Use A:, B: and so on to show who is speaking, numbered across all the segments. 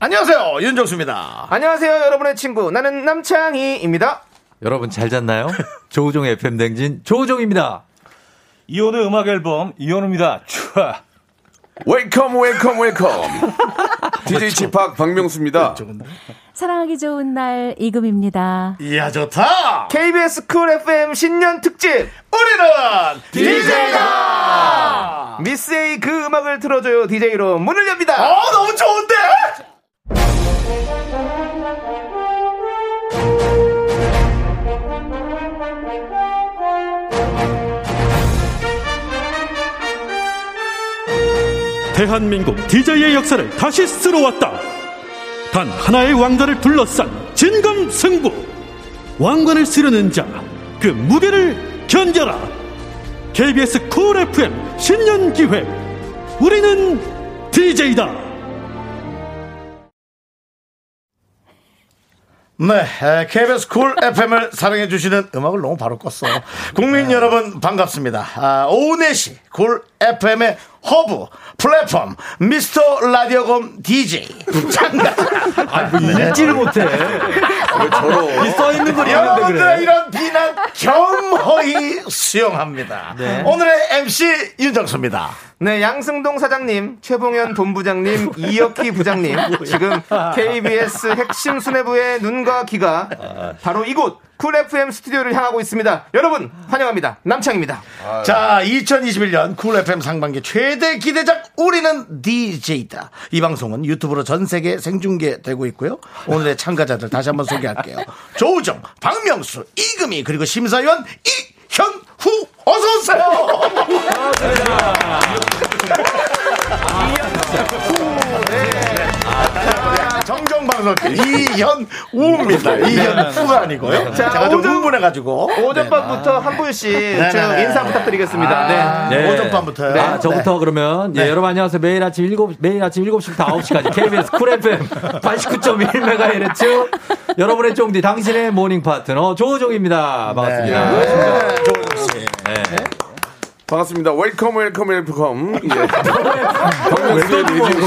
A: 안녕하세요 윤정수입니다.
B: 안녕하세요, 여러분의 친구. 나는 남창희입니다.
C: 여러분 잘 잤나요? 조우종 FM 댕진 조우종입니다.
D: 이혼의 음악 앨범 이혼입니다. 추아.
A: 웰컴 웰컴 웰컴.
E: DJ 지팍 박명수입니다.
F: 사랑하기 좋은 날 이금입니다.
A: 이야 좋다.
B: KBS 쿨 FM 신년 특집.
A: 우리는
B: DJ다. 미스에이 그 음악을 틀어줘요 DJ로 문을 엽니다.
A: 아. 어 너무 좋은데.
G: 대한민국 DJ의 역사를 다시 쓸어왔다. 단 하나의 왕좌를 둘러싼 진검 승부. 왕관을 쓰려는 자, 그 무게를 견뎌라. KBS 쿨 FM 신년 기획. 우리는 DJ다.
A: 네, 에, KBS 쿨 FM을 사랑해주시는 음악을 너무 바로 껐어.
C: 네.
A: 국민 여러분, 반갑습니다. 아, 오후 4시, 쿨 FM의 허브, 플랫폼, 미스터 라디오곰 DJ. 장가. 네. 아,
C: 읽지를 못해.
E: 왜 저러?
C: 써 있는 걸 읽는데
A: 여러분들의
C: 그래.
A: 이런 비난 겸허히 수용합니다.
C: 네.
A: 오늘의 MC 윤정수입니다.
B: 네, 양승동 사장님, 최봉현 본부장님, 이혁희 부장님. 지금 KBS 핵심 수뇌부의 눈과 귀가 바로 이곳 쿨 FM 스튜디오를 향하고 있습니다. 여러분, 환영합니다. 남창입니다.
A: 자, 2021년 쿨 FM 상반기 최대 기대작 우리는 DJ다. 이 방송은 유튜브로 전 세계 생중계되고 있고요. 오늘의 참가자들 다시 한번 소개할게요. 조우정, 박명수, 이금희 그리고 심사위원 이현후 어서 오세요. 자, 정정방송팀 이현우입니다. 이현후가 아니고요.
B: 자,
A: 제가 좀
B: 오정-
A: 흥분해가지고
B: 오전반부터 한 분씩 저
A: 네.
B: 인사 부탁드리겠습니다.
A: 아,
B: 네.
C: 네.
A: 오전반부터요. 네.
C: 아, 저부터 그러면 예, 여러분 안녕하세요. 매일 아침 일곱 매일 아침 7시부터 9시까지 KBS 쿨 FM 89.1MHz 여러분의 쫑디 당신의 모닝 파트너 조우종입니다.
A: 네.
C: 반갑습니다.
E: 반갑습니다. 웰컴 웰컴 웰컴. 예.
C: 왜 떠들고 있고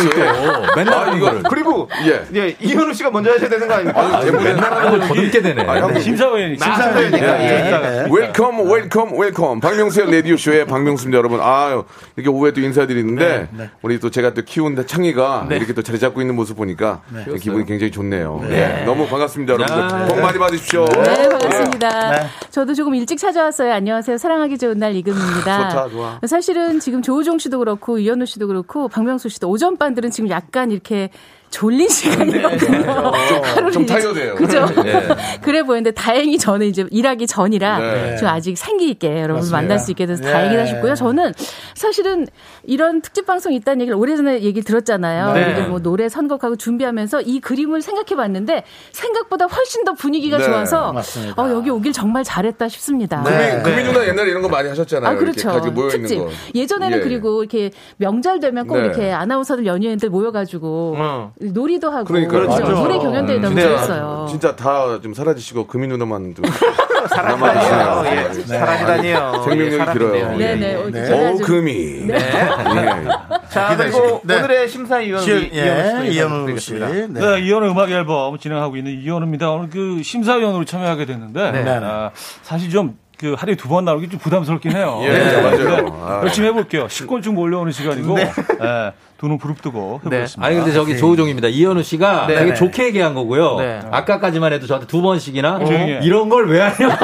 C: 맨날
E: 아,
C: 하는
E: 이거
C: 거를
B: 그리고
E: 예.
B: 예, 이현우 씨가 먼저 하셔야 되는 거 아닙니까?
E: 아, 제목에
C: 맨날 하는 걸 더듬게 되네.
E: 아, 네. 형,
D: 심사위원이
B: 사연이니까. 예.
E: 웰컴 웰컴 웰컴. 박명수의 라디오 쇼의 박명수입니다, 여러분. 아, 이렇게 오후에 또 인사드리는데
B: 네,
E: 우리 또 제가 또 키운 창이가 이렇게 또 자리 잡고 있는 모습 보니까
B: 네.
E: 네, 기분이 굉장히 좋네요. 예. 너무 반갑습니다, 여러분들. 복 많이 받으십시오.
F: 네, 반갑습니다. 저도 조금 일찍 찾아왔어요. 안녕하세요. 사랑하기 좋은 날 이금입니다.
E: 좋다, 좋아.
F: 사실은 지금 조우종 씨도 그렇고 이현우 씨도 그렇고 박명수 씨도 오전반들은 지금 약간 이렇게 졸린 시간이거든요. 하루를
E: 네, 좀
F: 이제-
E: 타이어드해요.
F: 그죠?
A: 예.
F: 그래 보이는데 다행히 저는 이제 일하기 전이라
E: 예. 네.
F: 좀 아직 생기 있게 여러분 만날 수 있게 돼서 다행이다 싶고요. 저는 사실은 이런 특집 방송 이 있다는 얘기를 오래전에 얘기 들었잖아요.
C: 네.
F: 그리고 뭐 노래 선곡하고 준비하면서 이 그림을 생각해 봤는데 생각보다 훨씬 더 분위기가
E: 네,
F: 좋아서
A: 맞습니다.
F: 어, 여기 오길 정말 잘했다
B: 네.
F: 싶습니다. 네.
E: 금이, 금이 누나 옛날에 이런 거 많이 하셨잖아요.
F: 아, 그렇죠.
E: 이렇게 모여 있는
F: 특집.
E: 거.
F: 예전에는
E: 예.
F: 그리고 이렇게 명절 되면 꼭
E: 네.
F: 이렇게 아나운서들 연예인들 모여가지고
B: 어.
F: 놀이도 하고
E: 그러니까요.
F: 그렇죠.
E: 맞아. 음.
F: 노래 경연대회 너무
B: 네.
F: 좋았어요.
E: 진짜 다 좀 사라지시고 금이 누나만 좀 남아주시네요.
B: 예,
E: 네.
B: 사랑이다니요. 네.
E: 생명력이
B: 예, 사랑이네요.
E: 길어요.
B: 예.
F: 네, 네. 어,
E: 오
F: 그래가지고
E: 금이.
H: 네.
E: 예.
B: 자, 그리고
A: 아, 네. 기다리시죠. 네.
B: 오늘의 심사위원
A: 시- 예,
B: 이현우
A: 이현우
B: 씨.
A: 씨.
B: 인사드리겠습니다.
A: 네.
D: 네, 이혼의 음악 앨범 진행하고 있는 이혼입니다. 오늘 그 심사위원으로 참여하게 됐는데 아, 사실 좀 그 하루에 두 번 나오기 좀 부담스럽긴 해요. 네.
E: 예, 맞아요. 아.
D: 열심히 해볼게요. 10권쯤 몰려오는 시간이고 예, 두눈 부릅뜨고 해보겠습니다.
C: 네. 아니 근데 저기 조우종입니다. 이현우 씨가
B: 네.
C: 되게 좋게 얘기한 거고요.
B: 네.
C: 아까까지만 해도 저한테 두 번씩이나
D: 조용히 해.
C: 이런 걸 왜 하냐.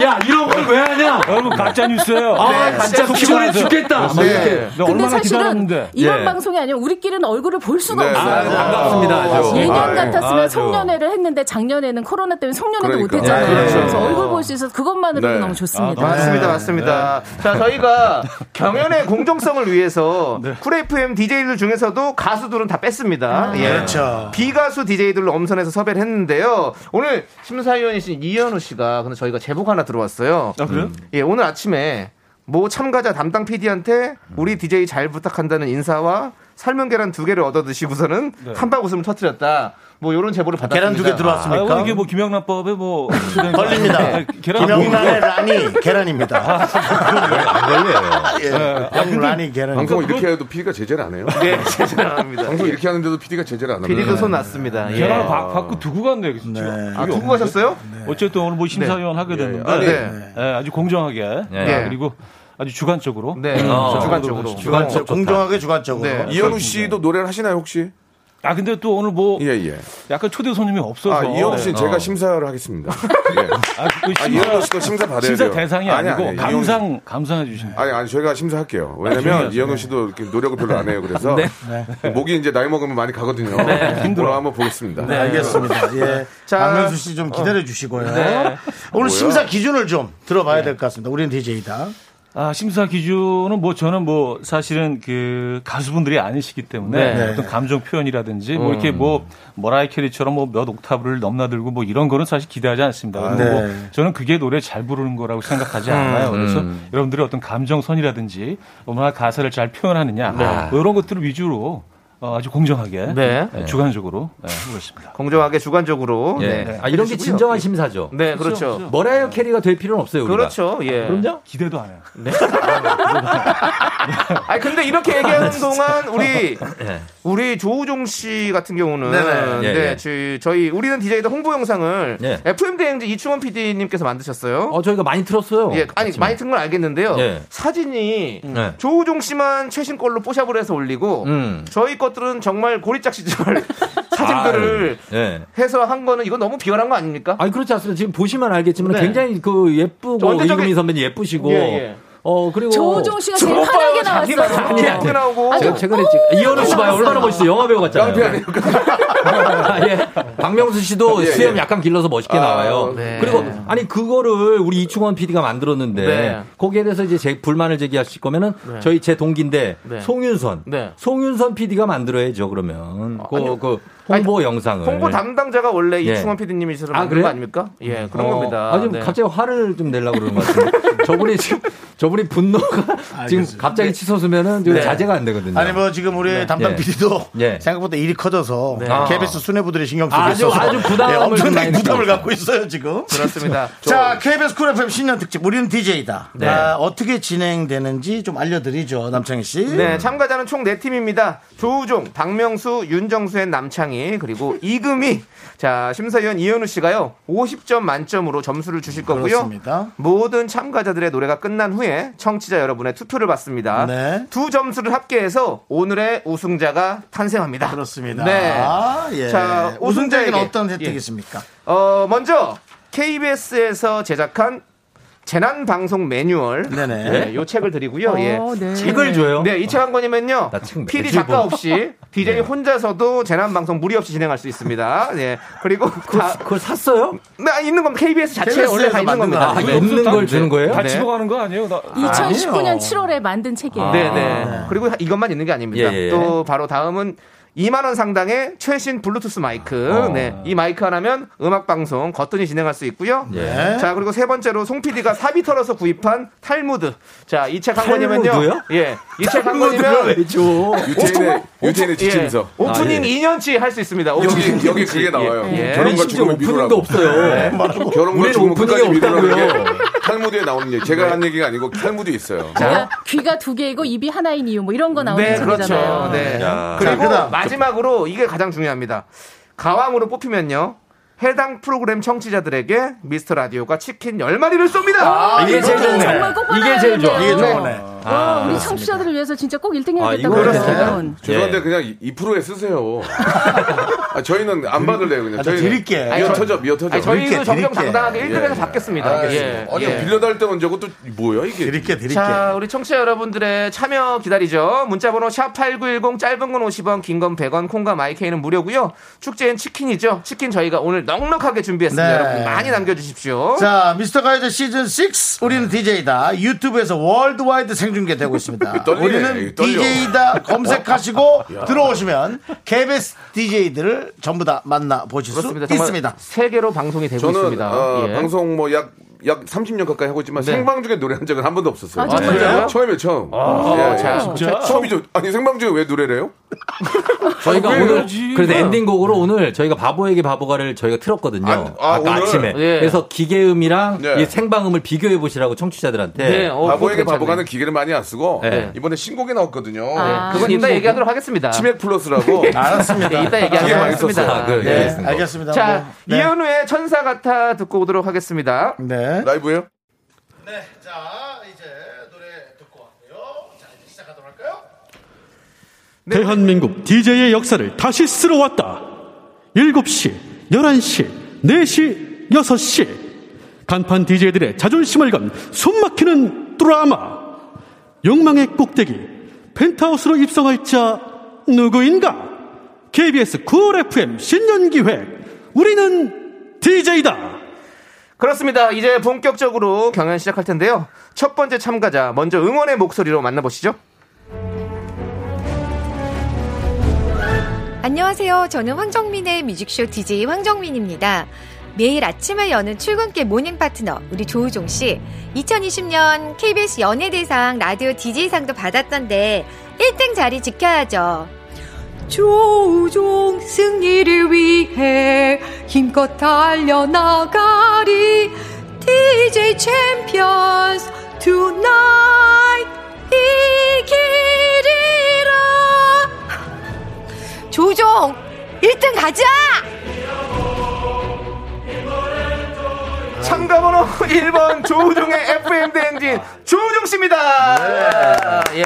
I: 야, 이런 걸 왜 하냐?
D: 여러분 가짜 뉴스예요. 네.
I: 아, 진짜 피곤해
C: 네.
I: 죽겠다. 네. 막 이렇게.
F: 근데
D: 아, 얼마나
F: 사실은
D: 기다렸는데.
F: 이번
I: 예.
F: 방송이 아니라 우리끼리는 얼굴을 볼 수가
E: 네,
I: 아,
F: 없어요. 어,
E: 네.
I: 반갑습니다.
E: 아,
I: 다시.
E: 예.
F: 예년
E: 아,
F: 같았으면
I: 아주.
F: 송년회를 했는데 작년에는 코로나 때문에 송년회도
E: 그러니까.
F: 못했잖아요.
E: 네,
I: 그렇죠.
F: 그래서 얼굴 볼 수 있어서 그것만으로도
E: 네.
F: 너무 좋습니다.
B: 아, 맞습니다, 맞습니다.
A: 네.
B: 자, 저희가 경연의 공정성을 위해서
A: 네.
B: 쿨 FM DJ들 중에서도 가수들은 다 뺐습니다. 예.
A: 그렇죠.
B: 비가수 DJ들로 엄선해서 섭외를 했는데요. 오늘 심사위원이신 이현우 씨가 근데 저희가 제보가 하나 들어왔어요.
D: 아, 그래요?
B: 예, 오늘 아침에 모 참가자 담당 PD한테
A: 음.
B: 우리 DJ 잘 부탁한다는 인사와 삶은 계란 두 개를 얻어 드시고서는 한방 웃음을 터뜨렸다. 뭐 이런 제보를 받았습니다.
A: 네. 계란 두 개
D: 아,
A: 들어왔습니까?
D: 오늘 이게 뭐 김영란법에 뭐 네,
A: 걸립니다.
D: 계란 뭐
A: 김영란의 란이 계란입니다. 예. 김영란이 계란.
E: 아, 방송을 이렇게 해도 PD가 제재를 안 해요?
B: 네, 죄송합니다.
E: 방송 이렇게 하는데도 PD가 제재를
A: 아,
E: 안 아.
B: PD도
A: 네.
E: 하면
B: 손 났습니다.
E: 네.
B: 예.
D: 계란을 바, 받고 두고 갔네 진짜.
B: 아, 두고 가셨어요?
E: 네.
D: 어쨌든 오늘 뭐 심사위원 하게
E: 예.
D: 됐는데
B: 아, 네.
D: 예, 아주 공정하게
A: 네.
B: 예.
D: 그리고 아주 음, 주관적으로
B: 네.
D: 어.
B: 주관적으로.
A: 어, 주관적, 공정하게 주관적으로.
B: 네.
E: 아, 이현우 씨도 노래를 하시나요 혹시?
D: 아 근데 또 오늘 뭐
E: 예 예.
D: 약간 초대 손님이 없어서
E: 아 이현우 씨는
D: 네.
E: 제가 심사를 하겠습니다. 예.
D: 아, 그
E: 아,
D: 심사,
E: 이현우 씨도 심사 받아야 돼요.
D: 심사 대상이
E: 아니,
D: 아니고
E: 아니, 이현우 씨-
D: 감상 감상해 주시면
E: 아니 아니 저희가 심사할게요. 왜냐면 이현우 씨도 이렇게 노력을 별로 안 해요. 그래서 목이 이제 나이 먹으면 많이 가거든요. 뭐라 한번 보겠습니다.
A: 네, 알겠습니다. 예.
B: 자.
A: 박명수 씨 좀 기다려 주시고요. 네. 오늘 심사 기준을 좀 들어봐야 될 것 같습니다. 우리는 DJ다.
D: 아 심사 기준은 뭐 저는 뭐 사실은 그 가수분들이 아니시기 때문에
A: 네. 음.
D: 어떤 감정 표현이라든지 뭐 이렇게 뭐 머라이 캐리처럼 뭐 몇 옥타브를 넘나들고 뭐 이런 거는 사실 기대하지 않습니다. 근데 뭐
A: 네. 음.
D: 저는 그게 노래 잘 부르는 거라고 생각하지 않아요. 그래서 여러분들의 어떤 감정선이라든지 얼마나 가사를 잘
A: 네.
D: 표현하느냐 뭐 이런 것들을 위주로 어, 아주 공정하게
B: 아. 네.
D: 예, 주관적으로 예, 하고 있습니다.
B: 공정하게 주관적으로.
I: 예.
B: 네.
I: 아, 이런 게
B: 해주시고요.
I: 진정한 심사죠.
B: 네, 그렇죠.
I: 머라이어 캐리가 될 필요는 없어요, 우리가.
B: 그렇죠. 예.
I: 그럼요?
D: 기대도 안 해요.
B: 아 근데 이렇게 얘기하는 동안 우리
D: 네.
B: 우리 조우종 씨 같은 경우는
A: 네네.
B: 네,
I: 예, 예.
B: 저희, 저희 우리는 디제이도 홍보 영상을
I: 예.
B: FM 대행지 이충원 PD님께서 만드셨어요.
I: 어, 저희가 많이 틀었어요.
B: 예, 아니 많이 튼 건 알겠는데요.
I: 예.
B: 사진이
I: 네.
B: 조우종 씨만 최신 걸로 뽀샵을 해서 올리고
I: 음.
B: 저희 것들은 정말 고리짝 시절 사진들을
I: 예.
B: 해서 한 거는 이건 너무 비열한 거 아닙니까?
I: 아니 그렇지 않습니다. 지금 보시면 알겠지만
B: 네.
I: 굉장히 그 예쁘고
B: 원대적인-
I: 이금희 선배님 예쁘시고
B: 예, 예.
I: 어 그리고
F: 조우종 씨가 제일
B: 오빠요,
F: 환하게
B: 자기가 그렇게
F: 나왔어요.
B: 예쁘게 나오고
F: 아주
I: 제가 최근에 찍 이현우 씨 봐요. 얼마나 멋있어. 영화 배우 같잖아요. 예. 박명수 씨도 수염 약간 길러서 멋있게 나와요.
B: 네.
I: 그리고 아니 그거를 우리 이충원 PD가 만들었는데
B: 네.
I: 거기에 대해서 이제 제 불만을 제기하실 거면은 저희 제 동기인데
B: 네.
I: 송윤선,
B: 네.
I: 송윤선 PD가 만들어야죠. 그러면 그,
B: 아니요.
I: 그 홍보 영상을
B: 홍보 담당자가 원래
I: 아, 예.
B: 이충원 PD님이셔서
I: 아,
B: 만든
I: 그래요?
B: 거 아닙니까? 예, 그런
I: 어,
B: 겁니다.
I: 아니
B: 네.
I: 갑자기 화를 좀 내려고 그러는 것 같은데. 저분이 지금 저분이 분노가 지금 갑자기
B: 네.
I: 치솟으면은
C: 네.
I: 지금 네. 자제가 안 되거든요.
A: 아니 뭐 지금 우리 담당
I: 예.
A: PD도
I: 예.
A: 생각보다 일이 커져서 네.
I: 아.
A: KBS 수뇌부들이 신경 쓰고
I: 아주-
A: 있어서
I: 아주 부담을
A: 예,
I: 좀
A: 엄청난
I: 많이 네.
A: 부담을 갖고 있어요 지금.
B: 그렇습니다.
A: 자, KBS 쿨 FM 신년 특집 우리는 DJ다. 아, 어떻게 진행되는지 좀 알려드리죠, 남창희 씨.
B: 네, 참가자는 총 4팀입니다. 조우종, 박명수, 윤정수의 남창희, 그리고 이금희. 자, 심사위원 이현우 씨가요, 50점 만점으로 점수를 주실 거고요.
A: 그렇습니다.
B: 모든 참가자들의 노래가 끝난 후에 청취자 여러분의 투표를 받습니다.
A: 네.
B: 두 점수를 합계해서 오늘의 우승자가 탄생합니다.
A: 그렇습니다.
B: 네.
A: 아, 예.
B: 자,
A: 우승자에게는
B: 우승자에게-
I: 예.
A: 어떤 혜택이 있습니까?
B: 어, 먼저 KBS에서 제작한 재난 방송 매뉴얼.
A: 네네.
B: 네, 요 책을 드리고요. 예.
F: 어, 네.
I: 책을 줘요.
B: 네, 이 책 한 권이면요.
I: 나책
B: PD
I: 매주
B: 작가
I: 보고.
B: 없이 DJ 혼자서도 재난 방송 무리 없이 진행할 수 있습니다. 예. 그리고 다
I: 그걸 샀어요?
B: 네, 있는 건 KBS 자체에 원래
A: KBS 에서
B: 다 있는
A: 만든 거
B: 겁니다.
I: 아, 있는 걸 주는 거예요?
D: 다
B: 네.
D: 치고 가는 거 아니에요? 나-
F: 2019년 7월에 만든 책이에요. 아,
B: 네, 네. 그리고 이것만 있는 게 아닙니다.
I: 아. 예, 예.
B: 또 바로 다음은 2만 원 상당의 최신 블루투스 마이크.
I: 어.
B: 네. 이 마이크 하나면 음악 방송 거뜬히 진행할 수 있고요.
I: 예.
B: 자, 그리고 세 번째로 송 PD가 사비 털어서 구입한 탈무드. 자, 이 책 한 권이면요.
I: 탈무드요?
B: 예. 이 책 한
I: 그걸
B: 권이면
I: 왜 줘? 아,
E: 유태인의 유태인의
B: 예,
E: 지침서.
B: 오프닝 2년치 할 수 있습니다. 오프닝
E: 여기 여기 그게 나와요.
B: 예.
I: 저희
E: 결혼과
I: 심지어
E: 죽음을
I: 오프닝도
E: 미루라고. 예.
I: 없어요.
E: 결혼과
I: 우리는
E: 죽음을
I: 오프닝이
E: 끝까지 미루라는
I: 없다고요.
E: 게 탈무드에 나오는 얘기. 제가 한 얘기가 아니고 탈무드에 있어요.
F: 그러니까 귀가 두 개이고 입이 하나인 이유 뭐 이런 거 나오는
B: 네,
F: 책이잖아요. 어,
B: 그렇죠. 네. 그리고 마지막으로 이게 가장 중요합니다. 가왕으로 뽑히면요. 해당 프로그램 청취자들에게 미스터 라디오가 치킨 10마리를 쏩니다.
I: 이게 제일 좋네.
F: 정말 꼭 받아야
I: 이게 제일 아, 좋아.
F: 되는데요.
A: 이게 좋네.
B: 아,
F: 와, 우리 청취자들을 위해서 진짜 꼭 1등 해야겠다고
C: 아, 이거는
F: 그랬어요.
E: 예. 죄송한데 그냥 2%에 쓰세요. 아, 저희는 안 받을래요 그냥.
A: 아, 저 드릴게.
E: 미어 터져 미어 터져.
B: 아니, 저희도
A: 드릴게,
B: 정정당당하게 1등에서
E: 예.
B: 받겠습니다. 예,
E: 아니
B: 예.
E: 빌려달 때 언제고 또 뭐야 이게?
A: 드릴게 드릴게.
B: 자, 우리 청취자 여러분들의 참여 기다리죠. 문자번호 샵8910 짧은 건 50원, 긴 건 100원, 콩과 마이케이는 무료고요. 축제엔 치킨이죠. 치킨 저희가 오늘 넉넉하게 준비했습니다.
A: 네.
B: 여러분 많이 남겨주십시오.
A: 자, 미스터 가이드 시즌 6 우리는 DJ다. 유튜브에서 월드와이드 생중계되고 있습니다.
E: 떨리네.
A: 우리는
E: 떨려.
A: DJ다 검색하시고 들어오시면 KBS DJ들을 전부 다 만나 보실 수
B: 그렇습니다. 정말
A: 있습니다.
B: 세계로 방송이 되고
E: 저는
B: 있습니다.
E: 어,
B: 예. 네.
E: 방송 뭐 약 약 30년 가까이 하고 있지만 생방 중에 노래한 적은 한 번도 없었어요.
F: 아, 정말요?
E: 처음에
B: 아,
E: 처음. 예,
B: 자,
E: 예. 처음이죠. 아니 생방 중에 왜 노래래요?
C: 저희가
E: 왜 네.
C: 오늘
J: 그러지?
C: 그래서 엔딩곡으로 오늘 저희가 바보에게 바보가를 저희가 틀었거든요.
E: 아,
C: 아,
E: 아,
C: 까
E: 오늘?
C: 아침에.
B: 예.
C: 그래서 기계음이랑
E: 예.
C: 이 생방음을 비교해 보시라고 청취자들한테
B: 네, 어,
E: 바보에게
B: 그거 괜찮네.
E: 바보가는 기계를 많이 안 쓰고
C: 네.
E: 어, 이번에 신곡이 나왔거든요.
F: 아.
B: 네. 그건 이따 얘기하도록 하겠습니다.
E: 치맥 플러스라고.
B: 네,
A: 알았습니다.
B: 이따
E: 어, 기계
B: 얘기하도록
E: 많이 썼어.
B: 하겠습니다.
E: 아, 그래,
A: 네,
E: 알겠습니다.
A: 알겠습니다.
B: 자,
A: 뭐, 네.
B: 이현우의 천사 같아 듣고 오도록 하겠습니다.
A: 네.
E: 라이브예요?
A: 네, 자, 이제 노래 듣고 왔고요. 자, 이제 시작하도록 할까요?
K: 대한민국 DJ의 역사를 다시 쓸어 왔다. 7시, 11시, 4시, 6시. 간판 DJ들의 자존심을 건 숨막히는 드라마. 욕망의 꼭대기. 펜트하우스로 입성할 자 누구인가? KBS 9월 FM 신년기획. 우리는 DJ다.
B: 그렇습니다. 이제 본격적으로 경연 시작할 텐데요. 첫 번째 참가자, 먼저 응원의 목소리로 만나보시죠.
L: 안녕하세요. 저는 황정민의 뮤직쇼 DJ 황정민입니다. 매일 아침을 여는 출근길 모닝 파트너 우리 조우종 씨 2020년 KBS 연예대상 라디오 DJ상도 받았던데 1등 자리 지켜야죠. 조우종 승리를 위해 힘껏 달려나가리 DJ 챔피언스 투나잇 이기리라 조종 1등 가자!
B: 참가번호 1번 조우종의 FM 대행진 조우종 씨입니다. 예.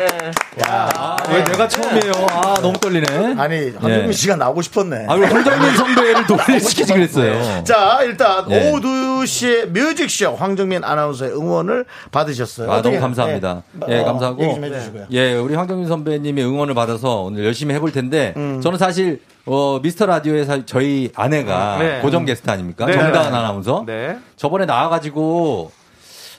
C: 왜 내가 처음이에요? 아, 너무 떨리네.
A: 아니, 한동민
C: 예.
A: 씨가 나오고 싶었네.
C: 아, 왜 황정민 선배를 노래시키지 그랬어요.
A: 자, 일단
C: 네.
A: 오후 2시에 뮤직쇼 황정민 아나운서의 응원을 받으셨어요.
C: 아,
A: 어떻게-
C: 너무 감사합니다.
A: 네.
C: 예,
A: 어,
C: 감사하고.
A: 얘기 좀 해주시고요.
C: 예, 우리 황정민 선배님의 응원을 받아서 오늘 열심히 해볼 텐데,
A: 음.
C: 저는 사실, 어, 미스터 라디오에 사- 저희 아내가
B: 네.
C: 고정 게스트 아닙니까?
B: 네.
C: 정다은 아나운서.
B: 네.
C: 저번에 나와가지고,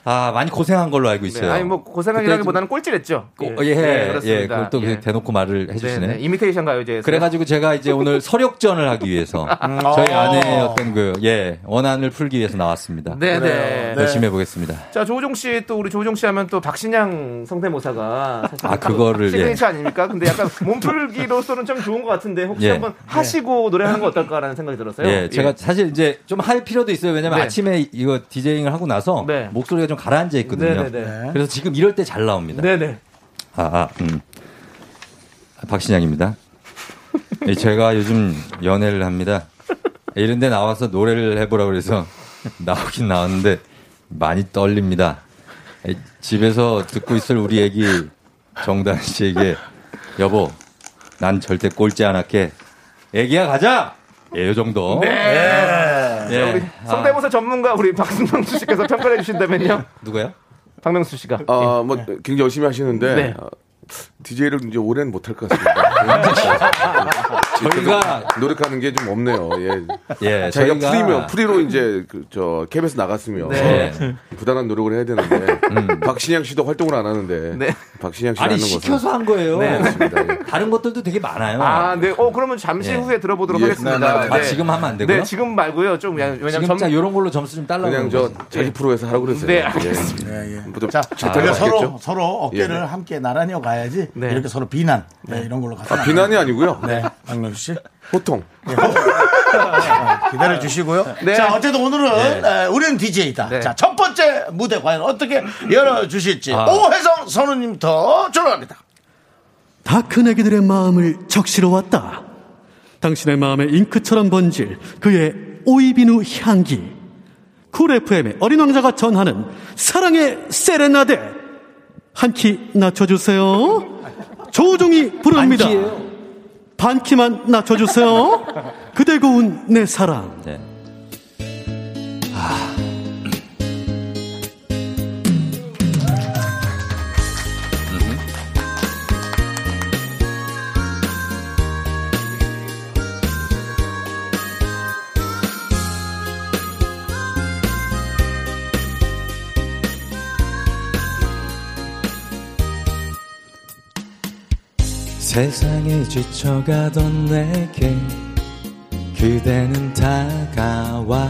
C: 아, 많이 고생한 걸로 알고
B: 네,
C: 있어요.
B: 아니 뭐 고생하기라기보다는 꼴찌랬죠.
C: 고- 예,
B: 네,
C: 예,
B: 그렇습니다.
C: 그걸 또
B: 예.
C: 대놓고 말을
B: 네,
C: 해주시네.
B: 네. 이미테이션 가요 이제.
C: 그래가지고 제가 이제 오늘 서력전을 하기 위해서
A: 음, 어.
C: 저희 아내의 어떤 그, 예, 원한을 풀기 위해서 나왔습니다.
B: 네,
A: 그래요.
B: 네.
A: 네.
C: 열심히 해보겠습니다.
B: 자, 조우종 씨, 또 우리 조우종 씨 하면 또 박신양 성대모사가. 사실
C: 아, 그거를, 예.
B: 시그니처 아닙니까? 근데 약간 몸풀기로서는 참 좋은 것 같은데, 혹시
C: 예.
B: 한번 하시고 노래하는 거 어떨까라는 생각이 들었어요.
C: 예, 제가 사실 이제 좀 할 필요도 있어요. 왜냐면
B: 네.
C: 아침에 이거 디제잉을 하고 나서
B: 네.
C: 목소리가 좀 가라앉아 있거든요.
B: 네네네.
C: 그래서 지금 이럴 때 잘 나옵니다.
B: 네네.
C: 아, 아, 음. 박신양입니다. 예, 제가 요즘 연애를 합니다. 예, 이런 데 나와서 노래를 해보라고 그래서 나오긴 나왔는데 많이 떨립니다. 예, 집에서 듣고 있을 우리 애기 정단 씨에게 여보, 난 절대 꼴찌 안 할게. 애기야, 가자! 예, 요 정도. 예.
B: 네. 우리 성대모사 전문가 우리 박승명수 씨께서 평가를 해주신다면요.
C: 누구요?
B: 박명수 씨가. 예.
E: 아, 뭐 굉장히 열심히 하시는데
B: 네.
E: 어, DJ를 이제 올해는 못할 것 같습니다.
C: 저희가-
E: 그래도 노력하는 게 좀 없네요. 예.
C: 예,
E: 자기가
C: 저희가-
E: 프리면 프리로 이제 그저 KBS 나갔으면
C: 네. 음.
E: 부단한 노력을 해야 되는데 박신양 씨도 활동을 안 하는데
B: 네.
E: 박신양 씨 하는
C: 아니
E: 것은
C: 시켜서 네. 한 거예요.
I: 네.
E: 그렇습니다. 예.
C: 다른 것들도 되게 많아요.
B: 아, 네. 어, 그러면 잠시
C: 예.
B: 후에 들어보도록
E: 예,
B: 하겠습니다.
E: 나, 나,
C: 아, 지금 하면 안 되고요?
B: 네, 지금 말고요. 좀, 그냥-
C: 지금
B: 왜냐면
C: 자
B: 점.
C: 이런 걸로 점수 좀 달라고.
E: 그냥 저 자기 프로에서 하라고 그랬어요.
B: 네,
E: 예.
B: 알겠습니다.
A: 예, 예.
E: 뭐좀
A: 자,
E: 잘
A: 우리가 서로
E: 들어봤겠죠?
A: 서로 어깨를
E: 예.
A: 함께 나란히어 가야지.
B: 네.
A: 이렇게 서로 비난 네, 이런 걸로 가서
E: 아, 비난이 아니고요.
A: 네, 박명수 씨
E: 보통
A: 기다려 주시고요.
B: 네.
A: 자, 어쨌든 오늘은 에, 우리는 DJ다.
B: 네.
A: 자, 첫 번째 무대 과연 어떻게 열어 주실지
C: 아.
A: 오혜성 선우님부터 출발합니다.
K: 다 큰 애기들의 마음을 적시러 왔다. 당신의 마음에 잉크처럼 번질 그의 오이비누 향기. 쿨 FM의 어린 왕자가 전하는 사랑의 세레나데. 한 키 낮춰주세요. 조우종이 부릅니다. 반 키만 낮춰주세요. 그대 고운 내 사랑.
I: 네. 세상에 지쳐가던 내게 그대는 다가와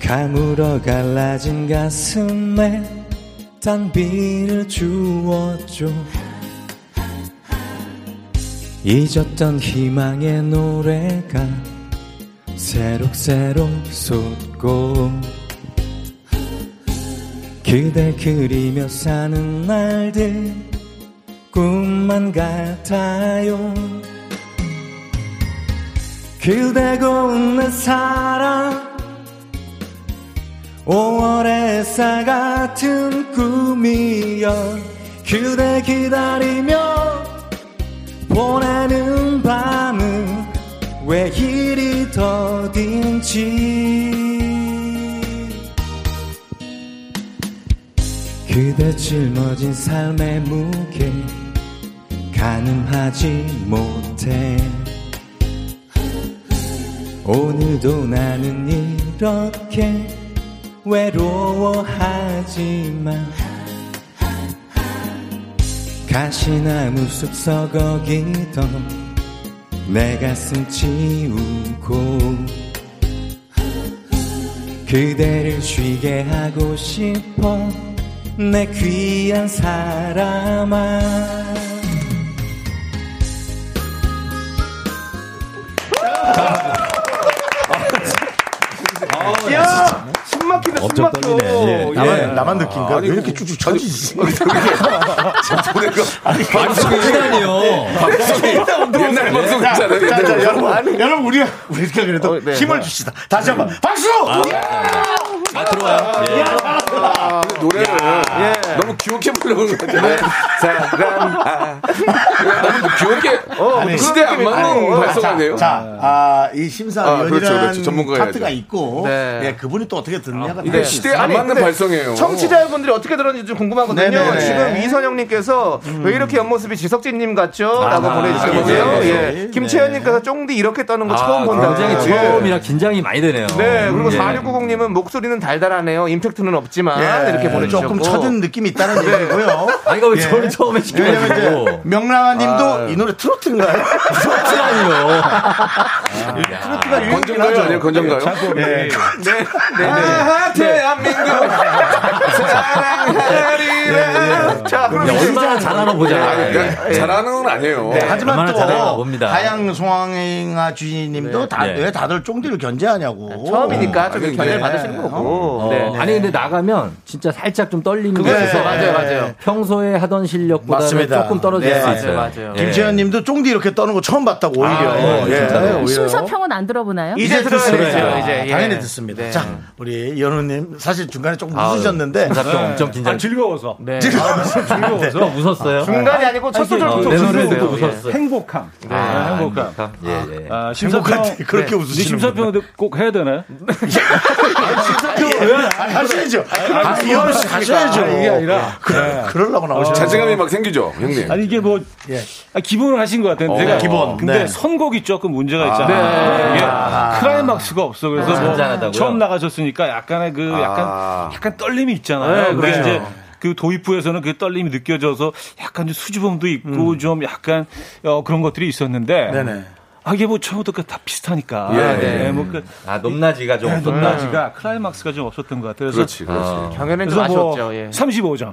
I: 가물어 갈라진 가슴에 단비를 주었죠 잊었던 희망의 노래가 새록새록 솟고 그댈 그리며 사는 날들 꿈만 같아요 그대 고운 내 사랑 5월의 사 같은 꿈이여 그대 기다리며 보내는 밤은 왜 이리 더딘지 그대 짊어진 삶의 무게 가늠하지 못해 오늘도 나는 이렇게 외로워하지만 가시나무 숲 서거기던 내 가슴 치우고 그대를 쉬게 하고 싶어 내 귀한 사람아
B: 야! 숨 막히다, 숨
I: 엄청
B: 막혀.
I: 떨리네, 예.
A: 나만,
I: 예.
A: 나만 느낀 거야? 왜 이렇게 쭉쭉 쳐지지?
E: 옛날 방송 있잖아요.
A: 자,
E: 옛날
A: 자,
E: 방송.
A: 여러분, 여러분, 우리가, 우리가 그래도 힘을 줍시다. 다시 한 번, 박수!
C: 아,
E: 노래를 너무 귀엽게 부르는 것 같은데. 사람, 아. 너무 귀엽게.
A: 아니,
E: 시대 안 맞는
A: 어, 아니,
E: 발성 아니에요?
A: 자, 아, 이 심사위원이라는
E: 아, 그렇죠, 그렇죠. 전문가가
A: 파트가
E: 해야죠.
A: 있고,
B: 네.
A: 예, 그분이 또 어떻게 듣느냐가
E: 이게
A: 다를 수
E: 시대에
A: 있어요.
E: 안
B: 아니,
E: 맞는
B: 근데
E: 발성이에요.
B: 청취자분들이 어떻게 들었는지 좀 궁금하거든요.
A: 네네네.
B: 지금 이선영님께서
C: 음.
B: 왜 이렇게 옆모습이 지석진님 같죠? 라고
C: 아,
B: 보내주셨고요.
E: 예,
A: 예,
B: 예.
A: 예.
C: 네.
B: 김채연님께서 쫑디 이렇게 떠는 거
C: 아,
B: 처음 본다.
I: 아, 굉장히
B: 예.
I: 처음이라 긴장이 많이 되네요.
B: 네,
C: 어,
B: 그리고
I: 예.
B: 4690님은 목소리는 달달하네요. 임팩트는 없지만
A: 예,
B: 이렇게 보내주셨고. 네.
A: 조금 쳐준 느낌이 있다는 얘기고요.
I: 아니, 그왜
A: 예.
I: 저를 처음에
A: 왜냐면
I: 시켜가지고.
A: 이제 명랑한 님도
E: 아, 예.
A: 이 노래 트로트인가요? 트로트 아니요. 트로트가 유행이긴
E: 건전가요?
A: 하죠.
E: 그렇죠. 아니에요? 건전가요?
A: 예.
B: 네, 네, 아, 대한민국 사랑하리라. 자,
C: 음,
B: 그럼
I: 야,
B: 이제
I: 얼마나 잘하나
E: 아니,
I: 보자.
E: 그냥 잘하는 건 아니에요.
A: 예. 네, 하지만
I: 얼마나
A: 또
I: 잘하나 봅니다.
A: 하양 송황아 주인님도 다,
I: 네.
A: 왜 다들 쫑디를 견제하냐고.
B: 처음이니까 좀
E: 아니, 네.
B: 견제를 받으시는 거고. 네.
I: 어, 아니 근데 나가면 진짜 살짝 좀 떨리는 게
A: 그거예요. 네,
I: 있어서
A: 맞아요,
I: 네,
B: 맞아요.
I: 평소에 하던 실력보다는
A: 맞습니다.
I: 조금 떨어질
A: 네,
I: 수
A: 맞아요,
I: 있어요.
B: 맞아요.
I: 예.
A: 김재현 님도 쫑디 이렇게 떠는 거 처음 봤다고 오히려. 네.
I: 예, 진짜요?
A: 아, 오히려.
F: 심사평은 안 들어보나요?
B: 네, 이제 들어야 되죠.
I: 들어요.
B: 이제. 예.
A: 당연히 듣습니다.
B: 네.
A: 자, 우리 연우님 사실 중간에 조금 웃으셨는데 네.
I: 심사평 엄청 긴장.
D: 아, 즐거워서.
B: 네.
I: 저 웃었어요.
B: 중간이 아니고 첫
I: 어,
B: 소절부터
I: 내 노래도
B: 웃으세요. 예.
I: 웃었어요.
D: 행복함.
A: 네.
D: 아, 행복함.
I: 예, 예.
D: 아, 심사평.
A: 행복한데 그렇게
D: 네
A: 웃으시는 분.
D: 심사평은 꼭 해야 되나요?
A: 아니, 예. 하셔야죠. 아, 이현우 씨 가셔야죠.
D: 이게 아니라.
A: 예.
D: 네. 아,
A: 그러, 그러려고 나오셨죠.
E: 자신감이 막 생기죠, 형님.
D: 아니 이게 뭐 아, 기본을 하신 것 같아요. 제가
A: 어, 기본.
D: 근데
A: 네.
D: 선곡이 조금 문제가 있잖아요. 이게 클라이막스가 없어.
A: 아,
D: 그래서 뭐
I: 잔잔하다고요?
D: 처음 나가셨으니까 약간의 그 약간
E: 아.
D: 약간 떨림이 있잖아요.
B: 네,
D: 근데
B: 그렇죠.
D: 이제 그 도입부에서는 그 떨림이 느껴져서 약간 좀 수줍음도 있고 좀 약간 어, 그런 것들이 있었는데
A: 네네.
D: 아 이게 뭐 처음부터 끝다 비슷하니까
E: 예,
D: 네,
I: 예.
D: 뭐그 네,
I: 아 높낮이가 좀 높낮.
D: 높낮이가 클라이막스가 좀 없었던 것 같아요. 그래서
E: 그렇지, 그렇지.
M: 어.
B: 경연은 좀
D: 그래서 뭐
B: 아쉬웠죠. 예.
D: 35점.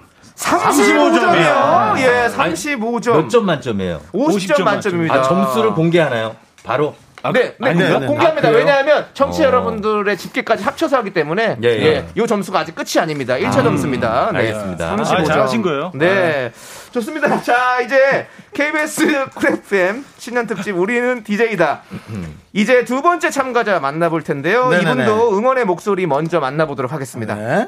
B: 35점이요.
D: 네.
B: 예, 35점.
I: 몇 점 만점이에요?
B: 50점 만점입니다.
I: 아 점수를 공개하나요? 바로
B: 네, 네,
D: 아닌가요?
B: 꼭 공개합니다.
I: 아, 그래요?
B: 왜냐하면 청취 자
I: 어.
B: 여러분들의 집계까지 합쳐서 하기 때문에
I: 예, 예.
B: 예, 이 점수가 아직 끝이 아닙니다. 1차 점수입니다. 네,
I: 알겠습니다.
B: 35점.
D: 아, 잘하신 거예요?
B: 네, 좋습니다. 자, 이제 KBS 쿨 FM 신년 특집 우리는 DJ다.
C: 음.
B: 이제 두 번째 참가자 만나볼 텐데요.
A: 네네네.
B: 이분도 응원의 목소리 먼저 만나보도록 하겠습니다.
A: 네.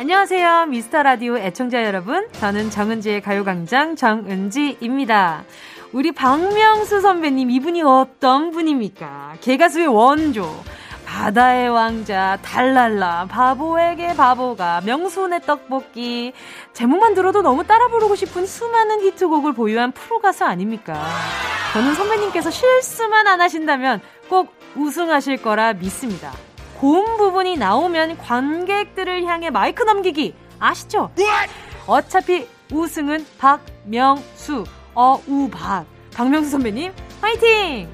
N: 안녕하세요. 미스터 라디오 애청자 여러분. 저는 정은지의 가요광장 정은지입니다. 우리 박명수 선배님, 이분이 어떤 분입니까? 개가수의 원조. 바다의 왕자, 달랄라, 바보에게 바보가, 명수네 떡볶이. 제목만 들어도 너무 따라 부르고 싶은 수많은 히트곡을 보유한 프로가수 아닙니까? 저는 선배님께서 실수만 안 하신다면 꼭 우승하실 거라 믿습니다. 고음 부분이 나오면 관객들을 향해 마이크 넘기기 아시죠? 어차피 우승은 박명수 어우박 박명수 선배님 화이팅!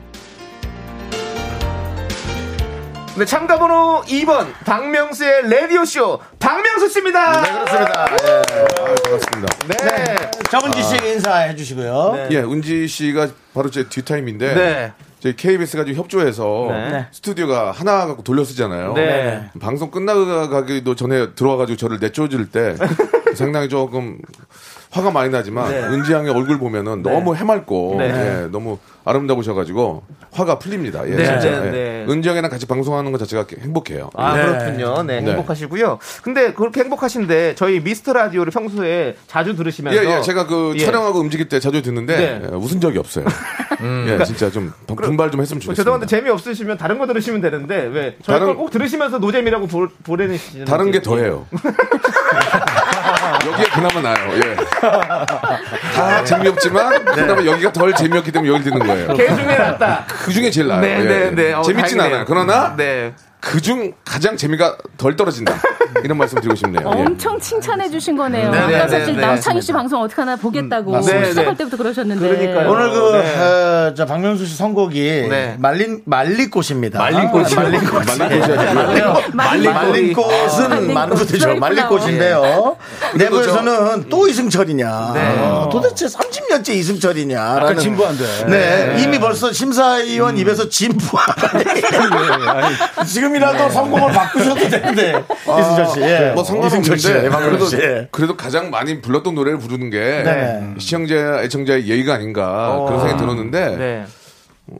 B: 네, 참가번호 2번 박명수의 라디오쇼 박명수 씨입니다.
A: 네, 그렇습니다.
E: 아, 반갑습니다.
B: 네.
A: 정은지
I: 아.
A: 씨 인사해 주시고요.
E: 예, 운지 씨가 바로 제 뒷타임인데
B: 네.
E: 저희 KBS가 좀 협조해서
B: 네.
E: 스튜디오가 하나 갖고 돌려쓰잖아요.
B: 네.
E: 방송 끝나가기도 전에 들어와가지고 저를 내쫓을 때 상당히 조금 화가 많이 나지만
B: 네.
E: 은지 양의 얼굴 보면은 너무 해맑고 예, 너무 아름다우셔가지고 화가 풀립니다. 예,
B: 네,
E: 진짜.
B: 네,
E: 예.
B: 네.
E: 은지 양이랑 같이 방송하는 것 자체가 행복해요.
B: 아,
A: 네.
B: 그렇군요. 네,
E: 네.
B: 행복하시고요. 근데 그렇게 행복하신데 저희 미스터 라디오를 평소에 자주 들으시면서
E: 예, 예, 제가 그
B: 예.
E: 촬영하고 움직일 때 자주 듣는데
B: 네. 음.
E: 예, 웃은 적이 없어요. 예, 진짜 좀 분발 좀 했으면 좋겠습니다.
B: 뭐 죄송한데 재미없으시면 다른 거 들으시면 되는데 왜 저희
E: 다른-
B: 걸 꼭 들으시면서 노잼이라고 보, 보내시는 예.
E: 다른 게 더해요. 여기가 그나마 나요. 예.
B: 아, 네.
E: 다 재미없지만 그나마 여기가 덜 재미없기 때문에 여기 듣는 거예요.
B: 개 중에 낫다.
E: 그 중에 제일 나요.
B: 네,
E: 예,
B: 네,
E: 예.
B: 네. 어,
E: 재밌진
B: 다행이네요.
E: 않아요. 그러나
B: 네.
E: 그 중 가장 재미가 덜 떨어진다. 이런 말씀 드리고 싶네요.
B: 어,
E: 예.
F: 어, 엄청 칭찬해 주신 거네요.
B: 네,
F: 아까
B: 네,
F: 사실
B: 네,
F: 남창희 씨 방송 어떻게 하나 보겠다고
B: 음, 맞습니다. 네,
F: 시작할
B: 네.
F: 때부터 그러셨는데.
B: 그러니까요.
A: 오늘 그,
B: 네.
A: 어, 저 박명수 씨 선곡이
B: 네.
A: 말린, 말리꽃입니다.
D: 말린꽃이요?
A: 말린꽃.
F: 말린
A: 아, 말린꽃은
F: 말린
A: 많은
F: 꽃.
A: 분들이 말린꽃인데요. 네. 그렇죠. 내부에서는 또 이승철이냐.
B: 네.
A: 어, 도대체 30년째 이승철이냐.
D: 약간
A: 라는.
D: 진부한데.
A: 네. 이미 벌써 심사위원 입에서 진부하다. 네. 지금이라도 성공을 바꾸셔도 되는데. 이승철 씨. 예.
E: 어. 뭐
A: 이승철 씨. 예,
E: 상관없는데
A: 박명수 씨.
E: 그래도,
A: 예.
E: 그래도 가장 많이 불렀던 노래를 부르는 게
A: 네. 어.
E: 시청자 애청자의 예의가 아닌가 그런 생각이 들었는데
B: 네.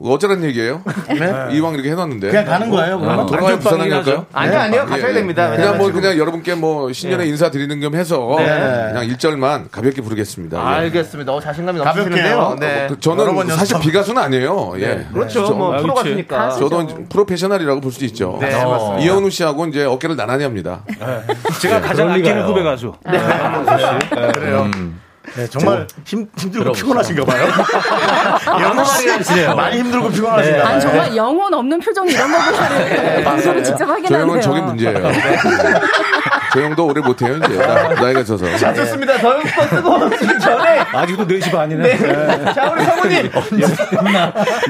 E: 어쩌란 얘기예요? 네. 이왕 이렇게 해놨는데
A: 네? 그냥 가는 거예요, 그러면?
E: 어.
A: 네.
E: 돌아가요 부산항에
D: 하죠.
E: 할까요?
B: 아니요, 아니요. 가셔야
E: 예,
B: 됩니다.
E: 예.
B: 왜냐면
E: 그냥 뭐
B: 지금- 예. 네.
E: 그냥 여러분께 뭐 신년에 인사 드리는 겸 해서
A: 네.
E: 그냥 일절만 가볍게 부르겠습니다. 예.
B: 알겠습니다. 어, 자신감이
A: 가볍게요.
B: 넘치시는데요. 네.
E: 그
A: 여러
E: 저는
A: 번
E: 사실
A: 연습.
E: 비가수는 아니에요. 예.
B: 그렇죠.
E: 저-
B: 뭐 프로
D: 그렇지.
B: 가수니까.
F: 그렇죠.
E: 저도 이제 프로페셔널이라고 볼 수 있죠. 아,
B: 네, 맞습니다.
E: 이현우 씨하고 이제 어깨를 나란히 합니다. 네.
D: 제가 가장 아끼는 후배 가수.
B: 네, 음.
A: 네, 정말 힘, 힘들고 피곤하신가 봐요. 영어 씨요 많이 힘들고
C: 네.
A: 피곤하신가 봐요.
F: 아니 정말 영혼 없는 표정 이런 거 보셔야 방송을 그 직접
E: 아, 저 형은
F: 확인하네요.
E: 저게 문제예요. 저 형도 오래 못해요, 이제. 나, 이가 져서.
B: 자, 좋습니다.
C: 예.
B: 더욱더 뜨거워지기
C: 네,
F: 네.
B: 전에.
D: 아직도 4시 반이네.
B: 네. 자, 우리 성우님.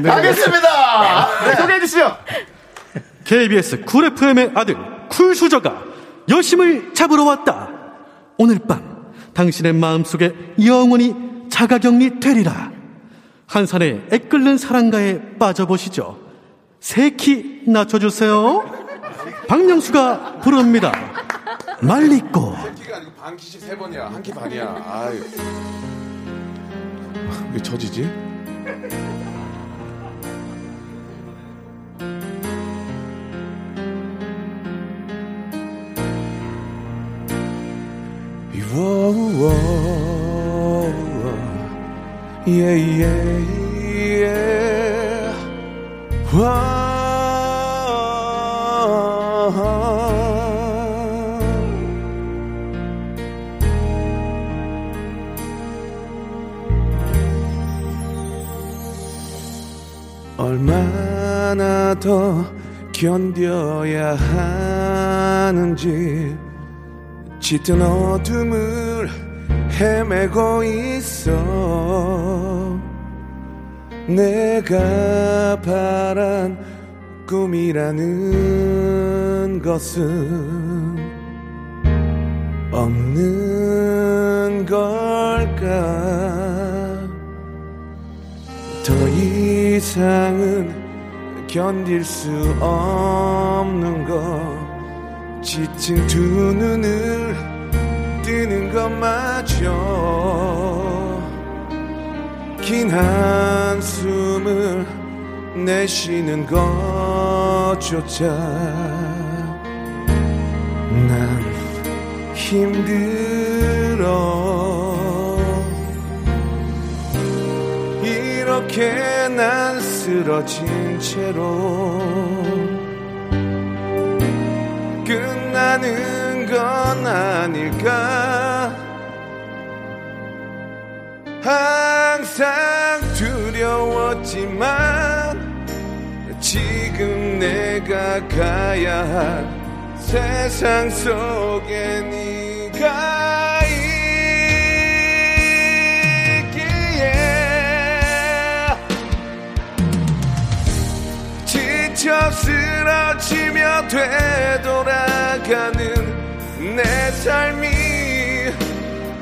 C: 네.
A: 알겠습니다.
B: 네, 소개해 주시죠.
K: KBS 쿨 FM의 아들 쿨수저가 여심을 잡으러 왔다. 오늘 밤 당신의 마음속에 영원히 자가격리 되리라. 한산의 애끓는 사랑가에 빠져보시죠. 새키 낮춰주세요. 박명수가 부릅니다. 말리꽃.
E: 키가 아니고 반 키씩 세 번이야. 한 키 반이야. 아유. 왜 처지지?
B: 네.
E: 얼마나 더 견뎌야 하는지 짙은 어둠을 헤매고 있어 내가 바란 꿈이라는 것은 없는 걸까 더 이상은 견딜 수 없는 것 지친 두 눈을 뜨는 것마저 긴 한숨을 내쉬는 것조차 난
H: 힘들어 이렇게 난 쓰러진 채로 끝나는 건 아닐까 항상 두려웠지만 지금 내가 가야 할 세상 속에 네가 있기에 지쳐 쓰러지며 되돌아가는 내 삶이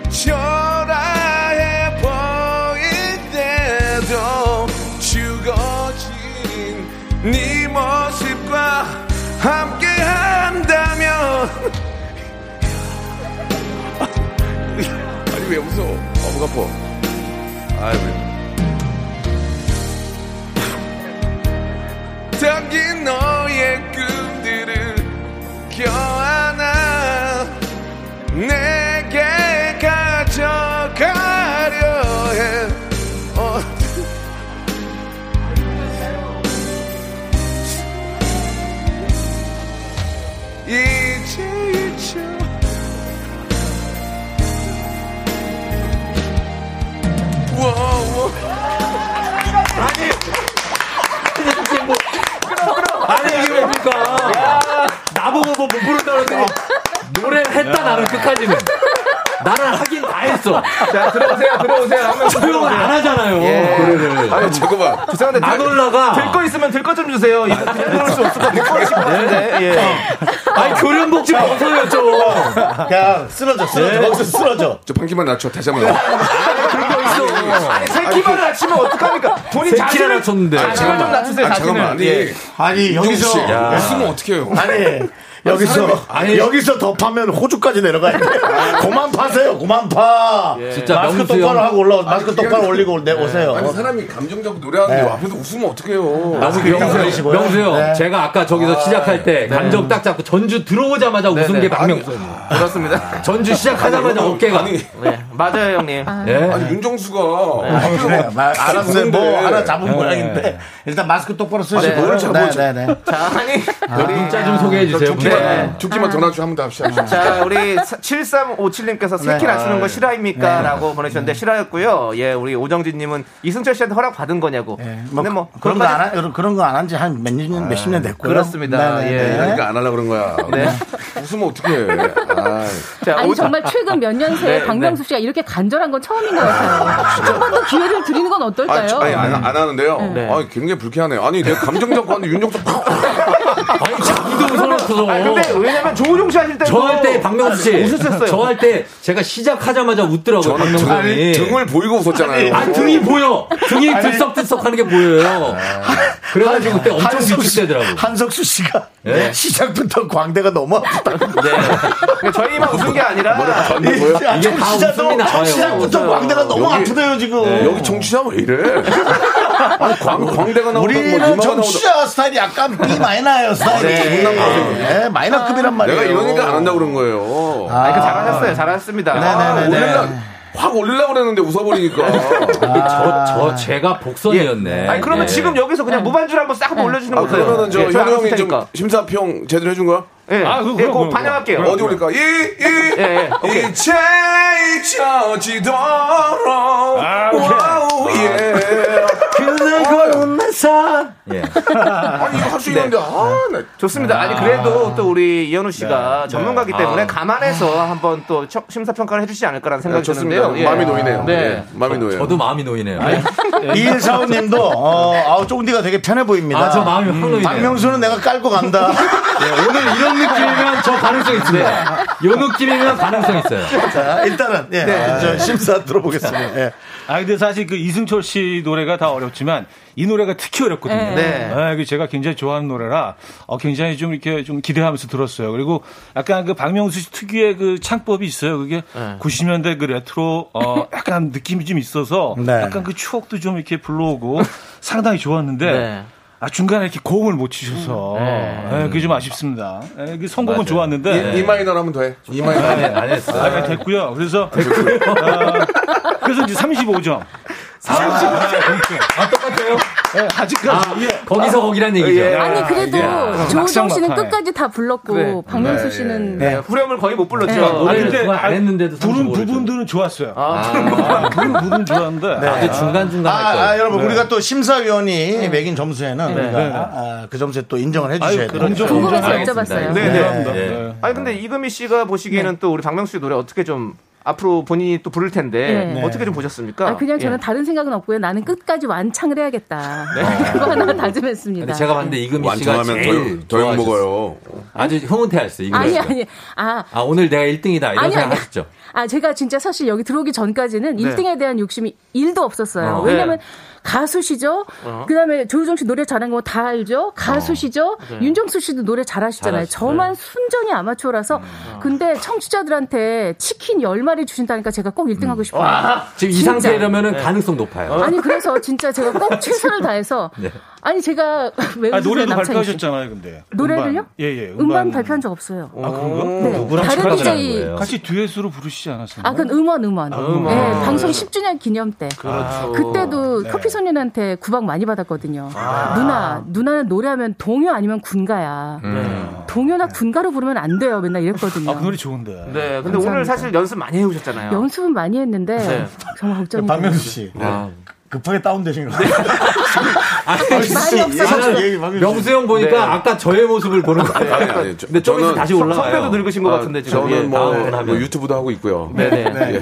H: 초라해 보일 때도 죽어진 네 모습과 함께 한다면
E: 아니 왜 웃어? 아, 목 아파. 아이 왜.
H: 담긴 너의 꿈들을 껴안아 내게 가져가려 해 어. 이제 잊혀 워워
M: 아니 이게 뭡니까? 나보고 뭐 못 부른다 그랬더니 노래를 했다 나는 끝까지는. 나는 하긴 다 했어.
B: 자, 들어오세요, 들어오세요. 한명
M: 조용을
B: 들어오세요.
M: 안 하잖아요.
B: 예.
M: 노래를.
E: 아니 잠깐만.
B: 죄송한데
M: 안
B: 들-
M: 올라가.
B: 들 거 있으면 들 거 좀 주세요. 이거 그냥 들을 수 없을 것 같아요. 들거 싶어 같은데. 예.
M: 아니 교련복 좀 벗어요 좀.
A: 그냥 쓰러져, 쓰러져,
M: 네.
A: 거기서 쓰러져.
E: 저 판기만 낮춰 다시 한번.
B: 아니, 새끼만 낮추면 어떡합니까? 본인
M: 새끼를
B: 자신을
M: 낮췄는데.
B: 아, 제발 좀 낮추세요,
E: 아
B: 자신을.
E: 잠깐만. 아니.
B: 예.
A: 아니, 여기서.
E: 웃으면 어떻게 해요?
A: 아니 여기서 여기서 더 파면 호주까지 내려가야 돼. 그만 파세요. 그만 파.
M: 예.
B: 예.
M: 진짜
A: 마스크
M: 명수
A: 똑바로
M: 형.
A: 하고 올라 마스크 똑바로 올리고 내 오세요. 네.
E: 아니 사람이 감정 잡고 노래하는데 앞에서 웃으면 어떻게 해요? 네.
M: 명수 형, 명수 형, 제가 아까 저기서 시작할 때 감정 딱 잡고 전주 들어오자마자 웃은 게 박명수.
B: 그렇습니다.
M: 전주 시작하자마자 어깨가.
E: 아, 아니,
B: 네, 맞아요, 형님.
M: 예. 네.
E: 아니 윤정수가
A: 아, 그래. 마- 알았어요. 뭐
E: 웃는데.
A: 하나 잡은 모양인데 일단 마스크 똑바로 쓰시고.
E: 뭘 잡아,
A: 네, 네, 네.
B: 자, 아니. 우리
M: 문자 좀 소개해 주세요.
B: 저 죽기만-
M: 네.
E: 죽기만
A: 아.
E: 더 낮춰 한번 더 합시다.
B: 자, 우리 7357님께서
E: 네.
B: 새끼 낮추는
E: 아, 예.
B: 거 실화입니까? 라고 보내주셨는데 실화였고요. 예, 우리 오정진님은 이승철 씨한테 허락 받은 거냐고.
A: 네.
B: 근데 뭐,
A: 그런
B: 그런
A: 거
B: 거
A: 안 한 그런 거 안 한 지 한 몇 년 몇 십 년 됐고요. 네,
B: 그렇습니다. 예.
E: 그러니까 안 하려고 그런 거야. 웃으면 어떻게 해. 아,
B: 자,
F: 아니
B: 오-
F: 정말 최근 몇 년
B: 네,
F: 새에
B: 네.
F: 박명수 씨가 이렇게 간절한 건 처음인 것 같아요. 한 번 더 기회를 드리는 건
E: 아니, 저- 아니
F: 어떨까요?
E: 안, 안 하는데요.
B: 네.
E: 아니, 굉장히 불쾌하네요. 아니, 내가 감정 잡고 하는데 윤정수 팍!
M: 아니 자기도
B: 아니,
M: 웃어놓고서.
B: 근데 왜냐면 조우종 씨 하실 때도
M: 저 할 때 박명수 씨,
B: 웃으셨어요.
M: 저 할 때 제가 시작하자마자 웃더라고요. 박명수 형이.
E: 등을 보이고 웃었잖아요.
M: 아 등이 보여. 등이 들썩들썩하는 게 보여요. 아, 그래가지고 그때 엄청
A: 한석수 씨-
M: 위축되더라고.
A: 한석수 씨가
M: 네.
A: 시작부터 광대가 너무 아프다.
B: 그러니까 저희만 웃은 게 아니라
M: 이게 다 웃음이 나와요. 네,
A: 시작부터 광대가 너무
E: 여기- 네,
A: 아프대요 지금.
E: 여기 청취자 왜 이래? 아니, 광, 광대가 나오고
M: 뭐
A: 우리는 정치자 스타일이 약간 B 마이너예요 스타일이. 네. 마이너급이란 말이에요.
E: 아. 내가 이러니까 안 한다고 그런 거예요.
B: 아, 이렇게 잘하셨어요. 잘하셨습니다.
E: 아,
A: 네네네.
E: 올릴라, 확 올리려고 그랬는데 웃어버리니까.
M: 저, 저 제가 복선이었네.
B: 아니 그러면
M: 예.
B: 지금 여기서 그냥 무반주를 한번 싹 한번 올려주는
E: 네. 아,
B: 거죠.
E: 그러면은 저
B: 예, 저희 안
E: 현우
B: 웃을
E: 형이 좀
B: 테니까.
E: 심사평 제대로 해준 거야?
B: 예,
D: 아, 그거,
B: 예,
D: 그거,
B: 꼭
D: 그거.
B: 반영할게요.
E: 어디 올릴까? 이,
B: 예,
E: 이,
B: 오케이.
E: 이제 잊혀지도록.
A: 아,
E: 와우, 예.
B: 어.
M: 예.
E: 아니, 이거 할 수 있는데, 아, 네. 아. 나
B: 네. 좋습니다. 아니 그래도 또 우리 이현우 씨가 전문가기 때문에 감안해서 한번 또 청- 심사평가를 해주시지 않을까라는 생각이
E: 아. 네, 좋습니다.
B: 드는데요. 예.
E: 마음이 놓이네요.
B: 네.
E: 네. 마음이 놓여요.
M: 저도 마음이 놓이네요.
A: 이일사오님도 어, 아우 쫑디가 되게 편해 보입니다.
M: 아, 저 마음이 확 놓이네요.
A: 박명수는 내가 깔고 간다.
M: 예, 오늘 이런 느낌이면 저 가능성 있습니다.
A: 네.
M: 요 느낌이면 가능성 있어요.
A: 자, 일단은 예,
B: 네.
A: 저 심사 들어보겠습니다. 예.
D: 네. 아 근데 사실 그 이승철 씨 노래가 다 어렵지만 이 노래가 특히 어렵거든요.
B: 네.
D: 아, 이게 제가 굉장히 좋아하는 노래라 어, 굉장히 좀 이렇게 좀 기대하면서 들었어요. 그리고 약간 그 박명수 씨 특유의 그 창법이 있어요. 그게
A: 네.
D: 90년대 그 레트로 어, 약간 느낌이 좀 있어서
A: 네.
D: 약간 그 추억도 좀 이렇게 불러오고 상당히 좋았는데
B: 네.
D: 아, 중간에 이렇게 고음을 못 치셔서.
A: 음. 네.
D: 예, 그게 좀 아쉽습니다. 예, 그 선곡은
E: 맞아요.
D: 좋았는데.
E: 이- 이 마이너로 하면 돼. 이 마이너로
D: 아,
E: 하면 돼.
D: 안 했어요. 아, 됐고요. 그래서. 어, 그래서 이제 35점. 35점. 아, 똑같아요?
B: 네,
D: 예, 아직까지.
C: 아, 거기서 거기란 얘기죠.
F: 아니 그래도
C: 예.
F: 조우정 씨는
C: 막상
F: 끝까지 다 불렀고
C: 그래.
F: 박명수
C: 네,
F: 씨는
C: 예. 네, 후렴을 거의 못 불렀죠.
D: 네. 아니,
C: 노래를
D: 근데
C: 그거 안
D: 아,
C: 했는데도
D: 부른
C: 35를
D: 부분들은 좋았어요.
C: 아.
D: 부른 부분은 좋았는데.
A: 네. 아주
C: 중간중간
A: 아, 아, 여러분 우리가 또 심사위원이 매긴 점수에는
B: 네.
A: 우리가
B: 네.
A: 아, 그 점수에 또 인정을 해주셔야 돼요.
B: 그렇죠. 네네.
A: 네.
B: 아니 근데 이금희 씨가
F: 네.
B: 보시기에는 또 우리 박명수 씨 노래 어떻게 좀 앞으로 본인이 또 부를 텐데
F: 네.
B: 어떻게 좀 보셨습니까?
F: 아, 그냥 저는
B: 예.
F: 다른 생각은 없고요. 나는 끝까지 완창을 해야겠다. 그거 하나 다짐했습니다.
C: 근데 제가 봤는데 이금희 씨가
E: 완창하면 더
C: 제일
E: 욕- 더욕
C: 좋아하셨어요.
E: 먹어요.
C: 아주 흐뭇해하셨어요. 이금희
F: 아니
C: 씨가.
F: 아니 아,
C: 아 오늘 내가 1등이다
F: 아니,
C: 이런
F: 아니.
C: 생각하시죠?
F: 아 제가 진짜 사실 여기 들어오기 전까지는
C: 네.
F: 일 1등에 대한 욕심이 1도 없었어요.
C: 어.
F: 왜냐면
C: 네.
F: 가수시죠.
C: 어.
F: 그다음에 조유정 씨 노래 잘하는 거 다 알죠. 가수시죠.
N: 네.
F: 윤정수 씨도 노래 잘하시잖아요.
N: 잘하시죠.
F: 저만 순전히 아마추어라서 근데 청취자들한테 치킨 10마리 주신다니까 제가 꼭 1등 하고 싶어요.
C: 지금 이
F: 아, 진짜.
C: 상태 이러면은
E: 네.
C: 가능성 높아요.
F: 아니 그래서 진짜 제가 꼭 최선을 다해서
C: 네.
F: 아니 제가 왜
D: 아,
F: 웃으세요,
D: 노래도
F: 남창희 씨?
D: 발표하셨잖아요, 근데.
F: 노래를요?
D: 예, 예.
F: 음반, 발표한 적 없어요.
D: 아, 그런가?
F: 네. 다른 DJ
D: 같이 듀엣으로 부르시지 않았어요?
F: 아, 그건 음원, 음원.
D: 아, 음원.
F: 예, 방송 10주년 기념 때.
D: 그렇죠.
F: 때도
D: 네.
F: 커피소년한테 구박 많이 받았거든요.
B: 아.
F: 누나, 누나는 노래하면 동요 아니면 군가야.
B: 음. 네.
F: 동요나 군가로 부르면 안 돼요. 맨날 이랬거든요.
D: 네. 아, 그 노래 좋은데.
B: 네. 근데
F: 감사합니다.
B: 오늘 사실 연습 많이 해오셨잖아요.
F: 연습은 많이 했는데
B: 네.
F: 정말 걱정이
A: 박명수
F: 돼요.
A: 씨 네.
C: 아.
A: 급하게 다운되신 거 예, 같아요.
F: 많이 없어서
A: 얘기 막 해주세요.
C: 명수 형 보니까
A: 네.
C: 아까 저의 모습을 보는 거
E: 네. 아니, 아니,
C: 같아요.
E: 아니, 저-
C: 그러니까 근데 좀 있으면
E: 네, 저는
C: 다시 올라가요.
B: 선배도 늙으신 것
E: 아,
B: 같은데 지금.
E: 저는
C: 예,
E: 뭐,
C: 다음엔 하면.
E: 뭐 유튜브도 하고 있고요.
C: 네네.
E: 예.
F: 아니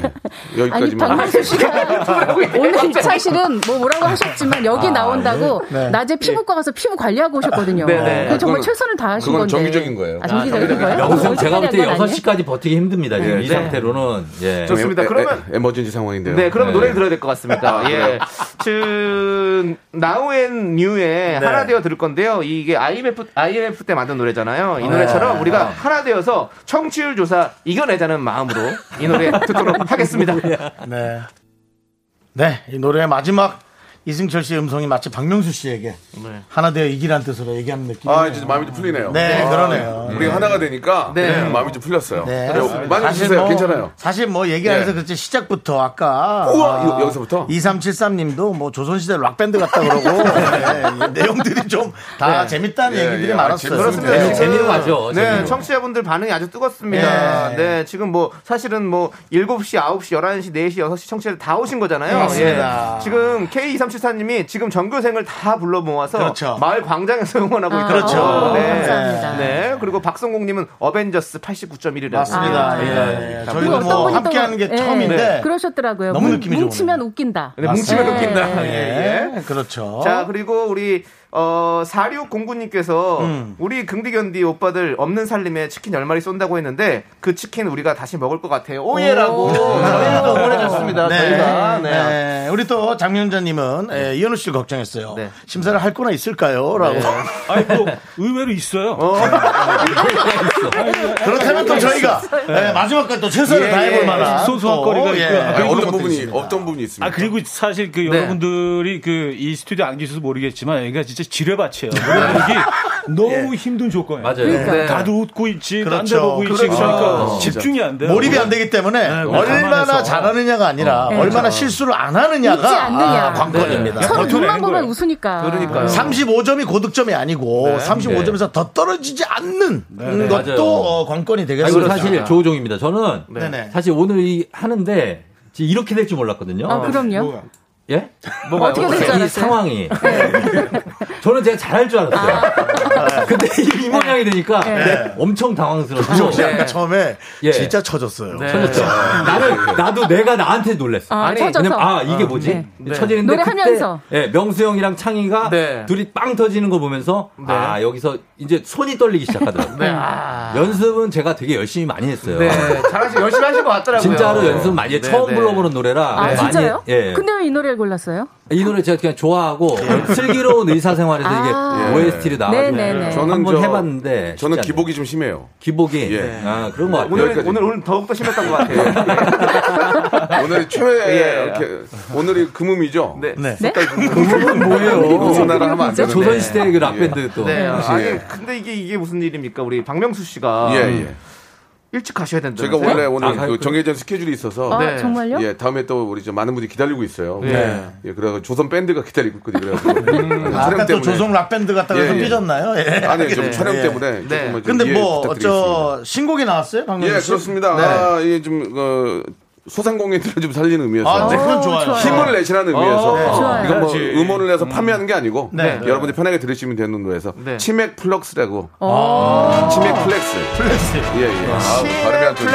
E: 여기까지만.
F: 박명수 씨가 오늘 사실은 뭐 뭐라고 하셨지만 여기 나온다고
A: 네. 네.
F: 낮에 피부과 가서 피부 관리하고 오셨거든요.
B: 아, 네, 네.
F: 그게 정말
E: 그건-
F: 최선을 다하신
E: 그건
F: 건데.
E: 정기적인 거예요.
F: 아, 정기적인 거예요?
C: 명수 형
F: 어디까지
C: 제가 볼 때
F: 한건 아니에요?
C: 6시까지 버티기 힘듭니다. 지금 이
E: 네.
C: 상태로는.
B: 저-
C: 예.
B: 예, 좋습니다.
E: 에- 에-
B: 그러면-
E: 에- 에머전시 상황인데요. 아,
B: 네, 그러면
C: 네.
B: 노래를 들어야 될 것 같습니다. 예.
F: 네.
B: 그, Now and New의 하나 되어 들을 건데요. 이게 IMF, IMF 때 만든 노래잖아요. 이 노래처럼 우리가 하나 되어서 청취율 조사 이겨내자는 마음으로 이 노래 듣도록 하겠습니다.
A: 네. 네, 이 노래의 마지막 이승철 씨의 음성이 마치 박명수 씨에게 하나 되어 이기란 뜻으로 얘기하는
B: 네.
A: 느낌.
E: 아, 이제 마음이 좀 풀리네요.
A: 네, 그러네요.
E: 우리 가 하나가 되니까
B: 아, 네.
E: 마음이 좀 풀렸어요.
A: 네.
E: 그래요. 많이
A: 사실
E: 주세요.
A: 뭐-
E: 괜찮아요.
A: 사실 뭐 얘기하면서
E: 예.
A: 그렇지 시작부터 아까
E: 우와, 이거 여기서부터?
A: 2373님도 뭐 조선시대 락밴드 같다 그러고 네, 이 내용들이 좀 다
B: 네.
A: 재밌다는
E: 예,
A: 얘기들이
E: 예.
A: 많았어요.
E: 그렇습니다.
A: 네.
B: 지금-
C: 재미로 가죠,
B: 네,
C: 재미로.
B: 청취자분들 반응이 아주 뜨겁습니다.
A: 예.
B: 네, 지금 뭐 사실은 뭐 7시, 9시, 11시, 4시, 6시 청취자들 다 오신 거잖아요.
A: 맞습니다.
B: 예. 지금 K2374님이 지금 전교생을 다 불러 모아서
A: 그렇죠.
B: 마을 광장에서 응원하고
F: 아,
B: 있다.
A: 그렇죠.
F: 감사합니다.
B: 네, 그리고 박성공님은 어벤져스 89.1이라고.
A: 맞습니다. 예,
B: 저희가
A: 예.
B: 이렇게
A: 저희가
B: 한번
A: 뭐
F: 어떤 분이 또-
A: 함께하는 게
F: 예,
A: 처음인데
F: 그러셨더라고요.
A: 너무
F: 뭉-
A: 느낌이 좋으네요.
F: 뭉치면 웃긴다.
B: 네,
A: 아,
B: 뭉치면
F: 예.
B: 웃긴다. 예, 예.
A: 예,
C: 어?
A: 그렇죠.
B: 자, 그리고 우리 어 4609님께서
C: 음.
B: 우리 긍디견디 오빠들 없는 살림에 치킨 10마리 쏜다고 했는데 그 치킨 우리가 다시 먹을 것 같아요. 오예라고 저희를 또 응원해줬습니다. 저희가. 네.
A: 네. 우리 또 장명자님은 예, 이현우 씨를 걱정했어요.
B: 네.
A: 심사를 할 거나 있을까요? 라고.
D: 아니, 뭐, 의외로 있어요.
A: 그렇다면 또 저희가
B: 네.
A: 예, 마지막까지 또 최선을
B: 예,
A: 다해볼
B: 예.
A: 만한
D: 소소한
A: 또, 예.
D: 거리가 있고요.
E: 아니,
D: 그리고
E: 어떤
A: 것도
E: 부분이,
A: 있습니다.
E: 어떤 부분이 있습니까?
D: 아 그리고 사실 그
B: 네.
D: 여러분들이 그 이 스튜디오 안 계셔서 모르겠지만 여기가 진짜 지뢰밭이에요. 여기
G: 예.
D: 너무 힘든 조건이에요.
C: 맞아요.
G: 네.
F: 그러니까요.
D: 다들 웃고 있지, 딴 데
A: 그렇죠.
D: 보고 있지,
A: 그렇죠.
D: 그러니까 집중이 안 돼요. 네,
A: 몰입이 안 되기 때문에 얼마나
D: 감안해서. 네.
A: 잘하느냐가 아니라 얼마나 실수를 안 하느냐가
F: 웃지 않느냐. 네.
A: 아, 관건입니다.
F: 서로
D: 버텨내는
F: 눈만 보면
D: 거예요. 네.
F: 웃으니까. 그러니까요.
A: 35점이 고득점이 아니고 35점에서 더 떨어지지 않는
C: 맞아요.
A: 것도
D: 네.
A: 어, 관건이
C: 아니,
A: 되겠습니다.
C: 그리고 사실 조우종입니다. 저는
A: 네네.
C: 사실 오늘 이 하는데 지금 이렇게 될 줄 몰랐거든요.
F: 아,
A: 뭐,
F: 그럼요.
C: 예?
F: 어떻게 될 줄
C: 이
F: 알았어요? 네.
C: 상황이 저는 제가 잘할 줄
F: 아.
C: 알았어요. 근데 이, 이 모양이 되니까
F: 네.
C: 네, 엄청 당황스럽고
A: 혹시 아까 처음에
C: 예.
A: 진짜 쳐졌어요. 네.
C: 쳐졌죠. 나는 나도 내가 나한테 놀랬어.
F: 아,
C: 아니,
F: 쳐져서.
C: 왜냐면 아 이게 뭐지? 쳐지는데
F: 노래하면서.
C: 그때 예, 명수 형이랑 창희가
B: 네.
C: 둘이 빵 터지는 거 보면서
F: 네.
C: 아 여기서 이제 손이 떨리기 시작하더라고요. 아. 연습은 제가 되게 열심히 많이 했어요.
B: 아. 네. 잘하시 열심히 하신 것 같더라고요.
C: 진짜로 연습 많이 해.
B: 네,
C: 처음
B: 네.
C: 불러보는 노래라
F: 아,
C: 많이
F: 진짜요?
C: 예.
F: 근데 왜 이 노래를 골랐어요?
C: 이 노래 제가 그냥 좋아하고
B: 네.
C: 네. 슬기로운 의사생활에서
F: 아.
C: 이게 네. OST를 나와서
F: 네네네.
C: 저는 한번
E: 저는
C: 해봤는데 쉽지 않네요.
E: 기복이 좀 심해요.
C: 기복이
B: 네.
C: 아, 그런 것 같아요.
E: 오늘- 여기까지. 오늘-
B: 더욱더 심했던 것 같아요.
E: 오늘 최
B: 예.
E: 이렇게 오늘이 금음이죠. 네.
C: 그건 뭐예요?
E: 무슨 나라 하면 안 되는데.
C: 조선시대 그
E: 예.
C: 락밴드 또.
B: 네.
E: 예.
B: 아니 근데 이게 이게 무슨 일입니까? 우리 박명수 씨가
E: 예, 예.
B: 일찍 가셔야 된다.
A: 네?
E: 제가 원래 오늘
A: 아,
C: 아,
E: 그 정해진 스케줄이 있어서
F: 아, 정말요?
E: 예, 다음에 또 우리 좀 많은 분이 기다리고 있어요.
B: 예.
E: 예, 그래서 조선 밴드가 기다리고 있거든요. 그래서
D: 음,
E: 촬영
A: 네. 음, 아까 또
E: 때문에.
A: 조성 락밴드 갔다가
E: 예,
A: 좀
E: 예.
A: 삐졌나요? 예.
E: 아니 좀 촬영 때문에
B: 네.
E: 조금만 좀
A: 근데
E: 이해
A: 뭐,
E: 부탁드리겠습니다.
A: 저, 신곡이 나왔어요? 네. 방금
E: 예, 그렇습니다. 아, 예, 좀, 어, 소상공인들을 좀 살리는 의미에서.
A: 아, 네, 그건 좋아요.
E: 힘을 내시라는 의미에서.
F: 좋아요.
E: 이건 뭐 음원을 내서 판매하는 게 아니고.
A: 네.
E: 네. 여러분이 편하게 들으시면 되는 노래에서.
B: 네.
E: 치맥 플럭스라고. 치맥 플렉스. 플렉스. 예, 예. 아, 발음이 안 좋네.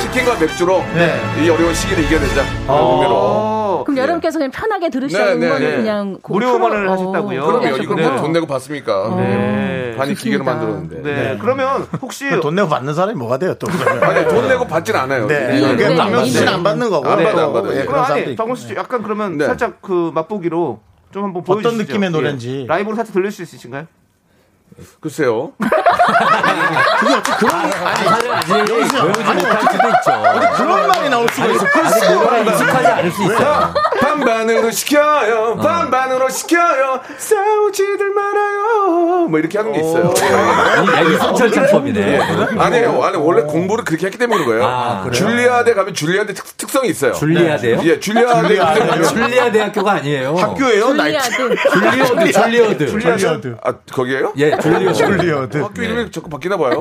E: 치킨과 맥주로 이 어려운 시기를 이겨내자. 그런
F: 그럼 여러분께서 그냥 편하게 들으시는
E: 네, 네,
F: 거는
E: 네.
F: 그냥 고-
B: 무료 음원을
F: 프로-
B: 하셨다고요?
F: 어,
E: 의미로. 그럼요.
F: 그렇게
E: 이거
F: 하셨구나.
E: 뭐돈 내고 봤습니까? 네. 반이 기계로
F: 좋습니다.
E: 만들었는데.
B: 네. 그러면 혹시
A: 돈 내고 받는 사람이 뭐가 돼요, 또. 그러면.
E: 아니, 돈 내고 받진 않아요.
A: 네.
F: 네.
A: 그냥
F: 네.
A: 남영 씨는
F: 네.
A: 안 받는 거고.
E: 안
A: 또,
E: 받아요, 안
A: 예,
E: 받아요. 그럼
A: 그런
B: 그럼
A: 사람도
B: 아니
A: 있고.
B: 정수 씨 약간 그러면
E: 네.
B: 살짝 그 맛보기로 좀 한번 보여주시죠.
A: 느낌의 노래인지.
B: 예. 라이브로 살짝 들려줄 수 있으신가요?
E: 글쎄요.
C: 사실 아직 외우지 못할 수도 있죠.
A: 뭐 그런 말이 나올 수가 있어.
C: 아직 노래가 익숙하지 않을 수 있어요. 어.
E: 반반으로 시켜요. 반반으로 시켜요. 싸우지들 말아요. 뭐 이렇게 하는 게 있어요.
C: 이 이성철 창법이네.
E: 아니에요. 아니 원래 공부를 그렇게 했기 때문에 그런 거예요.
C: 아, 그래요?
E: 줄리아대 가면 줄리아대 특, 성이 있어요.
C: 줄리아대요?
E: 예, 줄리아대
C: 줄리아 대학교가 아니에요.
E: 학교예요?
F: 줄리아드.
C: 줄리어드, 줄리어드.
A: 줄리어드.
E: 아, 거기에요?
C: 예, 줄리어드. 네.
A: 줄리어드.
E: 학교 이름이 자꾸 바뀌나 봐요.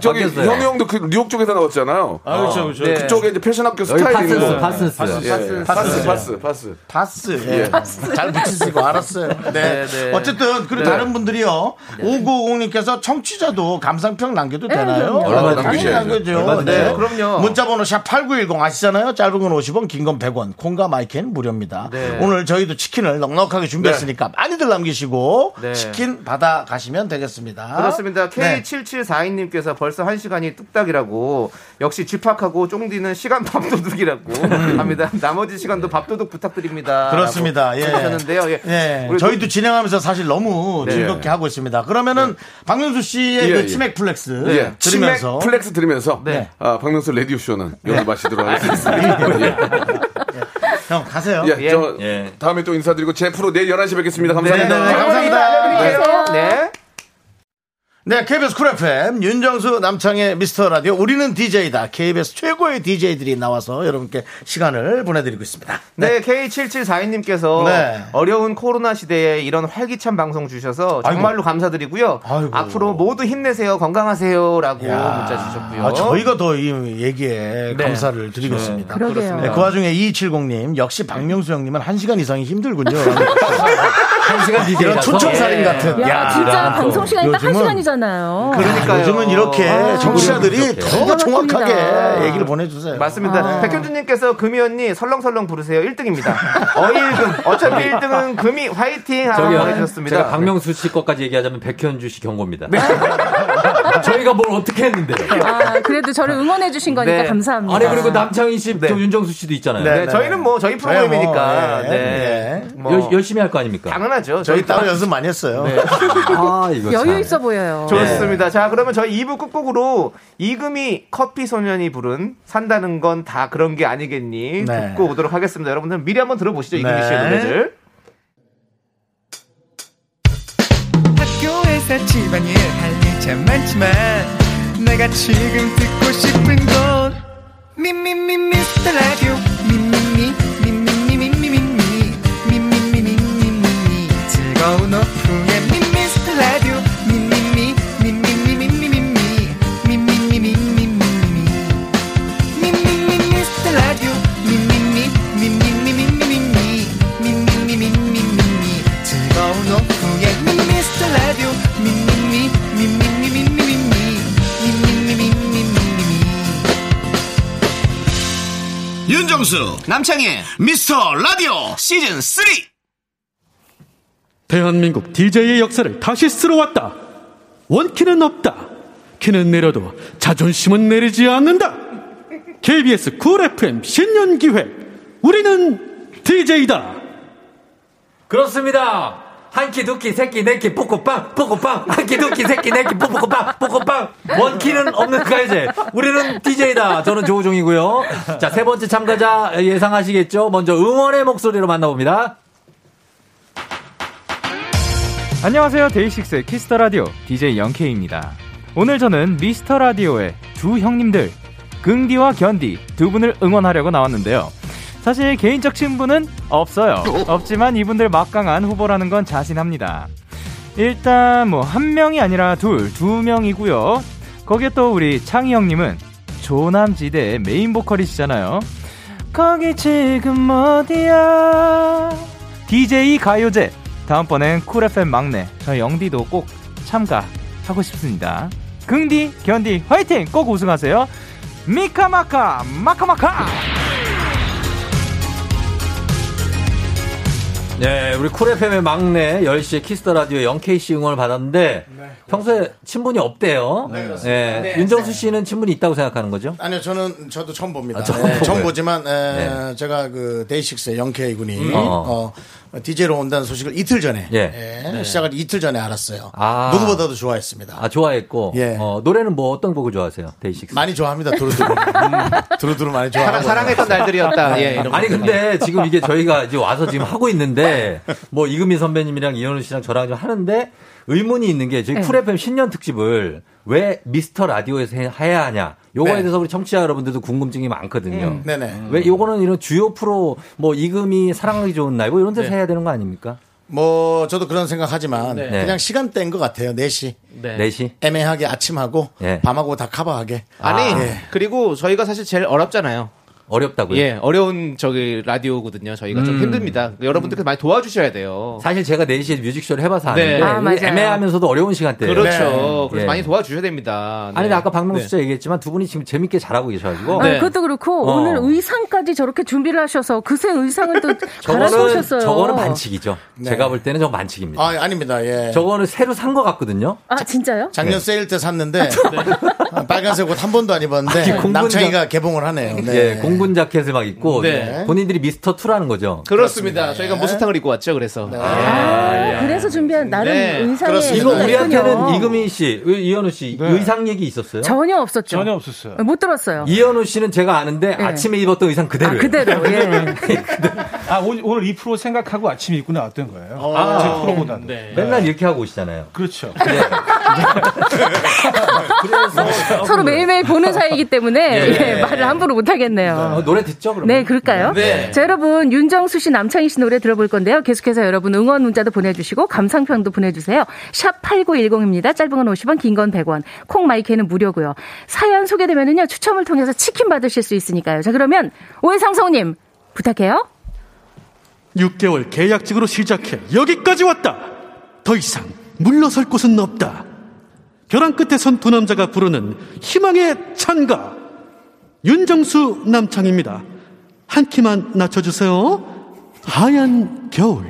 E: 저기
C: 바뀌었어요.
E: 형이 형도 그 뉴욕 쪽에서 나왔잖아요. 어.
A: 아, 그렇죠, 그렇죠.
C: 네.
E: 그쪽에 이제 패션 학교
C: 여기
E: 스타일이 있는
C: 파슨스,
E: 거.
C: 파슨스.
E: 예, 예. 파스, 파스, 파스.
A: 다스. 예. 잘 붙이시고 알았어요. 네. 어쨌든 그리고 다른 분들이요. 5950님께서 청취자도 감상평 남겨도 되나요?
E: 그럼요.
A: 당연히 남겨죠.
C: 얼마든지.
A: 네.
B: 그럼요.
A: 문자번호 샵 #8910 아시잖아요. 짧은 건 50원, 긴 건 100원. 콩과 마이크는 무료입니다.
B: 네.
A: 오늘 저희도 치킨을 넉넉하게 준비했으니까
E: 네.
A: 많이들 남기시고
B: 네.
A: 치킨 받아 가시면 되겠습니다.
B: 그렇습니다.
A: 네.
B: K7742님께서 벌써 한 시간이 뚝딱이라고 역시 집합하고 쫑디는 시간 밥도둑이라고 합니다. 나머지 시간도 밥도둑 부탁드립니다.
A: 음. 그렇습니다. 예.
B: 하셨는데요. 예.
A: 네,
B: 우리
A: 저희도 진행하면서 사실 너무 즐겁게 하고 있습니다. 그러면은 박명수 씨의
E: 예,
A: 그
E: 예.
A: 치맥 플렉스
E: 예, 치맥
A: 들으면서
E: 플렉스 들으면서
A: 네.
E: 아, 박명수 레디오 쇼는 여기 마치도록 하겠습니다. 예.
A: 형 가세요.
E: 예,
B: 예.
E: 저
C: 예.
E: 다음에 또 인사드리고 제 프로 내일 11시 뵙겠습니다.
B: 네,
E: 감사합니다.
A: 감사합니다.
B: 알려드릴게요. 네.
A: 네, KBS 쿨 FM 윤정수 남창의 미스터 라디오 우리는 DJ다. KBS 최고의 DJ들이 나와서 여러분께 시간을 보내드리고 있습니다.
B: 네, K7742님께서
A: 네.
B: 어려운 코로나 시대에 이런 활기찬 방송 주셔서 정말로 감사드리고요.
A: 아이고.
B: 앞으로 모두 힘내세요. 건강하세요라고 문자 주셨고요.
A: 아, 저희가 더 이 얘기에
B: 네.
A: 감사를 드리겠습니다.
F: 그러게요.
A: 네, 그 와중에 2270님 역시 박명수 형님은 1시간 이상이 힘들군요.
C: 한 시간 디제이
A: 이런
C: 라서.
A: 초청살인 같은.
F: 예. 야,
A: 예. 야.
F: 진짜 방송 시간이 딱 한
A: 요즘은
F: 시간이잖아요.
B: 그러니까요.
A: 요즘은 이렇게 청취자들이 더
F: 그렇게.
A: 정확하게
F: 그렇습니다.
A: 얘기를 보내주세요. 아.
B: 맞습니다. 백현주님께서 금이 언니 설렁설렁 부르세요. 1등입니다. 어일금. 어차피 1등은 금이 화이팅 하고
C: 저기요.
B: 보내주셨습니다. 네.
C: 제가 박명수 씨 것까지 얘기하자면 백현주 씨 경고입니다. 저희가 뭘 어떻게 했는데.
F: 아, 그래도 저를 응원해 주신 거니까
B: 네.
F: 감사합니다.
C: 아니 그리고 남창희 씨, 또 윤정수 씨도 있잖아요.
B: 네, 저희는 뭐 저희 프로그램이니까.
A: 네,
B: 네.
A: 네.
B: 뭐
C: 열- 열심히 할 거 아닙니까?
B: 당연하죠.
A: 저희
B: 저희
A: 따로 연습 많이 했어요.
C: 아, 이거
F: 여유
C: 참.
F: 있어 보여요. 네.
B: 좋습니다. 자, 그러면 저희 2부 끝곡으로 이금희 커피 소년이 부른 산다는 건 다 그런 게 아니겠니
A: 네.
B: 듣고 오도록 하겠습니다. 여러분들 미리 한번 들어보시죠. 이금희 씨의
A: 네.
B: 노래들.
M: 학교에서 집안일 할 일 참 많지만 내가 지금 듣고 싶은 건 미미미 미스터 라디오 미미미 미미미 미미미 미미미 미미미 즐거운 오후에 미미스터 라디오 미미미 미미미 미미미 미미미 미미미 미미미 미스터 라디오 미미미 미미미 미미미 미미미 미미미 즐거운 오후에 미스터 라디오 미미미 미미미 미미미 미미미 미미미
A: 윤정수 남창희 미스터 라디오 시즌 3
K: 대한민국 DJ의 역사를 다시 쓸어 왔다. 원키는 없다. 키는 내려도 자존심은 내리지 않는다. KBS 쿨 FM 신년 기획. 우리는 DJ다.
C: 그렇습니다. 한 끼, 두 끼, 세 끼, 네 끼, 뽀코빵, 뽀코빵. 한 끼, 두 끼, 세 끼, 네 끼, 뽀뽀코빵, 뽀코빵. 원 끼는 없는 가요제. 우리는 DJ다. 저는 조우종이고요. 자, 세 번째 참가자 예상하시겠죠? 먼저 응원의 목소리로 만나봅니다.
O: 안녕하세요 데이식스의 키스터 라디오 DJ 영케이입니다. 오늘 저는 미스터 라디오의 두 형님들 긍디와 견디 두 분을 응원하려고 나왔는데요. 사실 개인적 친분은 없어요. 없지만 이분들 막강한 후보라는 건 자신합니다. 일단 뭐 한 명이 아니라 둘, 두 명이고요. 거기에 또 우리 창희 형님은 조남지대의 메인 보컬이시잖아요. 거기 지금 어디야? DJ 가요제 다음번엔 쿨 FM 막내 저 영디도 꼭 참가하고 싶습니다. 긍디 견디 화이팅 꼭 우승하세요. 미카마카 마카마카.
C: 네, 우리 쿨 FM의 막내 10시에 키스터 라디오 0K 씨 응원을 받았는데 평소에 친분이 없대요.
A: 네, 그렇습니다. 네.
C: 예, 윤정수 씨는 친분이 있다고 생각하는 거죠?
A: 아니요, 저는 저도 처음 봅니다.
C: 아, 처음
A: 예, 처음
C: 보고요.
A: 보지만 에,
C: 네.
A: 제가 그 데이식스의 영케이 군이
C: 음.
A: 어. DJ로 온다는 소식을 이틀 전에
C: 예.
A: 예,
C: 네.
A: 시작을 이틀 전에 알았어요.
C: 아.
A: 누구보다도 좋아했습니다.
C: 아, 좋아했고.
A: 예.
C: 어, 노래는 뭐 어떤 곡을 좋아하세요? 데이식스. 음.
A: 많이 좋아합니다. 두루두루 두루두루 많이 좋아. 예,
C: 아니 근데 지금 이게 저희가 이제 와서 지금 하고 있는데 뭐 이금희 선배님이랑 이현우 씨랑 저랑 좀 하는데 의문이 있는 게 저희
A: 네.
C: 쿨 FM 신년 특집을 왜 미스터 라디오에서 해- 해야 하냐. 요거에
A: 네.
C: 대해서 우리 청취자 여러분들도 궁금증이 많거든요.
A: 음, 네네.
C: 왜 요거는 이런 주요 프로 뭐 이금희 사랑하기 좋은 날 뭐 이런 데서
A: 네.
C: 해야 되는 거 아닙니까?
A: 뭐 저도 그런 생각하지만
C: 네.
A: 그냥 시간대인 것 같아요. 4시.
C: 네. 4시?
A: 애매하게 아침하고
C: 예.
A: 밤하고 다 커버하게.
P: 아니
A: 예.
P: 그리고 저희가 사실 제일 어렵잖아요.
C: 어렵다고요?
P: 예, 어려운 저기 라디오거든요. 저희가 좀
C: 음.
P: 힘듭니다. 여러분들께 많이 도와주셔야 돼요.
C: 사실 제가 4시에 뮤직쇼를 해봐서
P: 네.
C: 아는데
P: 아, 맞아요.
C: 애매하면서도 어려운 시간대. 네.
P: 그렇죠.
B: 예.
P: 그래서 많이 도와주셔야 됩니다.
C: 아니 근데 아까 박명수
P: 네.
C: 씨가 얘기했지만 두 분이 지금 재밌게 잘하고 계셔가지고
F: 아, 그것도 그렇고
C: 어.
F: 오늘 의상까지 저렇게 준비를 하셔서 그새 의상을 또
C: 저거는
F: 갈아놓으셨어요.
C: 저거는 반칙이죠.
A: 네.
C: 제가 볼 때는 저거 반칙입니다.
A: 아, 아닙니다.
P: 네.
A: 예.
C: 저거는 새로 산 것 같거든요.
F: 아
C: 네.
F: 진짜요?
A: 작년 세일 때
P: 네.
A: 샀는데 아, 빨간색 옷 한 번도 안
C: 아니, 그
A: 입었는데
C: 공군장-
A: 남창이가 개봉을 하네요.
C: 예, 공군 자켓을 막 입고
P: 네.
C: 본인들이 미스터 2라는 거죠. 네.
P: 그렇습니다. 저희가 모스탕을 입고 왔죠. 그래서
F: 아,
P: 네.
F: 그래서 준비한 나름 의상에
C: 아, 예. 이거
F: 의미가 있군요.
C: 네, 우리한테는 이금희 씨, 의- 이현우 씨 의상 얘기 있었어요?
F: 전혀 없었죠.
C: 네. 전혀 없었어요.
F: 못 들었어요. 네.
C: 이현우 씨는 제가 아는데 아침에 입었던 의상 네, 그대로.
F: 아, 그대로, 예.
D: 아, 오늘, 오늘 2% 생각하고 아침에 입고 나왔던 거예요.
B: 어.
C: 아,
D: 제 프로보다는.
B: 네.
C: 맨날 이렇게 하고 오시잖아요.
D: 그렇죠.
C: 어,
F: 서로 매일매일 보는 사이이기 때문에
C: 예. 어,
F: 예, 말을 함부로 못 하겠네요.
C: 노래 듣죠, 그럼?
F: 네, 그럴까요?
C: 네.
F: 자, 여러분, 윤정수 씨, 남창희 씨 노래 들어볼 건데요. 계속해서 여러분 응원 문자도 보내주시고, 감상평도 보내주세요. 샵8910입니다. 짧은 건 50원, 긴 건 100원. 콩마이크는 무료고요. 사연 소개되면은요, 추첨을 통해서 치킨 받으실 수 있으니까요. 자, 그러면, 오해상성님, 부탁해요.
K: 6개월 계약직으로 시작해 여기까지 왔다. 더 이상 물러설 곳은 없다. 벼랑 끝에 선 두 남자가 부르는 희망의 찬가. 윤정수 남창입니다. 한 키만 낮춰주세요. 하얀 겨울.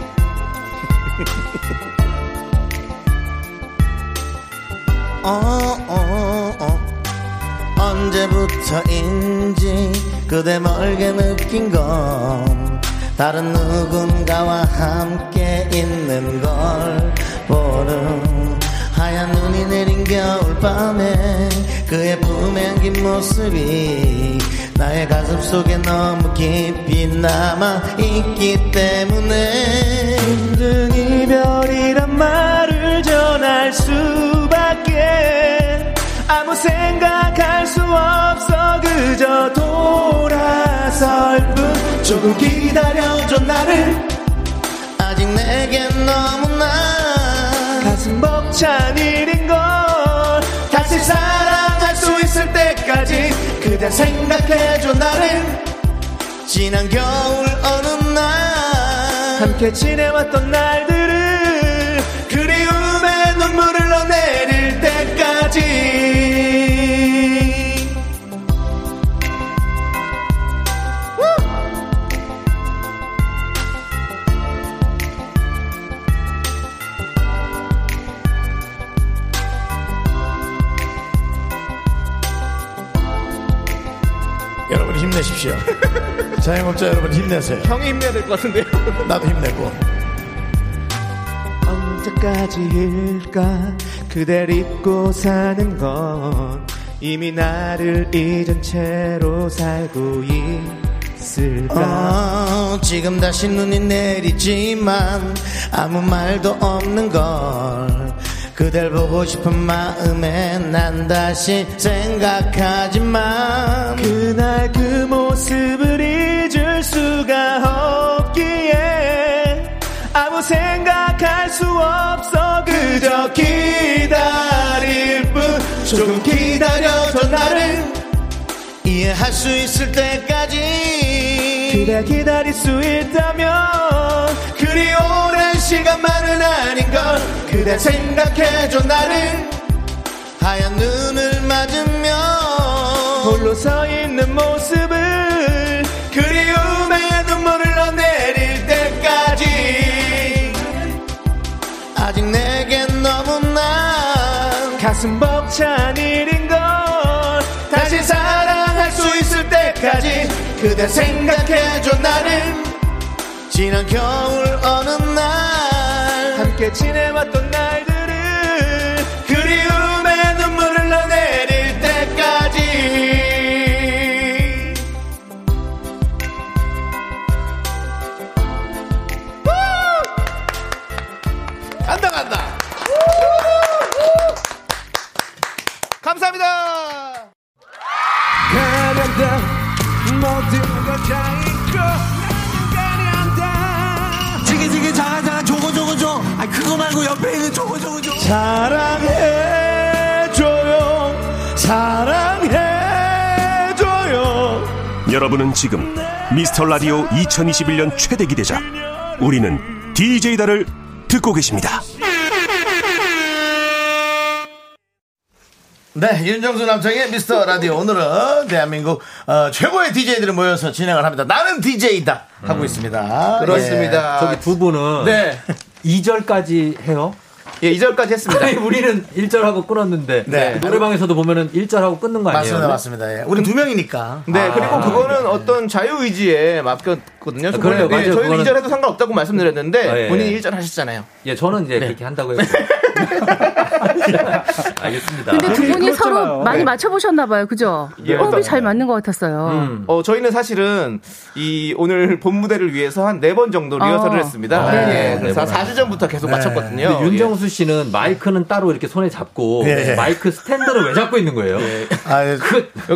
A: 어, 어, 어. 언제부터인지 그대 멀게 느낀 건 다른 누군가와 함께 있는 걸 보는 하얀 눈이 내린 겨울밤에 그의 품에 안긴 모습이 나의 가슴 속에 너무 깊이 남아 있기 때문에
M: 힘든 이별이란 말을 전할 수밖에 아무 생각할 수 없어 그저 돌아설 뿐 조금 기다려줘 나를
A: 아직 내겐 너무나
M: 가슴 벅찬 일인 걸 다시 사랑할 수 있을 때까지 그대 생각해줘 나를
A: 지난 겨울 어느 날
M: 함께 지내왔던 날들을 그리움의 눈물을 흘러내릴 때까지
A: 힘내십시오. 자영업자 여러분 힘내세요.
B: 형이 힘내야 될 것 같은데요.
A: 나도 힘내고.
M: 언제까지일까 그댈 잊고 사는 건 이미 나를 잊은 채로 살고 있을까
A: 어, 지금 다시 눈이 내리지만 아무 말도 없는 걸 그댈 보고 싶은 마음에 난 다시 생각하지만
M: 그날 그 모습을 잊을 수가 없기에 아무 생각할 수 없어 그저 기다릴 뿐 조금 기다려줘 나를
A: 이해할 수 있을 때까지
M: 그래 기다릴 수 있다면 그리 오랜 시간만은 아닌걸 그대 생각해줘 나를
A: 하얀 눈을 맞으며
M: 홀로 서 있는 모습을 그리움에 눈물을 흘러내릴 때까지
A: 아직 내겐 너무나
M: 가슴 벅찬 일인 걸 다시 사랑할 수 있을 때까지 그대 생각해줘 나를
A: 지난 겨울 어느 날
M: 함께 지내왔던 날들을 그리움에 눈물을 흘러내릴 때까지
A: 간다 간다
M: 감사합니다 가련다 모든 걸다 잊고 나는 가련다
C: 지기지기 자자 조고 조고 조. 아 그거 말고 옆에 있는 조고 조고 조.
M: 사랑해줘요 사랑해줘요
G: 여러분은 지금 미스터 라디오 2021년 최대 기대작 우리는 DJ다를 듣고 계십니다.
A: 네, 윤정수 남창의 미스터 라디오. 오늘은 대한민국 어, 최고의 DJ들이 모여서 진행을 합니다. 나는 DJ다! 하고
B: 아,
A: 있습니다.
C: 그렇습니다.
A: 예.
C: 저기 두 분은
A: 네.
C: 2절까지 해요?
B: 예, 2절까지 했습니다.
C: 아니, 우리는 1절하고 끊었는데
A: 네.
C: 노래방에서도 보면은 1절하고 끊는 거 아니에요?
A: 맞습니다, 맞습니다. 예. 우리 두 명이니까.
B: 네,
C: 아,
B: 그리고 그거는 어떤 자유의지에 맡겼거든요.
C: 그래요,
B: 네,
C: 맞아요,
B: 저희는
C: 그거는-
B: 이 2절 해도 상관없다고 말씀드렸는데
C: 아, 예.
B: 본인이 1절 하셨잖아요. 네.
C: 예, 저는 이제 그렇게 한다고 해요. 알겠습니다.
F: 근데 두 분이 서로
B: 그렇잖아요.
F: 많이
B: 네.
F: 맞춰보셨나봐요. 그죠?
B: 예,
F: 호흡이
B: 어떤-
F: 잘 맞는 것 같았어요.
C: 음.
B: 어, 저희는 사실은 이 오늘 본 무대를 위해서 한 네 번 정도 리허설을
F: 아.
B: 했습니다.
C: 아, 네.
B: 예, 그래서
C: 네번
B: 4주 전부터 계속 맞췄거든요. 예.
C: 근데 윤정수 씨는 마이크는 따로 이렇게 손에 잡고
B: 네.
A: 예, 예.
C: 마이크 스탠드를 왜 잡고 있는 거예요? 그,
A: 아,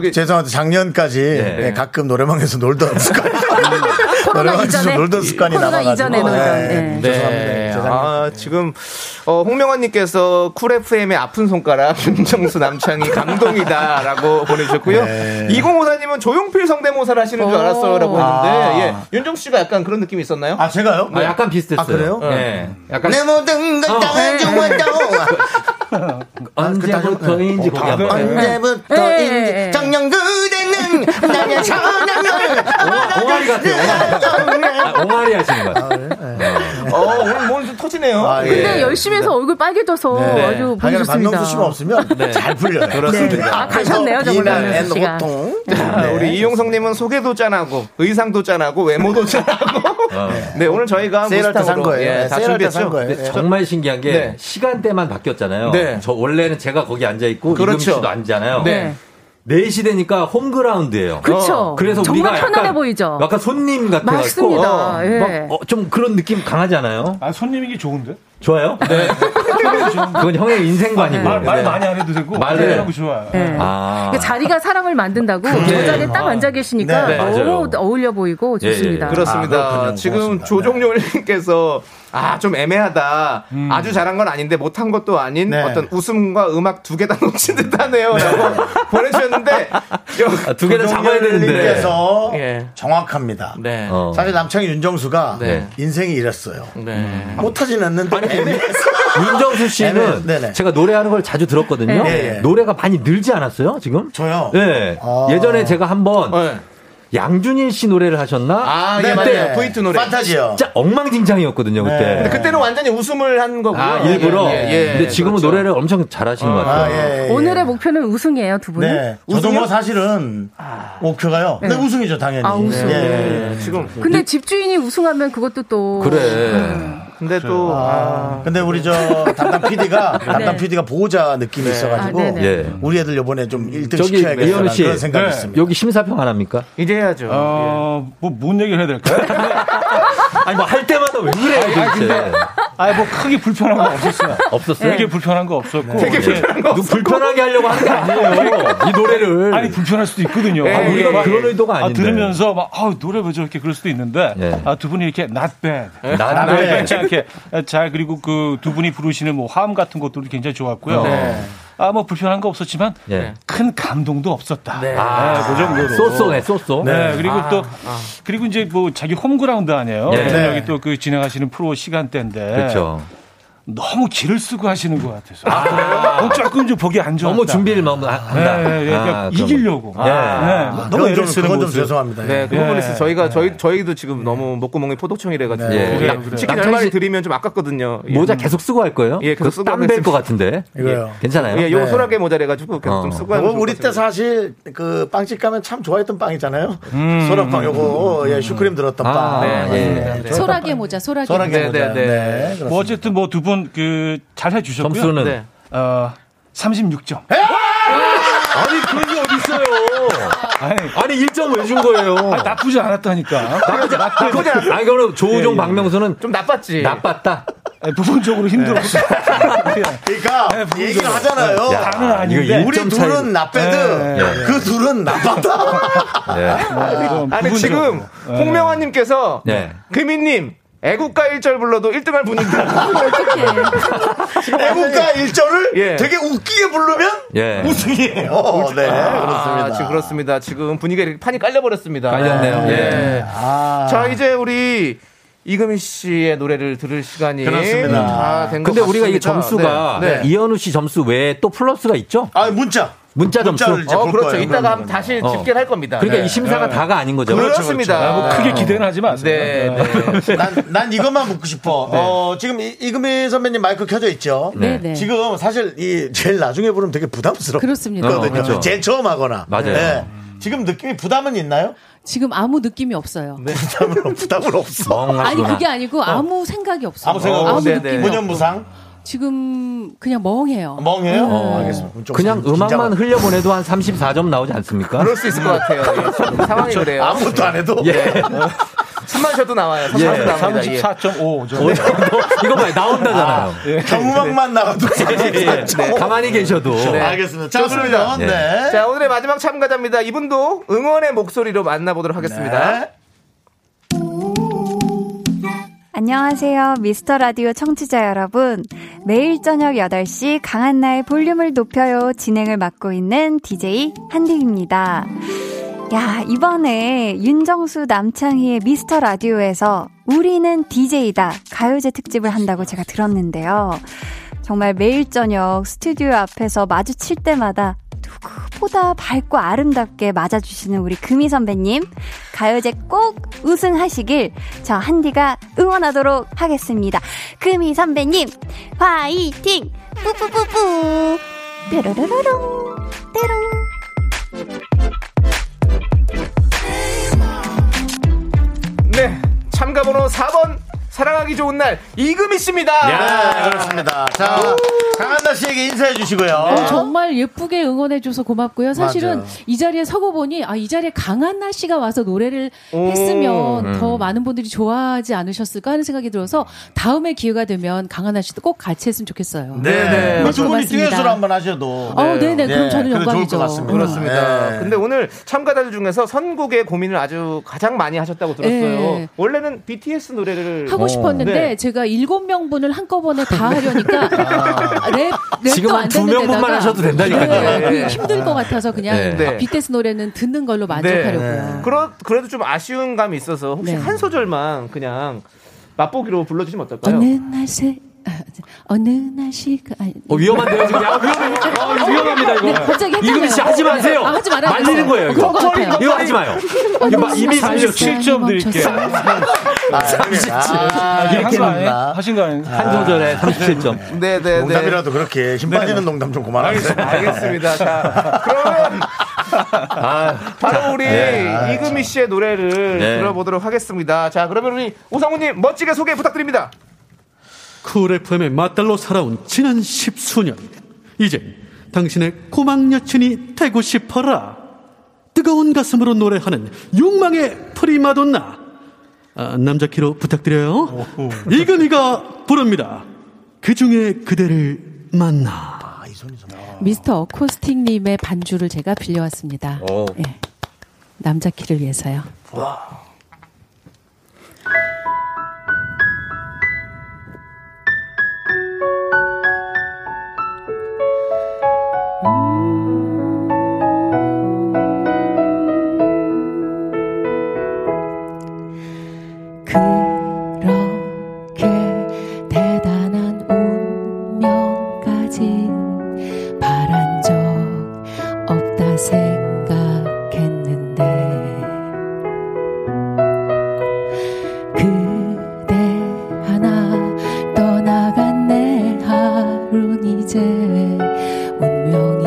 A: 예. 죄송한데 작년까지 예, 가끔 노래방에서 놀던 습관. 노래방에서 좀 놀던 아, 습관이 남아가지고. 예, 죄송합니다.
B: 네.
A: 죄송합니다.
B: 아, 지금 어, 홍명환님께서 쿨 FM의 아픈 손가락 윤정수 남창이 감동이다라고 보내주셨고요.
A: 네.
B: 2054님은 조용필 성대모사를 하시는 줄 알았어요라고
A: 아.
B: 했는데 예, 윤정 씨가 약간 그런 느낌이 있었나요?
A: 아 제가요?
C: 아, 약간 비슷했어요.
B: 아, 그래요?
C: 예. 약간
A: 내 모든
B: 어.
A: 걸다 좋아도
B: 아, 네.
C: 언제부터인지
D: 어,
C: 거기 한번. 네.
F: 네.
A: 언제부터인지 정녕 그대는 나의 사랑을
C: 옹알이 같아요. 옹알이 하시는 것 같아요.
B: 어, 오늘 뭔좀 터지네요.
A: 네. 아, 예. 네.
F: 근데 열심히 해서 얼굴 빨개져서 아주 보기
A: 하여간
F: 좋습니다.
A: 박명수 씨만 없으면 잘 풀려요.
F: 그렇습니다. 네. 아, 가셨네요, 정말 박명수 씨가.
A: 보통.
B: 자, 아, 우리 이용성님은 소개도 짠하고 의상도 짠하고 외모도 짠하고 네 오늘 저희가
A: 어. 세일할 때산
B: 무스탕으로,
A: 거예요.
B: 예,
A: 네,
B: 다
A: 세일할 때산
B: 준비했죠.
A: 거예요.
B: 네.
C: 근데 정말 신기한 게
B: 네.
C: 시간대만 바뀌었잖아요.
B: 네.
C: 저 원래는 제가 거기 앉아 있고
B: 그렇죠.
C: 이금 씨도 앉잖아요.
B: 네. 어.
C: 4시 되니까 홈그라운드예요.
F: 그쵸.
C: 어, 그래서
F: 그렇죠. 정말
C: 우리가
F: 편안해
C: 약간-
F: 보이죠?
C: 약간 손님 같아 갖고 어,
F: 맞습니다. 예.
C: 좀 그런 느낌 강하잖아요.
D: 아, 손님이기 좋은데?
C: 좋아요? 네. 그건 형의 인생관이고. 네.
D: 말, 말 많이 안 해도 되고.
C: 말을.
D: 하고 좋아요.
F: 네.
C: 아.
F: 그 자리가 사람을 만든다고 저 자리에 딱 앉아 계시니까
C: 네, 네,
F: 너무
C: 맞아요.
F: 어울려 보이고
C: 예, 예.
F: 좋습니다.
B: 그렇습니다. 지금 조종렬님께서 아 좀 애매하다. 아주 잘한 건 아닌데 못한 것도 아닌
A: 음. 네.
B: 어떤 웃음과 음악 두 개 다 놓친 듯하네요라고 보내주셨는데
C: 두 개 다 잡아야 되는데.
A: 님께서
B: 예.
A: 정확합니다.
B: 네.
C: 어.
A: 사실 남창희 윤정수가
B: 네.
A: 인생이 이랬어요.
B: 네.
A: 못하진 않는데.
C: 윤정수 씨는
A: 네네.
C: 제가 노래하는 걸 자주 들었거든요.
A: 네.
C: 노래가 많이 늘지 않았어요, 지금?
A: 저요.
C: 네.
A: 아.
C: 예전에 제가 한번
B: 네.
C: 양준일 씨 노래를 하셨나?
B: 아,
A: 네,
B: 예, 맞아요. V2 노래. 판타지요.
C: 진짜 엉망진창이었거든요, 그때.
B: 근데 그때는 완전히 웃음을 한 거고요.
C: 아, 일부러.
B: 예, 예, 예.
C: 근데 지금은
A: 그렇죠.
C: 노래를 엄청 잘하시는 것
A: 예,
C: 같아요.
F: 오늘의 목표는 우승이에요, 두 분은.
A: 네. 저도 뭐 사실은
C: 아.
A: 목표가요.
C: 네.
A: 근데 우승이죠, 당연히.
F: 아, 우승.
A: 예. 지금
F: 근데 집주인이 우승하면 그것도 또
A: 근데 또 아. 근데 우리 저 담당 PD가 담당 PD가 보호자 느낌이
C: 네.
A: 있어가지고
C: 아, 네네. 예.
A: 우리 애들 요번에 좀 1등
C: 저기 이현우
A: 시켜야겠다는
C: 씨
A: 그런 생각이
C: 네.
A: 있습니다. 예.
C: 여기 심사평 안 합니까?
B: 이제 해야죠.
D: 어, 뭐뭔 얘기를 해야 될까요?
C: 아니 뭐 할 때마다 왜 그래요, 도대체?
D: 아니 뭐 크게 불편한 거 없었어요.
C: 없었어요?
D: 되게 불편한 거 없었고. 예.
C: 되게 불편한 거 없었고. 불편하게 하려고 하는 게 아니에요. 이 노래를.
D: 아니 불편할 수도 있거든요.
C: 아, 우리가
D: 막
C: 그런 의도가 아닌데.
D: 들으면서 막 아, 노래 왜 저렇게 그럴 수도 있는데
C: 예.
D: 아, 두 분이 이렇게 not bad, 아,
C: Not bad.
D: 그렇지 않게 잘 그리고 그 두 분이 부르시는 뭐 화음 같은 것들도 굉장히 좋았고요.
C: 네.
D: 아 뭐 불편한 거 없었지만
C: 예.
D: 큰 감동도 없었다. 네,
C: 아,
D: 그 정도로.
C: 쏘쏘네, 쏘쏘.
D: 네, 그리고
C: 아,
D: 또 그리고 이제 뭐 자기 홈그라운드 아니에요.
C: 예.
D: 저녁에 또그 진행하시는 프로 시간대인데.
C: 그렇죠.
D: 너무 길을 쓰고 하시는 것 같아서. 어, 조금 좀 보기 안 좋아.
C: 너무 준비를 막 한다.
D: 네, 네, 그러니까
C: 아,
D: 이기려고.
C: 그럼. 예.
B: 아,
D: 네, 막 너무 애를 쓰는 건 좀 죄송합니다.
B: 네,
D: 예.
B: 그런 분이 있어요. 저희가
D: 예.
B: 저희 저희도 지금 너무 목구멍이 포도청이래가지고
C: 네. 예.
B: 남-
C: 그래요, 그래요.
B: 치킨
C: 남창희
B: 얼마를
C: 씨-
B: 드리면 좀 아깝거든요. 예.
C: 모자 계속 쓰고 할 거예요?
B: 예, 계속 쓰고 하고
C: 땀뺄것
B: 했습니다.
C: 같은데.
A: 이거요.
C: 괜찮아요?
B: 예, 요거 소라게 모자래 가지고 계속 그러니까 좀
C: 어.
B: 쓰고 하면
A: 뭐
B: 좋을
A: 우리
B: 것
A: 때 사실 그 빵집 가면 참 좋아했던 빵이잖아요. 소라빵 요거 예, 슈크림 들었던
D: 아,
A: 빵.
D: 네,
A: 네,
D: 예.
A: 네.
D: 네.
Q: 소라게 모자, 소라게.
A: 소라게 모자. 네, 그렇습니다.
D: 뭐 어쨌든 뭐 두 분 그 잘 해주셨고요.
C: 점수는? 네.
D: 어 36점.
C: 아니 그런 게 어디 있어요?
D: 아니,
C: 아니 1점 왜 준 거예요?
D: 나쁘지 않았다니까.
C: 나쁘지 나쁘지 않았. 아니 그럼 조우종
D: 예,
C: 박명수는 좀 나빴지. 나빴다.
D: 부분적으로 힘들었어.
A: 그러니까
G: 아,
D: 네,
A: 얘기를 하잖아요.
C: 야,
A: 나는 아닌데.
C: 이거
A: 우리
C: 일점 차이로.
A: 둘은 나빼드
C: 예,
D: 네.
C: 예.
A: 그 둘은 나빴다.
B: 네. 같아요.
A: 아,
B: 아니 지금
A: 부분적으로. 예.
B: 홍명환님께서
C: 네.
B: 금희님 애국가 1절 불러도 1등할 분입니다.
A: 애국가 1절을
B: 예.
A: 되게 웃기게 부르면
C: 예.
A: 우승이에요. 네,
B: 아,
A: 그렇습니다.
B: 지금 그렇습니다. 지금 분위기가 이렇게 판이 깔려버렸습니다.
C: 깔렸네요.
B: 네.
C: 예.
A: 아.
B: 자 이제 우리 이금희 씨의 노래를 들을 시간이
C: 그렇습니다.
B: 다된것
C: 네. 음. 근데 우리가 이게
B: 같습니다.
C: 점수가
B: 네. 네.
C: 이현우 씨 점수 외에 또 플러스가 있죠?
A: 아 문자.
C: 문자 점수.
B: 어, 그렇죠. 이따가 한번 다시 집계를 할 겁니다.
C: 그러니까
B: 네.
C: 이 심사가
B: 네.
C: 다가 아. 아닌 거죠.
B: 그렇습니다.
D: 뭐 기대는 하지 마세요.
B: 네.
A: 난, 난 이것만 묻고 싶어. 어, 지금 이- 이금희 선배님 마이크 켜져 있죠?
C: 네. 네.
A: 지금 사실 이 제일 나중에 부르면 되게 부담스러워.
Q: 그렇습니다.
A: 거든요.
Q: 어, 그렇죠.
B: 네.
A: 제일 처음 하거나. 네.
C: 맞아요.
A: 지금 느낌이 부담은 있나요? 네,
Q: 지금 아무 느낌이 없어요.
A: 부담은, 없- 부담은 없어.
Q: 아니 그게 아니고 아무 생각이 없어요.
A: 아무 생각 없이. 네,
Q: 느낌이
B: 네.
Q: 없고.
A: 무념무상?
Q: 지금 그냥 멍해요.
A: 멍해요?
C: 어.
A: 알겠습니다. 좀
C: 그냥
A: 긴장을-
C: 음악만 흘려보내도 한 34점 나오지 않습니까?
B: 그럴 수 있을 것 같아요. 예, 지금 상황이 그래요.
A: 아무것도 안 해도? 어.
C: 예.
B: 숨만 쉬어도 나와요. 숨만
C: 예.
B: 쉬어도 나옵니다. 예.
D: 34.5. 점.
C: 어느 정도? 이거 봐요. 나온다잖아요.
A: 경음악만 나와도
B: 네.
C: 예. 가만히 계셔도.
A: 네. 알겠습니다. 자, 그러면
C: 네.
A: 네.
B: 자, 오늘의 마지막 참가자입니다. 이분도 응원의 목소리로 만나보도록 하겠습니다.
A: 네.
R: 안녕하세요. 미스터 라디오 청취자 여러분. 매일 저녁 8시 강한나의 볼륨을 높여요 진행을 맡고 있는 DJ 한디입니다. 야, 이번에 윤정수 남창희의 미스터 라디오에서 우리는 DJ다 가요제 특집을 한다고 제가 들었는데요. 정말 매일 저녁 스튜디오 앞에서 마주칠 때마다 보다 밝고 아름답게 맞아주시는 우리 금희 선배님 가요제 꼭 우승하시길 저 한디가 응원하도록 하겠습니다. 금희 선배님 화이팅! 뿌뿌뿌뿌 뾰로로로롱 때롱
B: 네. 참가번호 4번. 사랑하기 좋은 날, 이금희 씨입니다.
A: 네, 그렇습니다. 자, 강한나 씨에게 인사해 주시고요.
Q: 어, 정말 예쁘게 응원해줘서 고맙고요. 사실은
A: 맞아요.
Q: 이 자리에 서고 보니 아, 이 자리에 강한나 씨가 와서 노래를 했으면
A: 음.
Q: 더 많은 분들이 좋아하지 않으셨을까 하는 생각이 들어서 다음에 기회가 되면 강한나 씨도 꼭 같이 했으면 좋겠어요.
A: 네.
Q: 네,
A: 두 분이
Q: 고맙습니다.
A: 듀엣으로 한번 하셔도.
Q: 어, 네네.
A: 그래도
Q: 그럼 저는
A: 좋을
Q: 영광이죠.
A: 것
Q: 음.
A: 같습니다.
B: 그렇습니다.
A: 네.
B: 근데 오늘 참가자들 중에서 선곡의 고민을 아주 가장 많이 하셨다고 들었어요.
Q: 네.
B: 원래는 BTS 노래를
A: 어.
Q: 하고 싶었는데
B: 네.
Q: 제가 일곱 명분을 한꺼번에 다 하려니까 랩 랩도
C: 지금 한
Q: 안
C: 두
Q: 되는
C: 명분만
Q: 데다가
C: 하셔도 된다니까요.
Q: 네,
C: 네.
Q: 그 힘들 것 같아서 그냥
C: 네.
Q: 아, BTS 노래는 듣는 걸로
A: 네.
Q: 만족하려고요.
B: 그러, 그래도 좀 아쉬운 감이 있어서 혹시
Q: 네.
B: 한 소절만 그냥 맛보기로 불러주시면 어떨까요?
Q: 어느 날새 아, 네. 어느 날 시간 아니,
C: 어, 위험한데요, 지금? 아, 위험해. 아, 이거 위험합니다, 이거.
Q: 네, 갑자기 했잖아요.
C: 이금희 씨 하지 마세요.
Q: 아, 하지 말아요.
C: 말리는 거예요, 이거.
Q: 그런 것 같아요. 아,
C: 이거 하지 마요. 이거 막 이미 37점 드릴게요.
A: 아,
C: 37.
A: 아, 이렇게 된다.
D: 하신 거 아닌가?
C: 한 조절에 37점.
B: 네, 네,
A: 농담이라도 그렇게 힘 빠지는 농담 좀 그만하세요.
B: 알겠습니다. 자, 그러면
A: 아,
B: 바로 우리
A: 네.
B: 이금희 씨의 노래를
K: 네.
B: 들어보도록 하겠습니다. 자, 그러면 우리 오상우님 멋지게 소개 부탁드립니다.
K: 쿨 FM의 맞달로 살아온 지난 십수년. 이제 당신의 고막 여친이 되고 싶어라. 뜨거운 가슴으로 노래하는 욕망의 프리마돈나. 아, 남자 키로 부탁드려요. 이금희가 부릅니다. 그 중에 그대를 만나.
Q: 미스터 어코스틱님의 반주를 제가 빌려왔습니다.
M: 어.
K: 오.
Q: 예. 남자 키를 위해서요. 그렇게 대단한 운명까지 바란 적 없다 생각했는데 그대 하나 떠나간 내 하루는 이제 운명이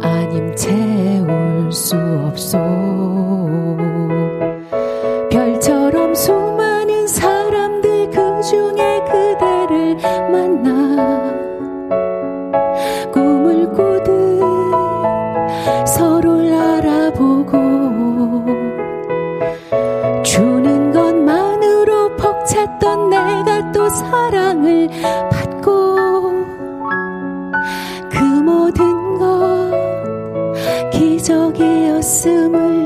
Q: 아님 채울 수 없소 별처럼 수많은 사람들 그 중에 그대를 만나 꿈을 꾸듯 서로를 알아보고 주는 것만으로 벅찼던 내가 또 사랑을 받고 그 모든 것 기적이었음을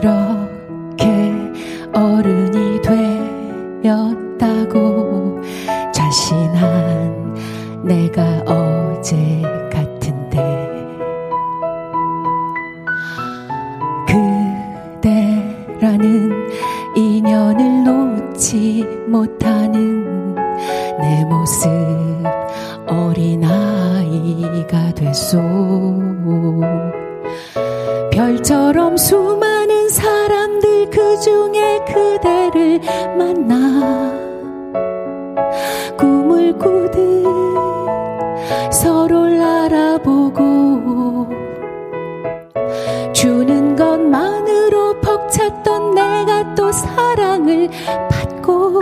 Q: 그렇게 어른이 되었다고 자신한 내가 어제 같은데 그대라는 인연을 놓지 못하는 내 모습 어린아이가 됐소 별처럼 수많은 사람들 그 중에 그대를 만나 꿈을 꾸듯 서로를 알아보고 주는 것만으로 벅찼던 내가 또 사랑을 받고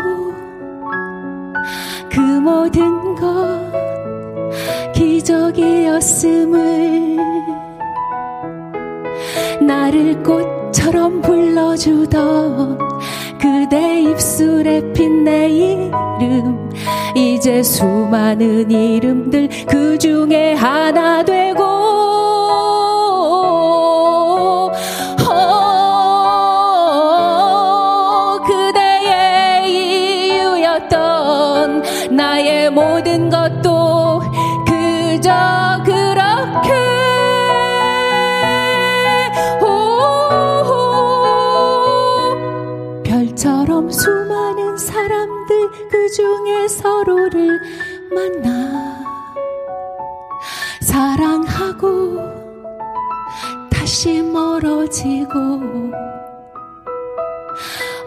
Q: 그 모든 것 기적이었음을 나를 꽃처럼 불러주던 그대 입술에 핀 내 이름 이제 수많은 이름들 그 중에 하나 되고 어, 그대의 이유였던 나의 모든 것도 그저 그렇게 오, 별처럼 수많은 사람들 그 중에 서로를 만나 사랑하고 다시 멀어지고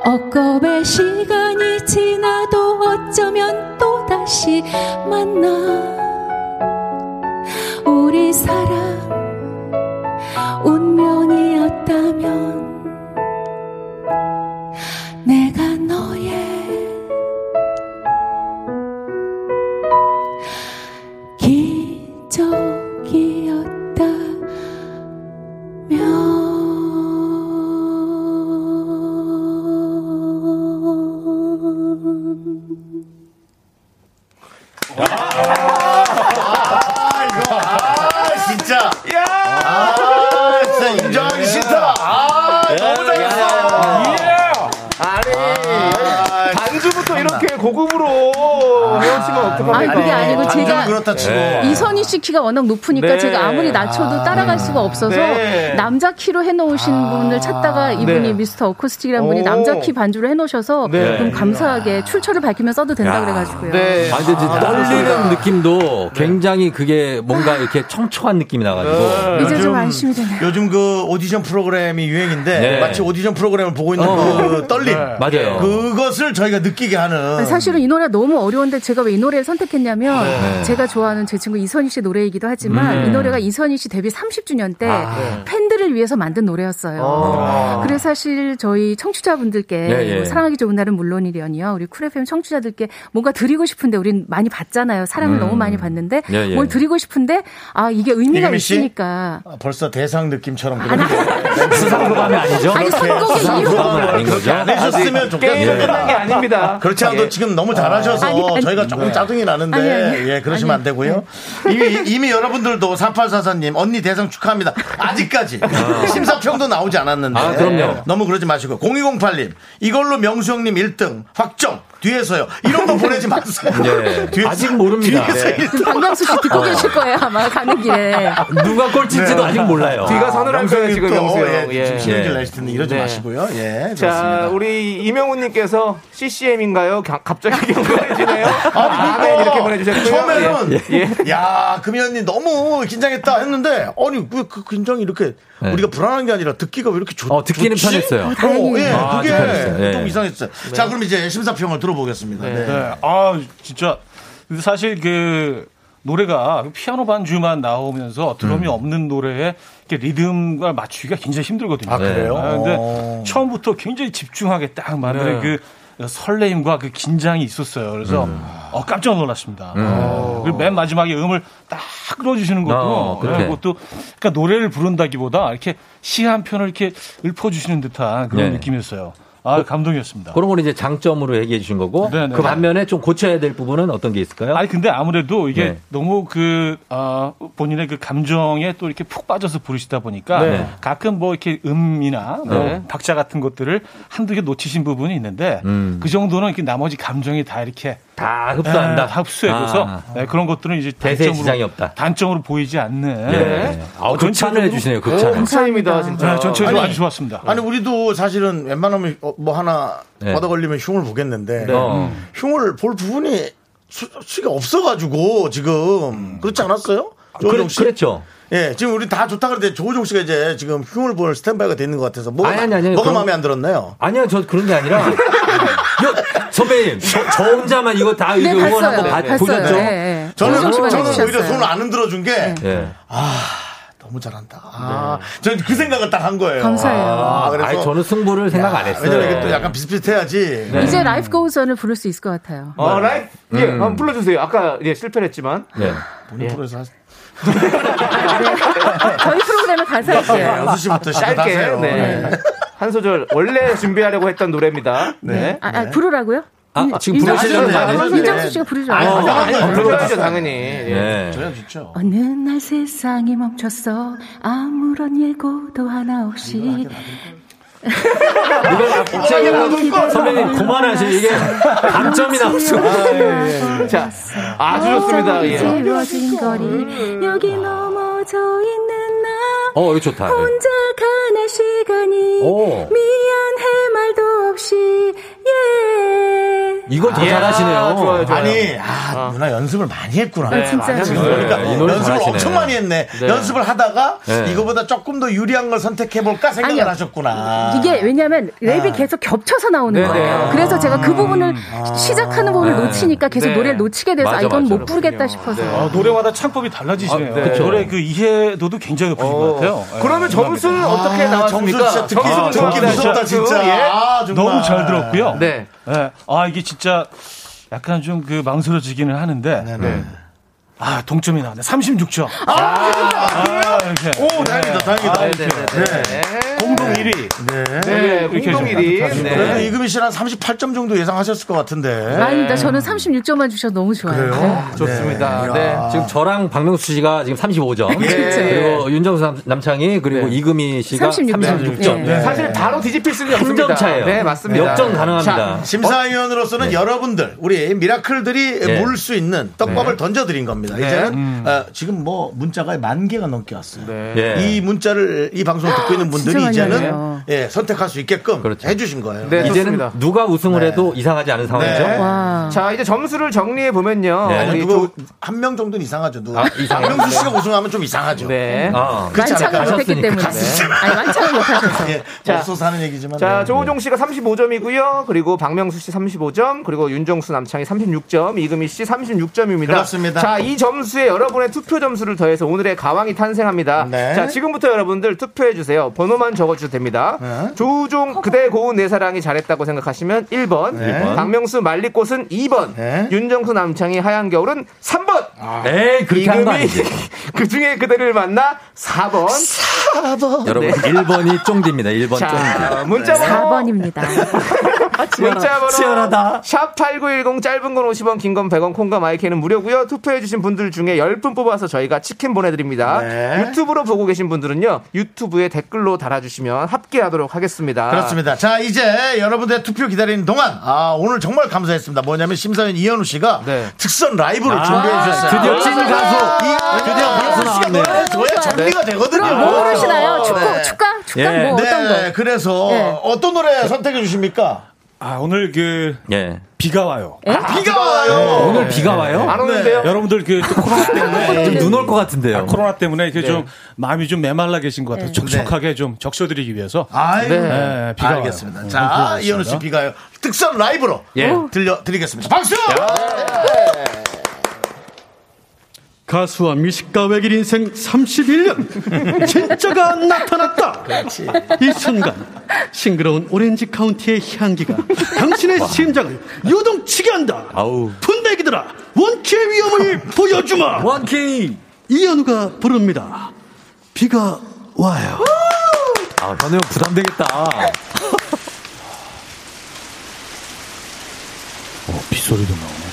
Q: 억겁의 시간이 지나도 어쩌면 또 다시 만나 우리 사랑 운명이었다면 내가 너의 기적이었다면
A: 아, 진짜.
C: 아,
B: 야!
A: 아,
C: 예.
A: 아,
B: 또 이렇게 고급으로 헤어지면 어떡합니까?
Q: 아, 그게 아니고 제가 이선희 씨 키가 워낙 높으니까
B: 네.
Q: 제가 아무리 아. 낮춰도 따라갈 수가 없어서
B: 네.
Q: 남자 키로 해놓으신 분을 찾다가 이분이
C: 네.
Q: 미스터 어쿠스틱이라는 분이
C: 오.
Q: 남자 키 반주로 해놓으셔서
C: 네.
Q: 너무 감사하게 출처를 밝히면 써도 된다
C: 야.
Q: 그래가지고요.
C: 아, 근데 이제 떨리는 느낌도 굉장히 그게 뭔가 이렇게 청초한 아, 느낌이 나가지고.
A: 네.
Q: 이제 좀 안심이 되네요.
A: 어. 요즘 그 오디션 프로그램이 유행인데
C: 네.
A: 마치 오디션 프로그램을 보고 있는
C: 어.
A: 그 떨림
C: 네. 맞아요.
A: 그것을 저희가 느끼게 하는
C: 네,
Q: 아니, 사실은 이 노래 너무 어려운데 제가 왜 이 노래를 선택했냐면
A: 음. 네.
Q: 제가 좋아하는 제 친구 이선희 씨 노래이기도 하지만
A: 음.
Q: 이 노래가 이선희 씨 데뷔 30주년 때
C: 아, 네.
Q: 팬들을 위해서 만든 노래였어요.
C: 아.
Q: 그래서 사실 저희 청취자분들께
C: 예, 예.
Q: 뭐 사랑하기 좋은 날은 물론이려니요. 우리 쿨 FM 청취자들께 뭔가 드리고 싶은데 우린 많이 받잖아요. 사랑을
A: 음.
Q: 너무 많이 받는데
A: 예, 예.
Q: 뭘 드리고 싶은데 아 이게 의미가
A: 이금희 씨?
Q: 있으니까
A: 아, 벌써 대상 느낌처럼 그런
C: 수상소감이 예. 아니죠?
A: 그렇게
C: 선곡의
A: 수상소감은
C: 이유가
A: 아닌 거죠? 안 해줬으면
C: 아직
A: 좋겠습니다.
C: 게임은 끝난 게 아닙니다.
A: 그렇지 않아도
C: 예.
A: 지금 너무 잘하셔서
C: 아니, 아니.
A: 저희가 조금
C: 네.
A: 짜증이 나는데
C: 아니, 아니.
A: 예 그러시면
C: 아니.
A: 안 되고요. 이미, 이미 여러분들도 3844님 언니 대상 축하합니다. 아직까지 심사평도 나오지 않았는데
C: 아, 그럼요.
A: 너무 그러지 마시고 0208님 이걸로 명수 형님 1등 확정 뒤에서요. 이런 거 보내지 마세요.
C: 예. 아직 모릅니다.
A: 뒤에서
C: 네.
Q: 지금 박명수 씨 듣고
C: 어.
Q: 계실 거예요 아마 가는 길에.
C: 누가 꼴찌인지도
A: 네.
C: 아직 몰라요.
B: 뒤가 서늘한 거예요, 지금 명수 형. 예.
A: 지금 신경질 내실 텐데 이러지
B: 네.
A: 마시고요. 예.
B: 자,
A: 그렇습니다.
B: 우리 이명훈님께서 CCM인가요? 갑자기 경건해지네요.
A: 아니,
B: 아멘 이렇게 보내주셨고요.
A: 처음에는 그
B: 예.
A: 야 금희 언니 너무 아, 긴장했다 했는데 아니 왜 그 긴장이 이렇게
C: 네.
A: 우리가 불안한 게 아니라 듣기가 왜 이렇게 좋?
C: 어, 듣기는
A: 좋지?
C: 편했어요.
A: 어,
C: 다행이네요.
A: 예,
C: 아,
A: 그게
C: 아주 편했어요. 예.
A: 좀 이상했어요. 자 그럼 이제 심사평을 들어보겠습니다. 네.
D: 네. 아 진짜 근데 사실 그 노래가 피아노 반주만 나오면서
A: 음.
D: 드럼이 없는 노래에 이렇게 리듬을 맞추기가 굉장히 힘들거든요.
A: 아, 그래요? 어.
D: 근데 처음부터 굉장히 집중하게 딱
A: 네.
D: 만드는 그 설레임과 그 긴장이 있었어요. 그래서
A: 음.
D: 어, 깜짝 놀랐습니다. 네. 그리고 맨 마지막에 음을 딱 끌어주시는 것도
C: 어,
D: 네,
C: 그렇게.
D: 그것도 그러니까 노래를 부른다기보다 이렇게 시 한 편을 이렇게 읊어주시는 듯한 그런
C: 네.
D: 느낌이었어요. 아 감동이었습니다.
C: 그런 건 이제 장점으로 얘기해 주신 거고
D: 네네.
C: 그 반면에 좀 고쳐야 될 부분은 어떤 게 있을까요?
D: 아니 근데 아무래도 이게
C: 네.
D: 너무 그 아, 본인의 그 감정에 또 이렇게 푹 빠져서 부르시다 보니까
C: 네.
D: 가끔 뭐 이렇게 음이나 뭐
C: 네.
D: 박자 같은 것들을 한두 개 놓치신 부분이 있는데 그 정도는 이렇게 나머지 감정이 다 이렇게
C: 음.
D: 네,
C: 다 흡수한다.
D: 흡수해줘서
C: 아.
D: 네, 그런 것들은 이제
C: 대세에
D: 단점으로
C: 지장이 없다.
D: 단점으로 보이지 않는
C: 예. 아우, 극찬을 해주시네요, 그 극찬.
B: 극찬입니다, 진짜.
D: 네, 전체적으로
A: 어, 아니,
D: 아주 좋았습니다.
A: 아니 우리도 사실은 웬만하면 어, 뭐 하나
D: 네.
A: 받아 걸리면 흉을 보겠는데
D: 네. 어.
A: 흉을 볼 부분이 수, 수가 없어가지고 지금 그렇지 않았어요? 조우종 씨?
C: 음. 아, 그랬죠.
A: 예, 지금 우리 다 좋다 그랬는데 조우종 씨가 이제 지금 흉을 볼 스탠바이가 돼 있는 것 같아서 뭐가,
C: 아니, 아니, 아니,
A: 뭐가
C: 그런-
A: 마음에 안 들었나요?
C: 아니요, 저 그런 게 아니라. 여- 선배님, 저, 저 혼자만 이거 다 이거 응원한 거 봐- 보셨죠?
A: 저는
C: 어,
A: 저는 오히려 손을 안 흔들어 준 게 아
C: 예.
A: 너무 잘한다. 아, 저는 그 생각을 딱 한 거예요.
Q: 감사해요.
A: 아, 그래서
C: 네. 아니, 저는 승부를 생각 안 했어요. 네.
A: 왜냐면 이게 또 약간 비슷비슷해야지.
Q: 이제 라이프 고우선을 부를 수 있을 것 같아요.
B: 어, 라이프. 예,
C: 음.
B: 한번 불러주세요. 아까 예, 실패했지만.
C: 예.
A: 본인 프로에서 하세요.
Q: 아, 저희 프로그램의 가사예요.
A: 연수 씨부터 네, 시작하세요.
B: 네. 짧게. 네. 한 소절 원래 준비하려고 했던 노래입니다. 네.
Q: 아, 아, 부르라고요?
C: 아, 지금 부르시려는 거 아니에요?
Q: 민정수 씨가 부르죠.
C: 아니,
Q: 어.
C: 아니, 아니,
B: 불러야죠 당연히. 예.
C: 예.
A: 좋죠.
Q: 어느 날 세상이 멈췄어 아무런 예고도 하나 없이
C: 선배님, 그만하세요. 이게
Q: 아, 예,
C: 감점이 나오죠.
B: 자, 아주 좋습니다. 예. 아.
Q: 지워진 거리 여기 넘어져 있는 나
C: 어, 이거 좋다. 예.
Q: 혼자 가는 시간이
C: 오.
Q: 미안해 말도 없이 예
C: 이걸 더
A: 예.
C: 잘하시네요.
A: 아, 좋아요, 좋아요. 아니,
C: 아,
A: 누나 연습을 많이 했구나.
C: 네, 진짜. 많이
A: 지금
C: 했어요.
A: 보니까
C: 네, 이 노래
A: 연습을
C: 잘하시네.
A: 엄청 많이 했네.
C: 네.
A: 연습을 하다가
C: 네.
A: 이거보다 조금 더 유리한 걸 선택해 볼까 생각을
Q: 아니요.
A: 하셨구나.
Q: 이게 왜냐면 랩이 계속 겹쳐서 나오는
A: 네네.
Q: 거예요. 그래서 제가 그 부분을 시작하는 부분을
D: 네.
Q: 놓치니까 계속
D: 네.
Q: 노래를 놓치게 돼서 아,
D: 맞아,
Q: 이건
D: 맞아.
Q: 못 부르겠다 싶어서.
F: 네.
D: 아, 노래마다 창법이 달라지시네요.
C: 아, 네. 그쵸.
D: 노래 그 이해도도 굉장히 높으신 것 같아요. 예,
B: 그러면
D: 감사합니다.
B: 점수는 어떻게 나왔습니까?
A: 점수 진짜 듣기,
D: 아,
A: 듣기
D: 정말
A: 무섭다, 진짜.
D: 예.
A: 아, 정말.
D: 너무 잘 들었고요.
B: 네.
D: 예. 아 이게 진짜 약간 좀 그 망설여지기는 하는데. 아 동점이 나왔네. 36점. 아,
A: 오, 다행이다, 다행이다.
D: 아, 네네네.
A: 네.
D: 공동 1위.
A: 네.
D: 네, 이렇게
A: 공동
D: 해주면
A: 1위.
D: 감사합니다.
A: 그래도
D: 네.
A: 이금희 씨는 한 38점 정도 예상하셨을 것 같은데.
Q: 아닙니다. 저는 36점만 주셔서 너무 좋아요.
A: 네. 그래요?
F: 네.
C: 좋습니다.
A: 네.
C: 네. 지금 저랑 박명수 씨가 지금 35점.
P: 예.
C: 그리고 윤정수 남- 남창희 그리고 이금희 씨가
P: 36 점.
C: 36점.
A: 예.
P: 네. 사실 바로 뒤집힐 수는
C: 한점
P: 없습니다.
C: 차예요.
P: 네, 맞습니다.
C: 역전 가능합니다.
A: 자, 심사위원으로서는 여러분들, 우리 미라클들이
C: 네.
A: 물 수 있는 떡밥을 던져드린 겁니다.
C: 네.
A: 이제는 어, 지금 뭐 문자가 만 개가 넘게 왔어요.
C: 예.
A: 이 문자를 이 방송 을 듣고 있는 분들이
C: 진짜 많이
A: 이제는
C: 왔네요.
A: 예, 선택할 수 있게끔 해주신 거예요.
C: 그렇죠. 네, 이제는 누가 우승을
A: 네.
C: 해도 이상하지 않은 상황이죠.
A: 네.
B: 자, 이제 점수를 정리해 보면요.
C: 네.
A: 아니,
C: 우리
A: 누가 한명 정도는 이상하죠. 누가
C: 아, 이상해요.
A: 박명수 씨가 우승하면 좀 이상하죠.
B: 네.
C: 아.
A: 그렇지
B: 완창을
A: 않을까요?
B: 못했기 때문에.
A: 가슴
B: 아니, 완창을 못하셔서.
A: 예,
B: 자.
A: 없어서 하는 얘기지만.
B: 자,
A: 네.
B: 조호종 씨가 35점이고요. 그리고 박명수 씨 35점, 그리고 윤정수 남창희 36점, 이금희 씨 36점입니다.
A: 그렇습니다.
B: 자, 이 점수에 여러분의 투표 점수를 더해서 오늘의 가왕이 탄생합니다.
A: 네.
B: 자, 지금부터 여러분들 투표해 주세요. 번호만 적어 주셔도 됩니다.
A: 네.
B: 조우종 그대 고운 내 사랑이 잘했다고 생각하시면 1번,
C: 네. 1번.
B: 박명수 말리꽃은 2번,
A: 네.
B: 윤정수 남창희 하얀 겨울은 3번.
A: 아.
C: 에이, 그렇게 한거 아니지.
B: 그 중에 그대를 만나 4번. 네. 4번.
C: 여러분 1번이 쫑디입니다. 1번
B: 자,
C: 쫑디. 네.
B: 문자번호
Q: 4번입니다.
B: 문자번호
C: 치열하다.
B: 샵8910 짧은 건 50원 긴 건 100원 콩과 마이크는 무료고요 투표해주신 분들 중에 10분 뽑아서 저희가 치킨 보내드립니다 유튜브로 보고 계신 분들은요 유튜브에 댓글로 달아주시면 합계하도록 하겠습니다
A: 그렇습니다. 자, 이제 여러분들의 투표 기다리는 동안, 아, 오늘 정말 감사했습니다. 뭐냐면 심사위원 이현우 씨가 특선 라이브를
C: 아,
A: 준비해 주셨어요.
C: 드디어 찐 가수. 드디어
A: 이현우
C: 가수
A: 씨가
C: 나왔네요.
A: 노래를 줘야 정리가 되거든요.
Q: 그럼 뭐 부르시나요? 축구,
A: 네.
Q: 축가? 축가?
A: 네.
Q: 뭐 어떤
A: 네,
Q: 거?
A: 그래서
Q: 네.
A: 어떤 노래 선택해 주십니까?
S: 아 오늘 그
D: 예.
S: 비가 와요. 네.
A: 비가 와요.
S: 오늘 비가 와요?
A: 네.
B: 안 오는데요?
S: 여러분들 그 코로나 때문에
C: 좀눈 올 것 같은데요.
S: 아, 코로나 때문에
D: 네.
S: 이게 좀 마음이 좀 메말라 계신 것 같아요. 촉촉하게 좀 적셔드리기 위해서.
A: 네. 아유,
S: 네, 비가
A: 알겠습니다.
S: 와요. 네,
D: 아,
S: 비가
A: 자, 이현우 씨
S: 왔습니다.
A: 비가요. 특선 라이브로 네,
S: 예.
A: 들려드리겠습니다. 박수!
K: 가수와 미식가외길 인생 31년 진짜가 나타났다. 이 순간 싱그러운 오렌지 카운티의 향기가 당신의 심장을 요동치게 한다.
C: 아우.
K: 분배기들아 원키의 위험을 보여주마.
C: 원키
K: 이현우가 부릅니다. 비가 와요.
C: 아, 현우 형 부담되겠다.
S: 어, 빗소리도 나오네.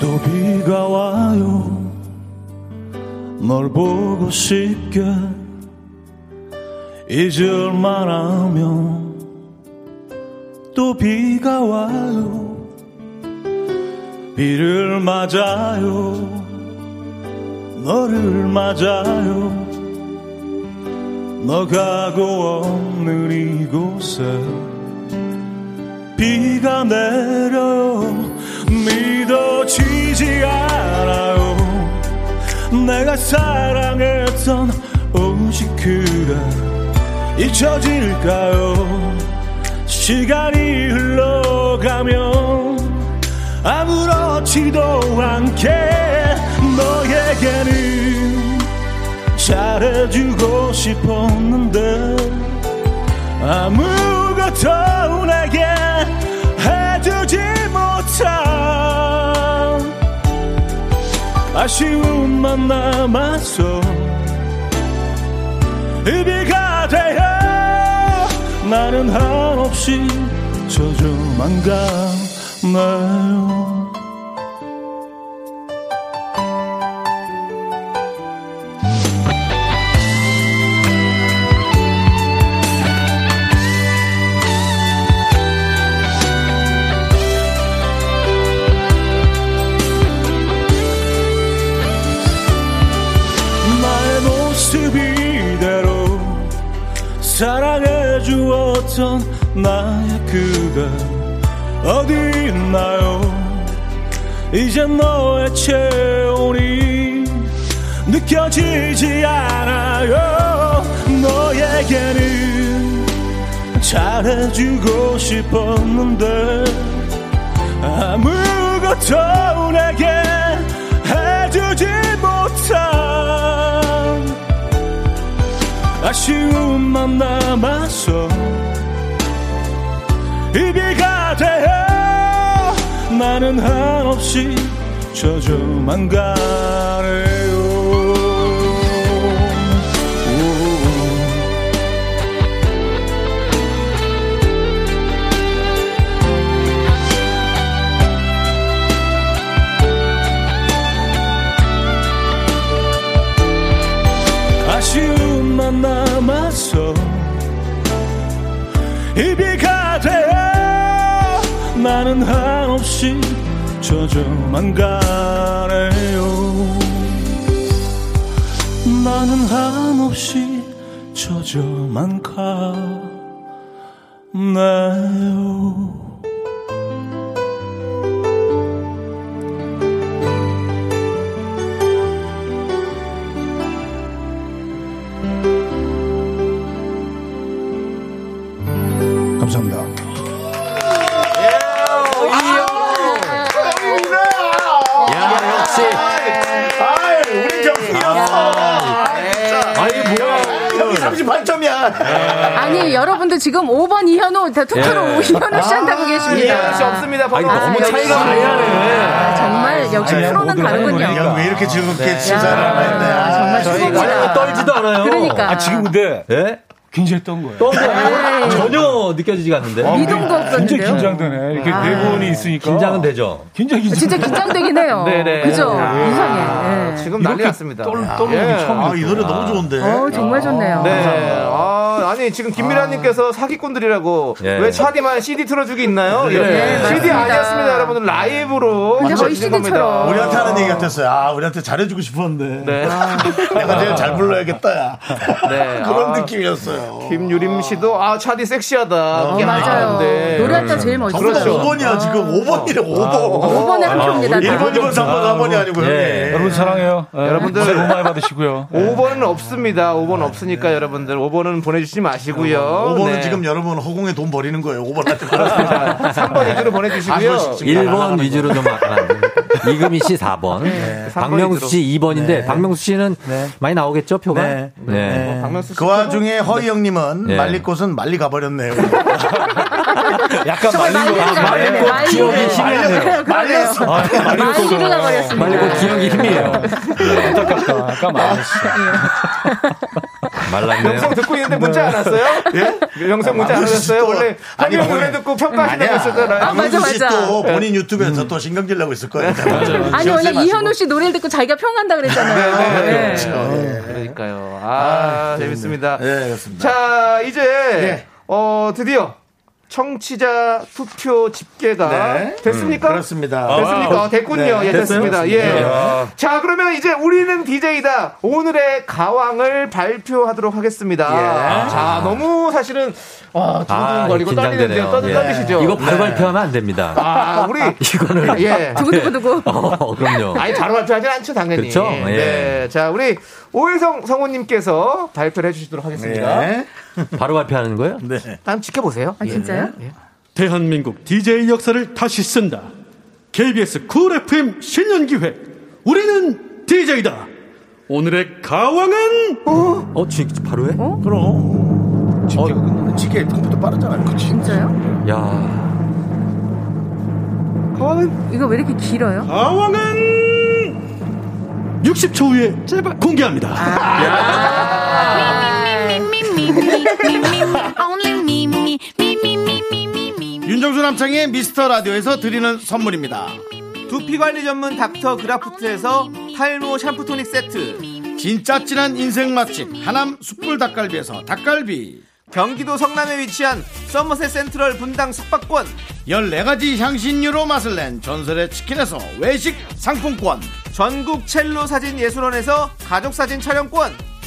G: 또 비가 와요 널 보고 싶게 잊을만 하면 또 비가 와요 비를 맞아요 너를 맞아요 너가 고 없는 이곳에 비가 내려요 믿어지지 않아요 내가 사랑했던 오직 그가 잊혀질까요 시간이 흘러가면 아무렇지도 않게 너에게는 잘해주고 싶었는데 아무것도 내게 해주지 못한 아쉬움만 남았어 의비가 되어 나는 한없이 저조만 가나요 나의 모습 이대로 사랑해 주었던 나의 그가 어디 있나요 이제 너의 체온이 느껴지지 않아요 너에게는 잘해주고 싶었는데 아무것도 내게 해주지 못한 아쉬움만 남아서 이비가 되어 나는 한없이 젖어만 가래요 아쉬움만 남아서 이비가 되어 나는 한없이 젖어만 가래요 나는 한없이 젖어만 가네요
A: 감사합니다.
C: 야, 역시.
A: 아이, 우리 경품이야.
C: 아니,
A: 뭐야. 네. 여기 38점이야.
Q: 아니 여러분들 지금 5번 이현우 다
C: 예.
Q: 투표로 이현우 씨 한다고 계십니다.
C: 이현우 씨 없습니다.
Q: 아니,
C: 너무 차이가 많이 나네.
Q: 아, 정말 역시 프로는
G: 아,
Q: 다르군요.
A: 야, 왜 이렇게
D: 아,
A: 즐겁게
Q: 네.
A: 치사를
Q: 야,
A: 하나 했네. 아,
Q: 정말
A: 저희가-
D: 뭐
Q: 최고입니다.
C: 떨지도 않아요.
Q: 그러니까.
C: 아, 지금
D: 근데
C: 굉장히 떤 거예요. 떤 거예요? 아,
A: 네.
C: 전혀 느껴지지가 않는데.
D: 아, 굉장히 긴장되네. 이렇게
C: 아.
D: 네 분이 있으니까.
C: 긴장은 되죠.
D: 굉장히 긴장.
Q: 진짜 긴장되긴 해요.
F: 네,
C: 네,
Q: 그죠?
C: 아,
Q: 이상해. 예.
B: 지금 난리 났습니다. 아,
D: 떨리기 처음이었구나.
B: 이 노래 너무 좋은데.
Q: 어, 정말 좋네요.
B: 예. 네. 아, 아니, 지금 김미라님께서 사기꾼들이라고
C: 예.
B: 왜 차디만 CD 틀어주기 있나요?
D: 예.
A: 네,
B: 이런.
A: 네,
B: CD
A: 맞습니다.
B: 아니었습니다, 여러분들. 라이브로.
Q: 뭐
B: 맞춰주신 겁니다.
A: 우리한테 하는 얘기 같았어요. 아, 우리한테 잘해주고 싶었는데.
B: 네.
A: 내가 제일 잘 불러야겠다, 야.
B: 아. 네.
A: 그런
B: 아,
A: 느낌이었어요. 어,
B: 김유림 씨도 아 차디 섹시하다. 이게
A: 맞아요.
B: 나왔는데. 음. 그렇죠. 아,
A: 노래할 때 제일 멋있어요. 전부 다 5번이야, 지금. 5번이래,
D: 뭐.
A: 아, 5번.
D: 아,
Q: 오번에 한 표입니다.
A: 1번, 2번, 3번, 4번이
S: 예.
A: 아니고요.
B: 네.
A: 예.
D: 예. 여러분 사랑해요.
S: 네.
B: 여러분들
D: 새해 복 많이 받으시고요.
B: 5번은 없습니다. 5번 없으니까 여러분들 5번은 보내주지 마시고요.
A: 5번은
B: 네.
A: 지금 여러분 허공에 돈 버리는 거예요. 5번한테
B: 3번 위주로 보내주시고요.
C: 1번 위주로 좀 아까 이금희 씨
B: 네.
C: 4번, 박명수 씨 2번인데
A: 네.
C: 박명수 씨는 많이 나오겠죠 표가?
A: 네.
C: 네.
A: 그 와중에 허이 형님은
C: 네.
A: 말릴 곳은 말리 가버렸네요.
C: 약간 말린 거, 아, 말린 거 기억이 힘이 안 나요.
A: 말렸어.
C: 아, 약간 말린 거 기억이 말린 거 기억이 힘이에요.
D: 안타깝다. 아까 말했어.
C: 말랐네요.
B: 명성 듣고 있는데 문자 안 왔어요? 예? 명성 문자 안 왔어요? 원래
A: 아니,
B: 한명 노래
A: 오늘-
B: 듣고 평가하시라고
A: 아니야. 네. 음.
B: 했었잖아요.
Q: 아, 맞아,
A: 이은수 씨
Q: 맞아.
A: 또 본인 유튜브에서 또 신경질 내고 있을 거예요.
Q: 아니 원래 이현우 씨 노래를 듣고 자기가 평한다 그랬잖아요.
A: 그렇죠.
Q: 네.
B: 그러니까요. 아, 재밌습니다.
A: 네, 그렇습니다.
B: 자, 이제 어, 드디어 청취자 투표 집계가
A: 네.
B: 됐습니까?
A: 음, 그렇습니다.
B: 됐습니까?
A: 와우.
B: 아, 됐군요.
A: 네.
B: 예, 됐습니다.
A: 됐어요?
B: 예.
A: 네.
B: 자, 그러면 이제 우리는 DJ다. 오늘의 가왕을 발표하도록 하겠습니다.
C: 예.
B: 자, 너무 사실은 와, 두근두근 아, 걸리고 떨리는데요. 떠들 떨리시죠?
C: 아, 예. 이거 바로
B: 네.
C: 발표하면 안 됩니다.
B: 아, 우리
C: 이거는
B: 예.
C: 두고두고두고. 어, 그럼요.
B: 아니 바로 발표하진 않죠 당연히.
C: 그렇죠? 예.
B: 네. 자 우리 오해성 성우님께서 발표를 해주시도록 하겠습니다.
K: 네.
C: 예. 바로 발표하는 거예요?
A: 네.
B: 다음 지켜보세요. 예.
Q: 아 진짜요?
K: 대한민국 DJ 역사를 다시 쓴다. KBS 쿨 FM 신년기획. 우리는 DJ다. 오늘의 가왕은 어,
C: 어 지, 바로 해?
A: 그럼.
B: 어,
A: 집계가 끝나네. 집계 컴퓨터 빠르잖아요. 그치?
Q: 진짜요?
C: 야.
Q: 가왕은 이거 왜 이렇게 길어요?
K: 가왕은 60초 후에 제발 공개합니다.
A: 윤정수 남창의 미스터 라디오에서 드리는 선물입니다.
B: 두피 관리 전문 닥터 그라프트에서 탈모 샴푸 토닉 세트.
A: 진짜 진한 인생 맛집 하남 숯불 닭갈비에서 닭갈비
B: 경기도 성남에 위치한 서머셋 센트럴 분당 숙박권.
A: 14가지 향신료로 맛을 낸 전설의 치킨에서 외식 상품권
B: 전국 첼로 사진 예술원에서 가족 사진 촬영권.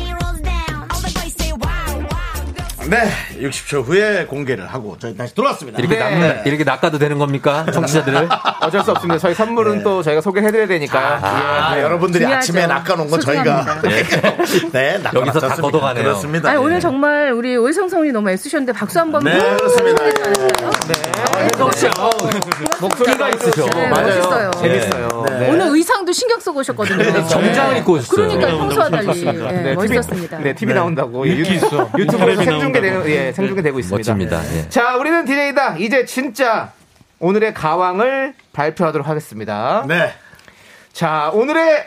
T: boys say
A: 네, 60초 후에 공개를 하고 저희 다시 돌아왔습니다. 네.
C: 이렇게 낚 이렇게 낚아도 되는 겁니까? 청취자들을
B: 어쩔 수 없습니다. 저희 선물은 또 저희가 소개해드려야 예. 되니까.
A: 네. 아, 여러분들이 아침에 낚아놓은 건 저희가 네, 낚아놨지
C: 여기서 다
A: 않습니까?
C: 걷어가네요.
A: 그렇습니다.
F: 아니,
A: 예.
F: 오늘 정말 우리 오해성성님 너무 애쓰셨는데 박수 한번
A: 네, 그렇습니다.
C: 목소리가 있으셔.
F: 네, 멋있어요.
C: 네.
F: 오늘 의상도 신경 쓰고 오셨거든요.
C: 정장을 입고 오셨어요.
F: 그러니까 평소와 달리 예,
B: 네, TV
F: 멋있었습니다.
B: 네, TV 나온다고. 예, 유-
C: 있어.
B: 유튜브에서
C: 인터넷이
B: 생중계되는,
C: 나온다고.
B: 예, 생중계되고 있습니다. 네.
C: 멋집니다. 예.
B: 자, 우리는 DJ다. 이제 진짜 오늘의 가왕을 발표하도록 하겠습니다.
A: 네.
B: 자, 오늘의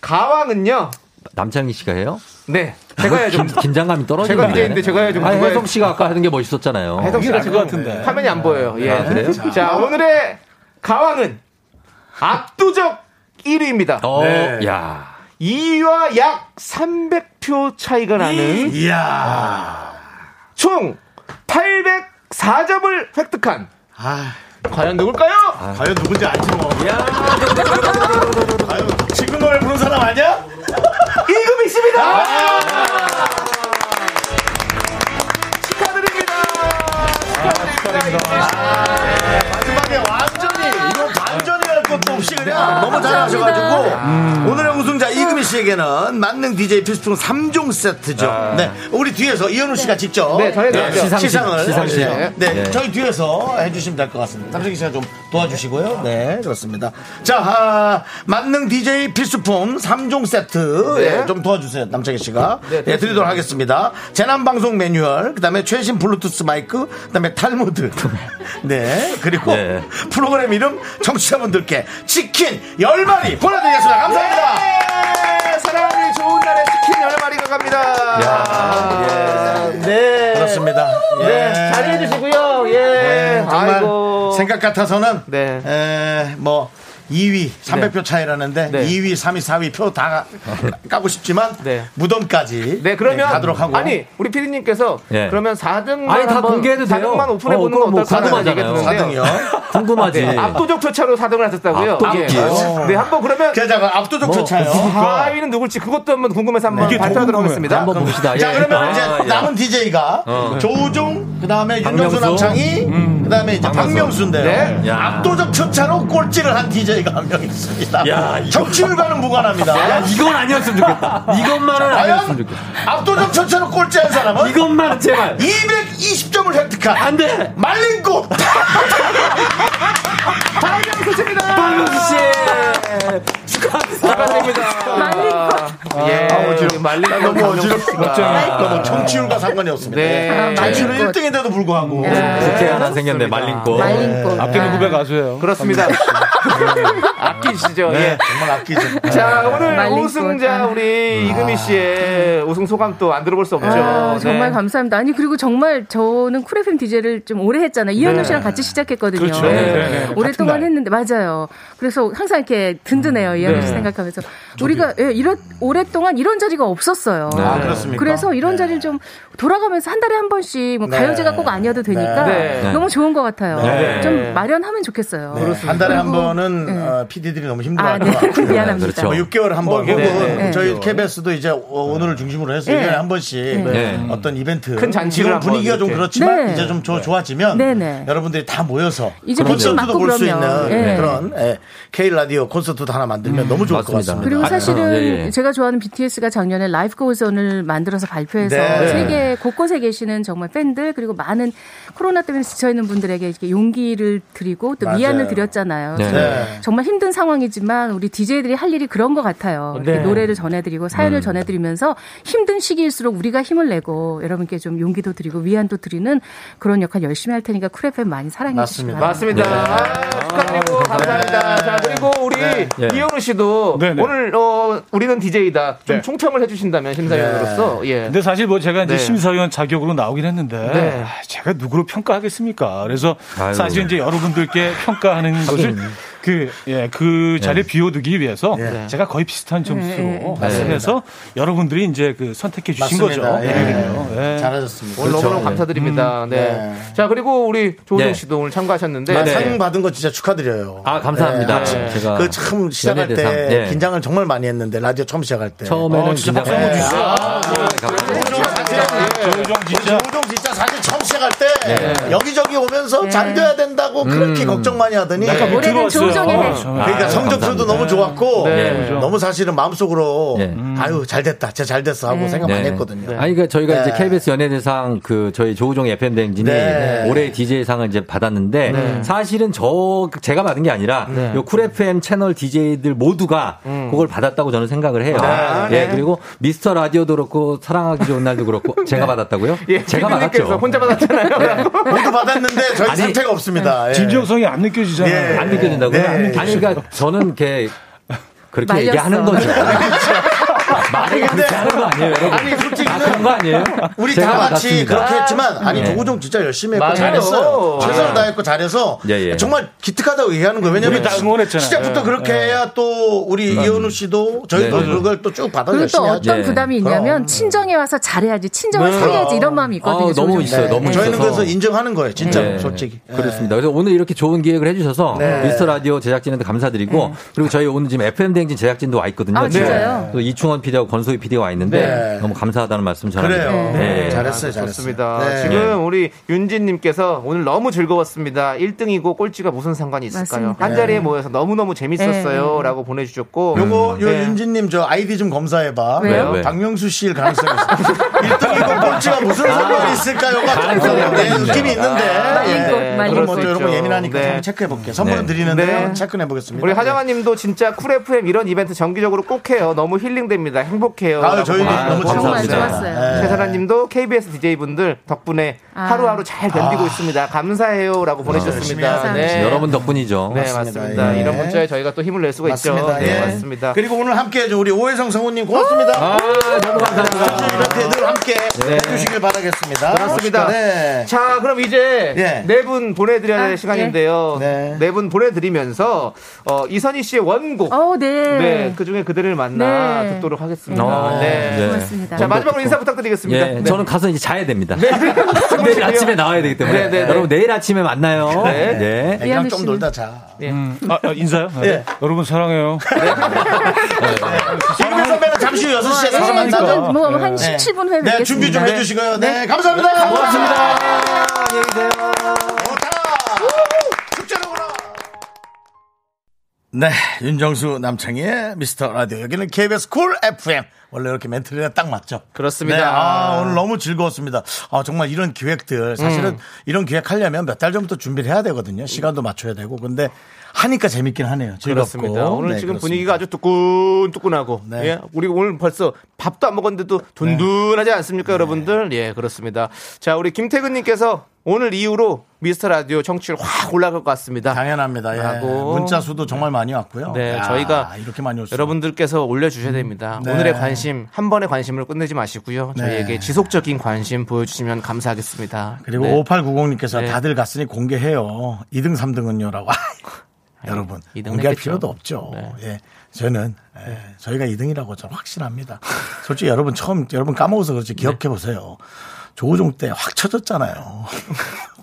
B: 가왕은요.
C: 남창희 씨가 해요? 뭐
B: 네. 제가 해야죠.
C: 긴- 긴장감이 떨어지네.
B: 제가 DJ인데 제가 해야죠.
C: 아니,
B: 누가
C: 혜성 씨가 아까 하는 게 멋있었잖아요.
B: 해석 씨가 지금 화면이 안 보여요. 예.
C: 아, 그래요?
B: 자, 오늘의 가왕은 압도적 1위입니다.
C: 어,
I: 네.
C: 야.
B: 2위와 약 300표 차이가 나는 아,
A: 이야.
B: 총 804점을 획득한
A: 아,
B: 과연 누굴까요?
A: 과연 누군지 알지 뭐. 아유, 지금 노래 부른 사람 아니야?
B: 이금희 씨입니다. 축하드립니다.
A: 마지막에 완전히 이거 반전을 할 것도 없이 그냥 음. 너무 잘하셔가지고 오늘의 우승자 이금희 씨에게는 만능 DJ 필수품 3종 세트죠. 네, 우리 뒤에서 이현우 씨가 직접
B: 아. 네, 전해드릴게요.
A: 시상식, 시상을
B: 시상식.
A: 해주세요. 네,
B: 네.
A: 저희 뒤에서 해주시면 될 것 같습니다. 남성희 씨가 좀
B: 아.
A: 도와주시고요. 네, 그렇습니다. 자, 아, 만능 DJ 필수품 3종 세트
M: 네.
A: 예, 좀 도와주세요. 남창희 씨가
M: 네,
A: 예, 드리도록 하겠습니다. 재난방송 매뉴얼, 그다음에 최신 블루투스 마이크, 그다음에 탈모드. 네, 그리고 프로그램 이름 청취자분들께 치킨 10마리 보내드리겠습니다. 감사합니다.
B: 사랑이 좋은 날에 치킨 여러 마리가 갑니다. 네.
A: 그렇습니다. 예.
B: 네, 잘해주시고요. 예.
A: 네, 정말
B: 아이고. 네.
A: 생각 같아서는 에, 뭐 2위 300표 차이라는데
B: 네.
A: 2위, 3위, 4위 표 다 까고 싶지만 무덤까지
B: 네, 그러면
A: 네, 가도록 하고
B: 아니 우리 피디님께서
A: 예.
B: 그러면 4등
A: 아니, 다 공개해도 돼요.
B: 4등만 오픈해
A: 어,
B: 보는
A: 그건
B: 건
A: 뭐
B: 어떨까 하는 얘기
A: 궁금하잖아요.
B: 드는데요.
A: 4등이요?
C: 궁금하지.
B: 네, 압도적 표차로 4등을 하셨다고요?
C: 압도적이요?
B: 예. 네, 한번 그러면
A: 게다가 어. 압도적 표차요.
B: 4위는 누굴지 그것도 한번 궁금해서 한번
A: 이게 더
B: 발표하도록
A: 궁금해요.
B: 하겠습니다.
A: 그러니까. 한번 봅시다. 자, 예. 그러면 아, 이제 예. 남은 DJ가
B: 어.
A: 조우종, 그 다음에 윤정수
B: 박명수.
A: 남창희,
B: 음.
A: 그 다음에 이제
B: 박명수.
A: 박명수인데요.
B: 네. 야.
A: 압도적 표차로 꼴찌를 한 DJ가 한 명 있습니다.
C: 야, 이거-
A: 정치율과는 무관합니다.
C: 야, 이건 아니었으면 좋겠다. 이것만은
A: 과연
C: 아니었으면 좋겠다.
A: 압도적 표차로 꼴찌한 사람은
C: 이것만은 제발.
A: 220점을 획득한 안 돼. 말린 꽃
B: 박명수 씨입니다.
C: 박명수 씨.
B: 축하드립니다.
A: 예. 아, 어지러워.
B: 말린
A: 나 너무
B: 것
A: 어지럽다.
B: 걱정이다.
A: 너무 정치율과 상관이 없습니다.
B: 네.
A: 정치율 1등인데도 불구하고.
C: 네.
A: 네.
C: 국회 하나 생겼네. 말린 꽃.
A: 말린 꽃.
D: 앞뒤는 후배 가수예요.
B: 네. 그렇습니다. 아끼시죠. 예.
A: 네, 정말 아끼죠. 네. 음.
B: 자, 오늘
F: 말린
B: 우승자 우리 이금희 씨의 우승 소감 또 안 들어볼 수 없죠.
F: 아, 정말
B: 네.
F: 감사합니다. 아니 그리고 정말 저는 쿨 FM DJ를 좀 오래 했잖아요. 이현우
B: 네.
F: 씨랑 같이 시작했거든요.
B: 그렇죠. 네, 네, 네.
F: 오랫동안 했는데 맞아요. 그래서 항상 이렇게 든든해요. 이현우
B: 네.
F: 씨 생각하면서 우리가 예, 이런 오랫동안 이런 자리가 없었어요.
M: 네. 아, 그렇습니까?
F: 래서 이런 자리를 좀 돌아가면서 한 달에 한 번씩 뭐
M: 네.
F: 가요제가 꼭 아니어도 되니까
A: 네. 네.
F: 너무 좋은 것 같아요.
A: 네.
F: 좀 마련하면 좋겠어요.
A: 네, 한 달에 한
F: 그리고 예.
A: 번은 어, PD들이 너무 힘들어할
F: 아,
A: 것
F: 네.
A: 같아요.
F: 미안합니다. 그렇죠.
A: 뭐 6개월 한 번,
F: 네,
A: 혹은
F: 네, 네.
A: 저희 KBS도 이제 어, 오늘을 중심으로 해서
F: 네.
A: 1년에 한 번씩
M: 네.
A: 어떤 이벤트,
M: 큰 잔치를
A: 지금
M: 한번
A: 분위기가 좀
M: 이렇게.
A: 그렇지만
M: 네.
A: 이제 좀 조- 좋아지면
M: 네, 네.
A: 여러분들이 다 모여서
F: 이제
A: 콘서트도
F: 백신 맞고
A: 볼 수 있는
F: 그러면. 네. 음.
A: 그런 예, K라디오 콘서트도 하나 만들면 너무 좋을 것 같습니다.
F: 그리고 사실은
A: 아, 예, 예.
F: 제가 좋아하는 BTS가 작년에 라이브 고전을 만들어서 발표해서
A: 네.
F: 세계 곳곳에 계시는 정말 팬들 그리고 많은 코로나 때문에 지쳐 있는 분들에게 이렇게 용기를 드리고 또
M: 맞아요.
F: 미안을 드렸잖아요.
M: 네.
F: 그래서 정말 힘든 상황이지만 우리 DJ들이 할 일이 그런 것 같아요.
M: 네.
F: 이렇게 노래를 전해드리고 사연을
M: 음.
F: 전해드리면서 힘든 시기일수록 우리가 힘을 내고 여러분께 좀 용기도 드리고 위안도 드리는 그런 역할 열심히 할 테니까 쿨 FM 많이 사랑해 주시기 바랍니다.
B: 맞습니다.
A: 네.
B: 아유, 축하드리고 네, 감사합니다.
C: 네.
B: 자, 그리고 우리 네.
A: 예.
B: 이영우 씨도
A: 네,
B: 오늘 어, 우리는 DJ다. 좀 총평을 해주신다면
A: 네.
B: 심사위원으로서. 예.
D: 근데 사실 뭐 제가 이제
B: 네.
D: 심사위원 자격으로 나오긴 했는데
B: 네.
D: 아, 제가 누구로 평가하겠습니까? 그래서
S: 아유.
D: 사실 이제 여러분들께 평가하는 것을
C: 네.
D: 그, 예, 그 자리에 비워두기 위해서
S: 네.
D: 제가 거의 비슷한
A: 예,
S: 네.
D: 점수로
S: 네.
D: 해서 여러분들이 이제 그 선택해 주신
B: 맞습니다.
D: 거죠.
B: 예.
D: 예.
C: 그렇죠.
A: 잘하셨습니다.
B: 오늘
C: 예.
B: 너무너무 감사드립니다.
A: 음.
B: 네.
A: 네.
B: 자, 그리고 우리 조우정
A: 네.
B: 씨도 오늘 참가하셨는데.
A: 나상 받은 거 진짜 축하드려요.
B: 아, 감사합니다. 네. 제가
A: 그 참 시작할 때
B: 연예대상, 네.
A: 긴장을 정말 많이 했는데 라디오 처음 시작할 때
C: 처음에는
A: 어, 진짜 박수 한번
C: 긴장을-
A: 주세요.
C: 아, 네, 감사합니다.
A: 박수 한번 주세요.
B: 그
D: 조우종 진짜.
A: 조우종 진짜 사실 처음 시작할 때
D: 네.
A: 여기저기 오면서
D: 네.
A: 잠겨야 된다고 그렇게
D: 음.
A: 걱정 많이 하더니
D: 네.
M: 뭐
D: 약간 노래는 들어왔어요. 조우종의 해. 아, 정말.
A: 그러니까
D: 아유,
A: 성적표도
D: 감사합니다.
A: 너무 좋았고
C: 네. 네.
A: 너무 사실은 마음속으로
C: 네.
A: 아유 잘 됐다, 쟤 잘 됐어 하고 생각 많이
C: 네.
A: 했거든요.
C: 아니, 그러니까 저희가
A: 네.
C: 이제 KBS 연예대상 그 저희 조우종 FM 대행진이
A: 네.
C: 올해 DJ상을 이제 받았는데
A: 네.
C: 사실은 저 제가 받은 게 아니라
A: 네.
C: 요쿨 FM 채널 DJ들 모두가 그걸 받았다고 저는 생각을 해요.
P: 음. 네.
C: 예,
P: 네.
C: 그리고 미스터 라디오도 그렇고 사랑하기 좋은 날도 그렇고 제가 받았다고요?
P: 예, 피디님께서
C: 제가 받았죠.
P: 혼자 받았잖아요.
A: 네. 모두 받았는데 네, 저희
C: 아니,
A: 상태가
P: 네.
A: 없습니다. 예.
C: 진정성이 안 느껴지잖아요. 안 느껴진다고요?
A: 네.
C: 아니, 그러니까 저는 이렇게 그렇게
A: 말렸어.
C: 얘기하는 거죠. 말이
A: 근데-
C: 그렇게 하는 거 아니에요, 여러분?
A: 아니, 솔직히는
C: 아, 그런 거 아니에요?
A: 우리
C: 제가
A: 다 같이
C: 받았습니다.
A: 그렇게 했지만 아니
C: 네.
A: 조우종 진짜 열심히 했고
C: 맞아요.
A: 잘했어요.
C: 아.
A: 최선을 다했고 잘해서
C: 예, 예.
A: 정말 기특하다고 얘기하는 거예요. 왜냐면
C: 우리 다 응원했잖아요.
A: 시작부터
C: 예.
A: 그렇게 해야 또 우리
C: 맞아요.
A: 이현우 씨도 저희도
C: 예. 네.
A: 그걸 또 쭉 받아
Q: 그리고 또
A: 열심히 예. 하죠.
Q: 어떤 부담이 있냐면 친정에 와서 잘해야지 친정을
C: 네.
Q: 살려야지
C: 어.
Q: 이런 마음이 있거든요. 네.
C: 아, 너무
Q: 조우종
C: 있어요.
Q: 씨.
C: 너무
A: 네. 저희는
C: 있어서.
A: 그래서 인정하는 거예요. 진짜로
C: 네.
A: 솔직히.
C: 그렇습니다. 그래서 오늘 이렇게 좋은 기획을 해주셔서
A: 네.
C: 미스터 라디오 제작진한테 감사드리고
Q: 네.
C: 그리고 저희 오늘 지금 FM 대행진 제작진도 와 있거든요.
A: 아, 진짜요?
C: 또 이충원 PD하고 권소희 PD가 와 있는데
B: 네.
C: 너무 감사하다는 말씀 전합니다.
B: 그래요.
C: 네.
B: 잘했어요, 아, 좋습니다. 지금
C: 네.
B: 우리 윤진님께서 오늘 너무 즐거웠습니다. 1등이고 꼴찌가 무슨 상관이 있을까요?
A: 맞습니다.
B: 한 자리에
A: 네.
B: 모여서 너무너무 재밌었어요.
A: 네.
B: 라고 보내주셨고.
A: 요거 요
B: 네.
A: 윤진님 저 아이디 좀 검사해봐.
B: 왜요? 왜?
A: 박명수 씨일 가능성이 있어. 1등이고 꼴찌가 무슨
C: 아.
A: 상관이 있을까요가 좀 네, 느낌이 있는데.
Q: 아,
A: 예. 그건 뭐또 이런 거 예민하니까
Q: 네.
A: 좀 체크해볼게요. 선물은
C: 네.
A: 드리는데 한번 체크해보겠습니다. 네.
B: 우리 하정아님도 진짜 쿨 FM 이런 이벤트 정기적으로 꼭 해요. 너무 힐링됩니다. 행복해요.
A: 아유,
B: 라고
A: 저희도
B: 보내주셨고.
A: 너무 정말
B: 감사합니다.
A: 좋았어요. 네.
B: 최선아님도 KBS DJ 분들 덕분에
A: 아.
B: 하루하루 잘 견디고 있습니다. 감사해요라고 보내주셨습니다.
C: 네. 여러분 덕분이죠.
B: 네 맞습니다.
A: 예.
B: 이런 문자에 저희가 또 힘을 낼 수가
A: 맞습니다.
B: 있죠. 네
A: 예.
B: 맞습니다.
A: 그리고 오늘 함께 해준 우리 오혜성 성우님 고맙습니다.
B: 아, 너무 감사합니다.
A: 자주 이렇게 늘 함께
B: 네.
A: 해주시길 바라겠습니다.
B: 그렇습니다.
A: 네.
B: 자, 그럼 이제
A: 예.
B: 네 분 보내드려야 될
A: 아,
B: 시간인데요. 네 분 보내드리면서 어, 이선희 씨의 원곡,
Q: 네.
B: 그 중에 그들을 만나
Q: 네.
B: 듣도록 하겠습니다.
C: 어, 네.
Q: 고맙습니다.
B: 자, 마지막으로 인사 부탁드리겠습니다.
C: 예,
B: 네.
C: 저는 가서 이제 자야 됩니다. 내일
B: 정말요?
C: 아침에 나와야 되기 때문에
B: 네, 네, 네.
C: 여러분 내일 아침에
B: 어?
C: 만나요.
D: 네.
C: 네.
A: 그냥 좀 놀다 자.
B: 예.
D: 음, 아, 아, 인사요? 아, 네.
A: 예.
D: 여러분 사랑해요.
A: 이은혜 선배는 잠시 후
Q: 아,
A: 6시에 다시
Q: 네,
D: 그러니까.
A: 만나죠.
D: 뭐, 한
Q: 17분 후에
A: 네, 준비 좀
Q: 뵙겠습니다.
A: 해주시고요. 네,
Q: 네.
A: 감사합니다.
Q: 고맙습니다.
A: 안녕히 계세요. 네, 윤정수 남창희의 미스터 라디오. 여기는 KBS 쿨 FM. 원래 이렇게 멘트를 딱 맞죠?
B: 그렇습니다.
A: 네, 아, 오늘 너무 즐거웠습니다. 아, 정말 이런 기획들. 사실은
B: 음.
A: 이런 기획하려면 몇 달 전부터 준비를 해야 되거든요. 시간도 맞춰야 되고. 근데 하니까 재밌긴 하네요. 즐겁고.
B: 그렇습니다. 오늘
A: 네,
B: 지금
A: 그렇습니다.
B: 분위기가 아주 뜨끈뜨끈하고
A: 네.
B: 예, 우리 오늘 벌써 밥도 안 먹었는데도 둔둔하지
A: 네.
B: 않습니까, 여러분들? 예, 그렇습니다. 자, 우리 김태근님께서 오늘 이후로 미스터 라디오 청취율 확 올라갈 것 같습니다.
A: 당연합니다. 예.
B: 라고.
A: 문자 수도 정말 많이 왔고요.
B: 네,
A: 어, 야,
B: 저희가
A: 이렇게 많이 올수
B: 여러분들께서 올려주셔야 됩니다.
A: 네.
B: 오늘의 관심 한 번의 관심을 끝내지 마시고요.
A: 네.
B: 저희에게 지속적인 관심 보여주시면 감사하겠습니다.
A: 그리고
B: 네.
A: 5890님께서
B: 네.
A: 다들 갔으니 공개해요. 2등, 3등은요라고. 여러분
B: 이등
A: 공개할
B: 했겠죠. 네.
A: 필요도 없죠. 예, 저는 예,
Q: 네.
A: 저희가 2등이라고 저는
Q: 음,
A: 확신합니다. 솔직히 여러분 처음 여러분 까먹어서
B: 네.
A: 그렇지 기억해 보세요. 조우종 때 확 쳐졌잖아요.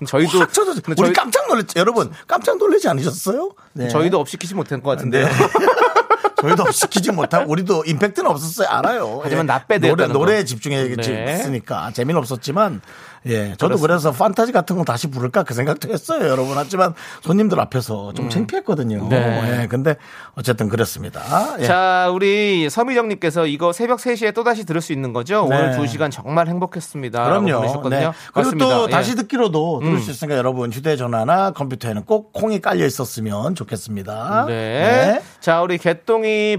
B: 저희도
A: 확 쳐졌. 우리
B: 근데 저희-
A: 깜짝 놀랐죠. 여러분 깜짝 놀라지 않으셨어요? 네.
B: 저희도 업시키지 못한 것 같은데요.
A: 네. 저희도 시키지 못하고 우리도 임팩트는 없었어요. 알아요.
B: 하지만
A: 예.
B: 나
A: 노래
B: 빼드렸다는 거. 네.
A: 노래에 집중했으니까 재미는 없었지만 예 저도 그래서 판타지 같은 거 다시 부를까 그 생각도 했어요 여러분 하지만 손님들 앞에서 좀 창피했거든요.
B: 음. 네.
A: 예 근데 어쨌든 그랬습니다. 예.
B: 자, 우리 서미정님께서 이거 새벽 3시에 또 다시 들을 수 있는 거죠?
A: 네.
B: 오늘 2시간 정말 행복했습니다. 라고
A: 그럼요.
B: 아, 보내셨거든요.
A: 네. 그리고
B: 맞습니다.
A: 또
B: 예.
A: 다시 듣기로도 들을
B: 음.
A: 수 있으니까 여러분 휴대전화나 컴퓨터에는 꼭 콩이 깔려 있었으면 좋겠습니다.
B: 네. 자, 우리 개똥이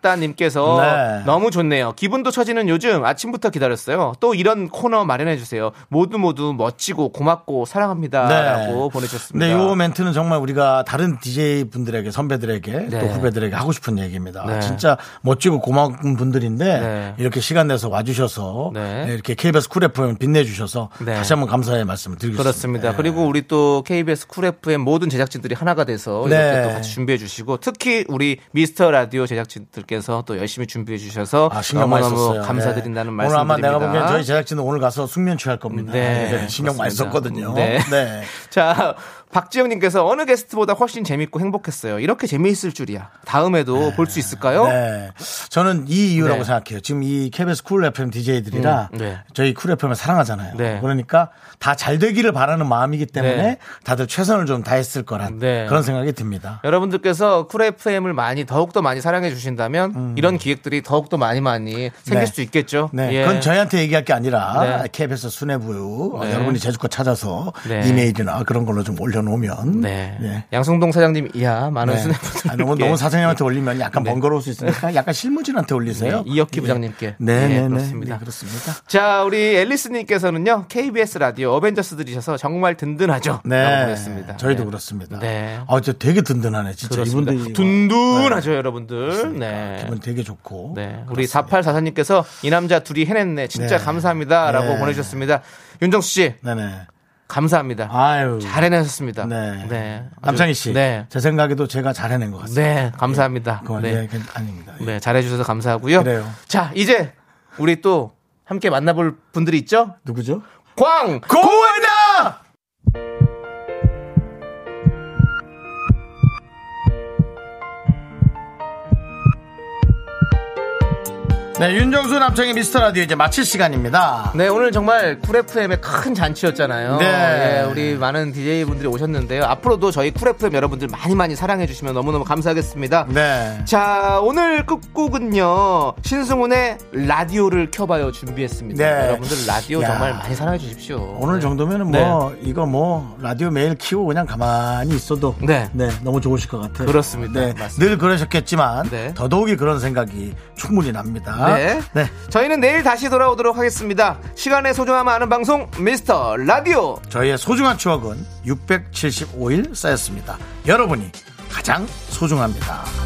B: 바람났다님께서
A: 네.
B: 너무 좋네요. 기분도 처지는 요즘 아침부터 기다렸어요. 또 이런 코너 마련해주세요. 모두 모두 멋지고 고맙고 사랑합니다. 라고 보내셨습니다.
A: 네, 요 멘트는 정말 우리가 다른 DJ 분들에게 선배들에게
B: 네.
A: 또 후배들에게 하고 싶은 얘기입니다.
B: 네.
A: 진짜 멋지고 고마운 분들인데
B: 네.
A: 이렇게 시간 내서 와주셔서
B: 네.
A: 네, 이렇게 KBS 쿨 FM 빛내주셔서
B: 네.
A: 다시 한번 감사의 말씀을 드리겠습니다. 네.
B: 그렇습니다. 그리고 우리 또 KBS 쿨 FM 모든 제작진들이 하나가 돼서
A: 네.
B: 이렇게 또 같이 준비해 주시고 특히 우리 미스터 라디오 제작진들께서 또 열심히 준비해 주셔서
A: 아, 신경 많이
B: 너무너무
A: 썼어요.
B: 감사드린다는
A: 네.
B: 말씀드립니다.
A: 오늘 아마 내가 보기엔 저희 제작진은 오늘 가서 숙면 취할 겁니다.
B: 네,
A: 네, 신경 많이
B: 그렇습니다.
A: 썼거든요.
B: 네.
A: 네.
B: 자, 박지영님께서 어느 게스트보다 훨씬 재밌고 행복했어요. 이렇게 재미있을 줄이야. 다음에도 볼 수 있을까요?
A: 네. 저는 이 이유라고
B: 네.
A: 생각해요. 지금 이 KBS 쿨 FM DJ들이라
B: 음, 네.
A: 저희 쿨 FM을 사랑하잖아요.
B: 네.
A: 그러니까 다 잘 되기를 바라는 마음이기 때문에
B: 네.
A: 다들 최선을 좀 다했을 거란
B: 네.
A: 그런 생각이 듭니다.
B: 여러분들께서 쿨 FM을 많이 더욱더 많이 사랑해 주신다면 이런 기획들이 더욱더 많이 많이 생길
A: 음. 네.
B: 수 있겠죠.
A: 네.
B: 예.
A: 그건 저희한테 얘기할 게 아니라
B: 네.
A: KBS 수뇌부
B: 네.
A: 여러분이 제주껏 찾아서
B: 네.
A: 이메일이나 그런 걸로 좀 올려놓으면
B: 네. 양성동 사장님 이하 많은
A: 네.
B: 스냅분들 네.
A: 아, 너무 너무 사장님한테 올리면 약간 번거로울 수 있으니까 약간 실무진한테 올리세요.
B: 이혁기 부장님께.
A: 네,
B: 예,
A: 네, 네,
B: 그렇습니다.
A: 네, 그렇습니다.
B: 자, 우리 앨리스님께서는요, KBS 라디오 어벤져스 들으셔서 정말 든든하죠. 라고 보냈습니다.
A: 네. 저희도
B: 네.
A: 그렇습니다.
B: 네.
A: 아, 저 되게 든든하네, 진짜.
B: 그렇습니다.
A: 이분들이.
B: 든든하죠, 여러분들. 네.
A: 기분 되게 좋고.
B: 네. 우리 4844님께서 이 남자 둘이 해냈네. 진짜
A: 네.
B: 감사합니다. 라고
A: 네.
B: 보내주셨습니다. 윤정수 씨.
A: 네네.
B: 감사합니다.
A: 아유.
B: 잘 해내셨습니다.
A: 네.
B: 아주-
A: 남창희 씨.
B: 네.
A: 제 생각에도 제가 잘해낸 것 같습니다.
B: 네, 감사합니다.
A: 그건
B: 네.
A: 예, 그건 아닙니다.
B: 네, 잘해주셔서 감사하고요.
A: 그래요.
B: 자, 이제 우리 또 함께 만나볼 분들이 있죠?
A: 누구죠?
B: 광! 고원아!
A: 네, 윤정수 남창희 미스터 라디오 이제 마칠 시간입니다.
B: 네, 오늘 정말 쿨 FM의 큰 잔치였잖아요.
A: 네.
B: 예, 우리 많은 DJ 분들이 오셨는데요. 앞으로도 저희 쿨 FM 여러분들 많이 많이 사랑해 주시면 너무너무 감사하겠습니다.
A: 네.
B: 자, 오늘 끝곡은요. 신승훈의 라디오를 켜봐요 준비했습니다.
A: 네.
B: 여러분들 라디오
A: 야.
B: 정말 많이 사랑해 주십시오.
A: 오늘
B: 네.
A: 정도면은 뭐 이거 뭐 라디오 매일 키우고 그냥 가만히 있어도 네, 너무 좋으실 것 같아요.
B: 그렇습니다.
A: 네,
B: 맞습니다.
A: 늘 그러셨겠지만
B: 네.
A: 더더욱이 그런 생각이 충분히 납니다.
B: 네. 저희는 내일 다시 돌아오도록 하겠습니다. 시간의 소중함을 아는 방송 미스터 라디오.
A: 저희의 소중한 추억은 675일 쌓였습니다. 여러분이 가장 소중합니다.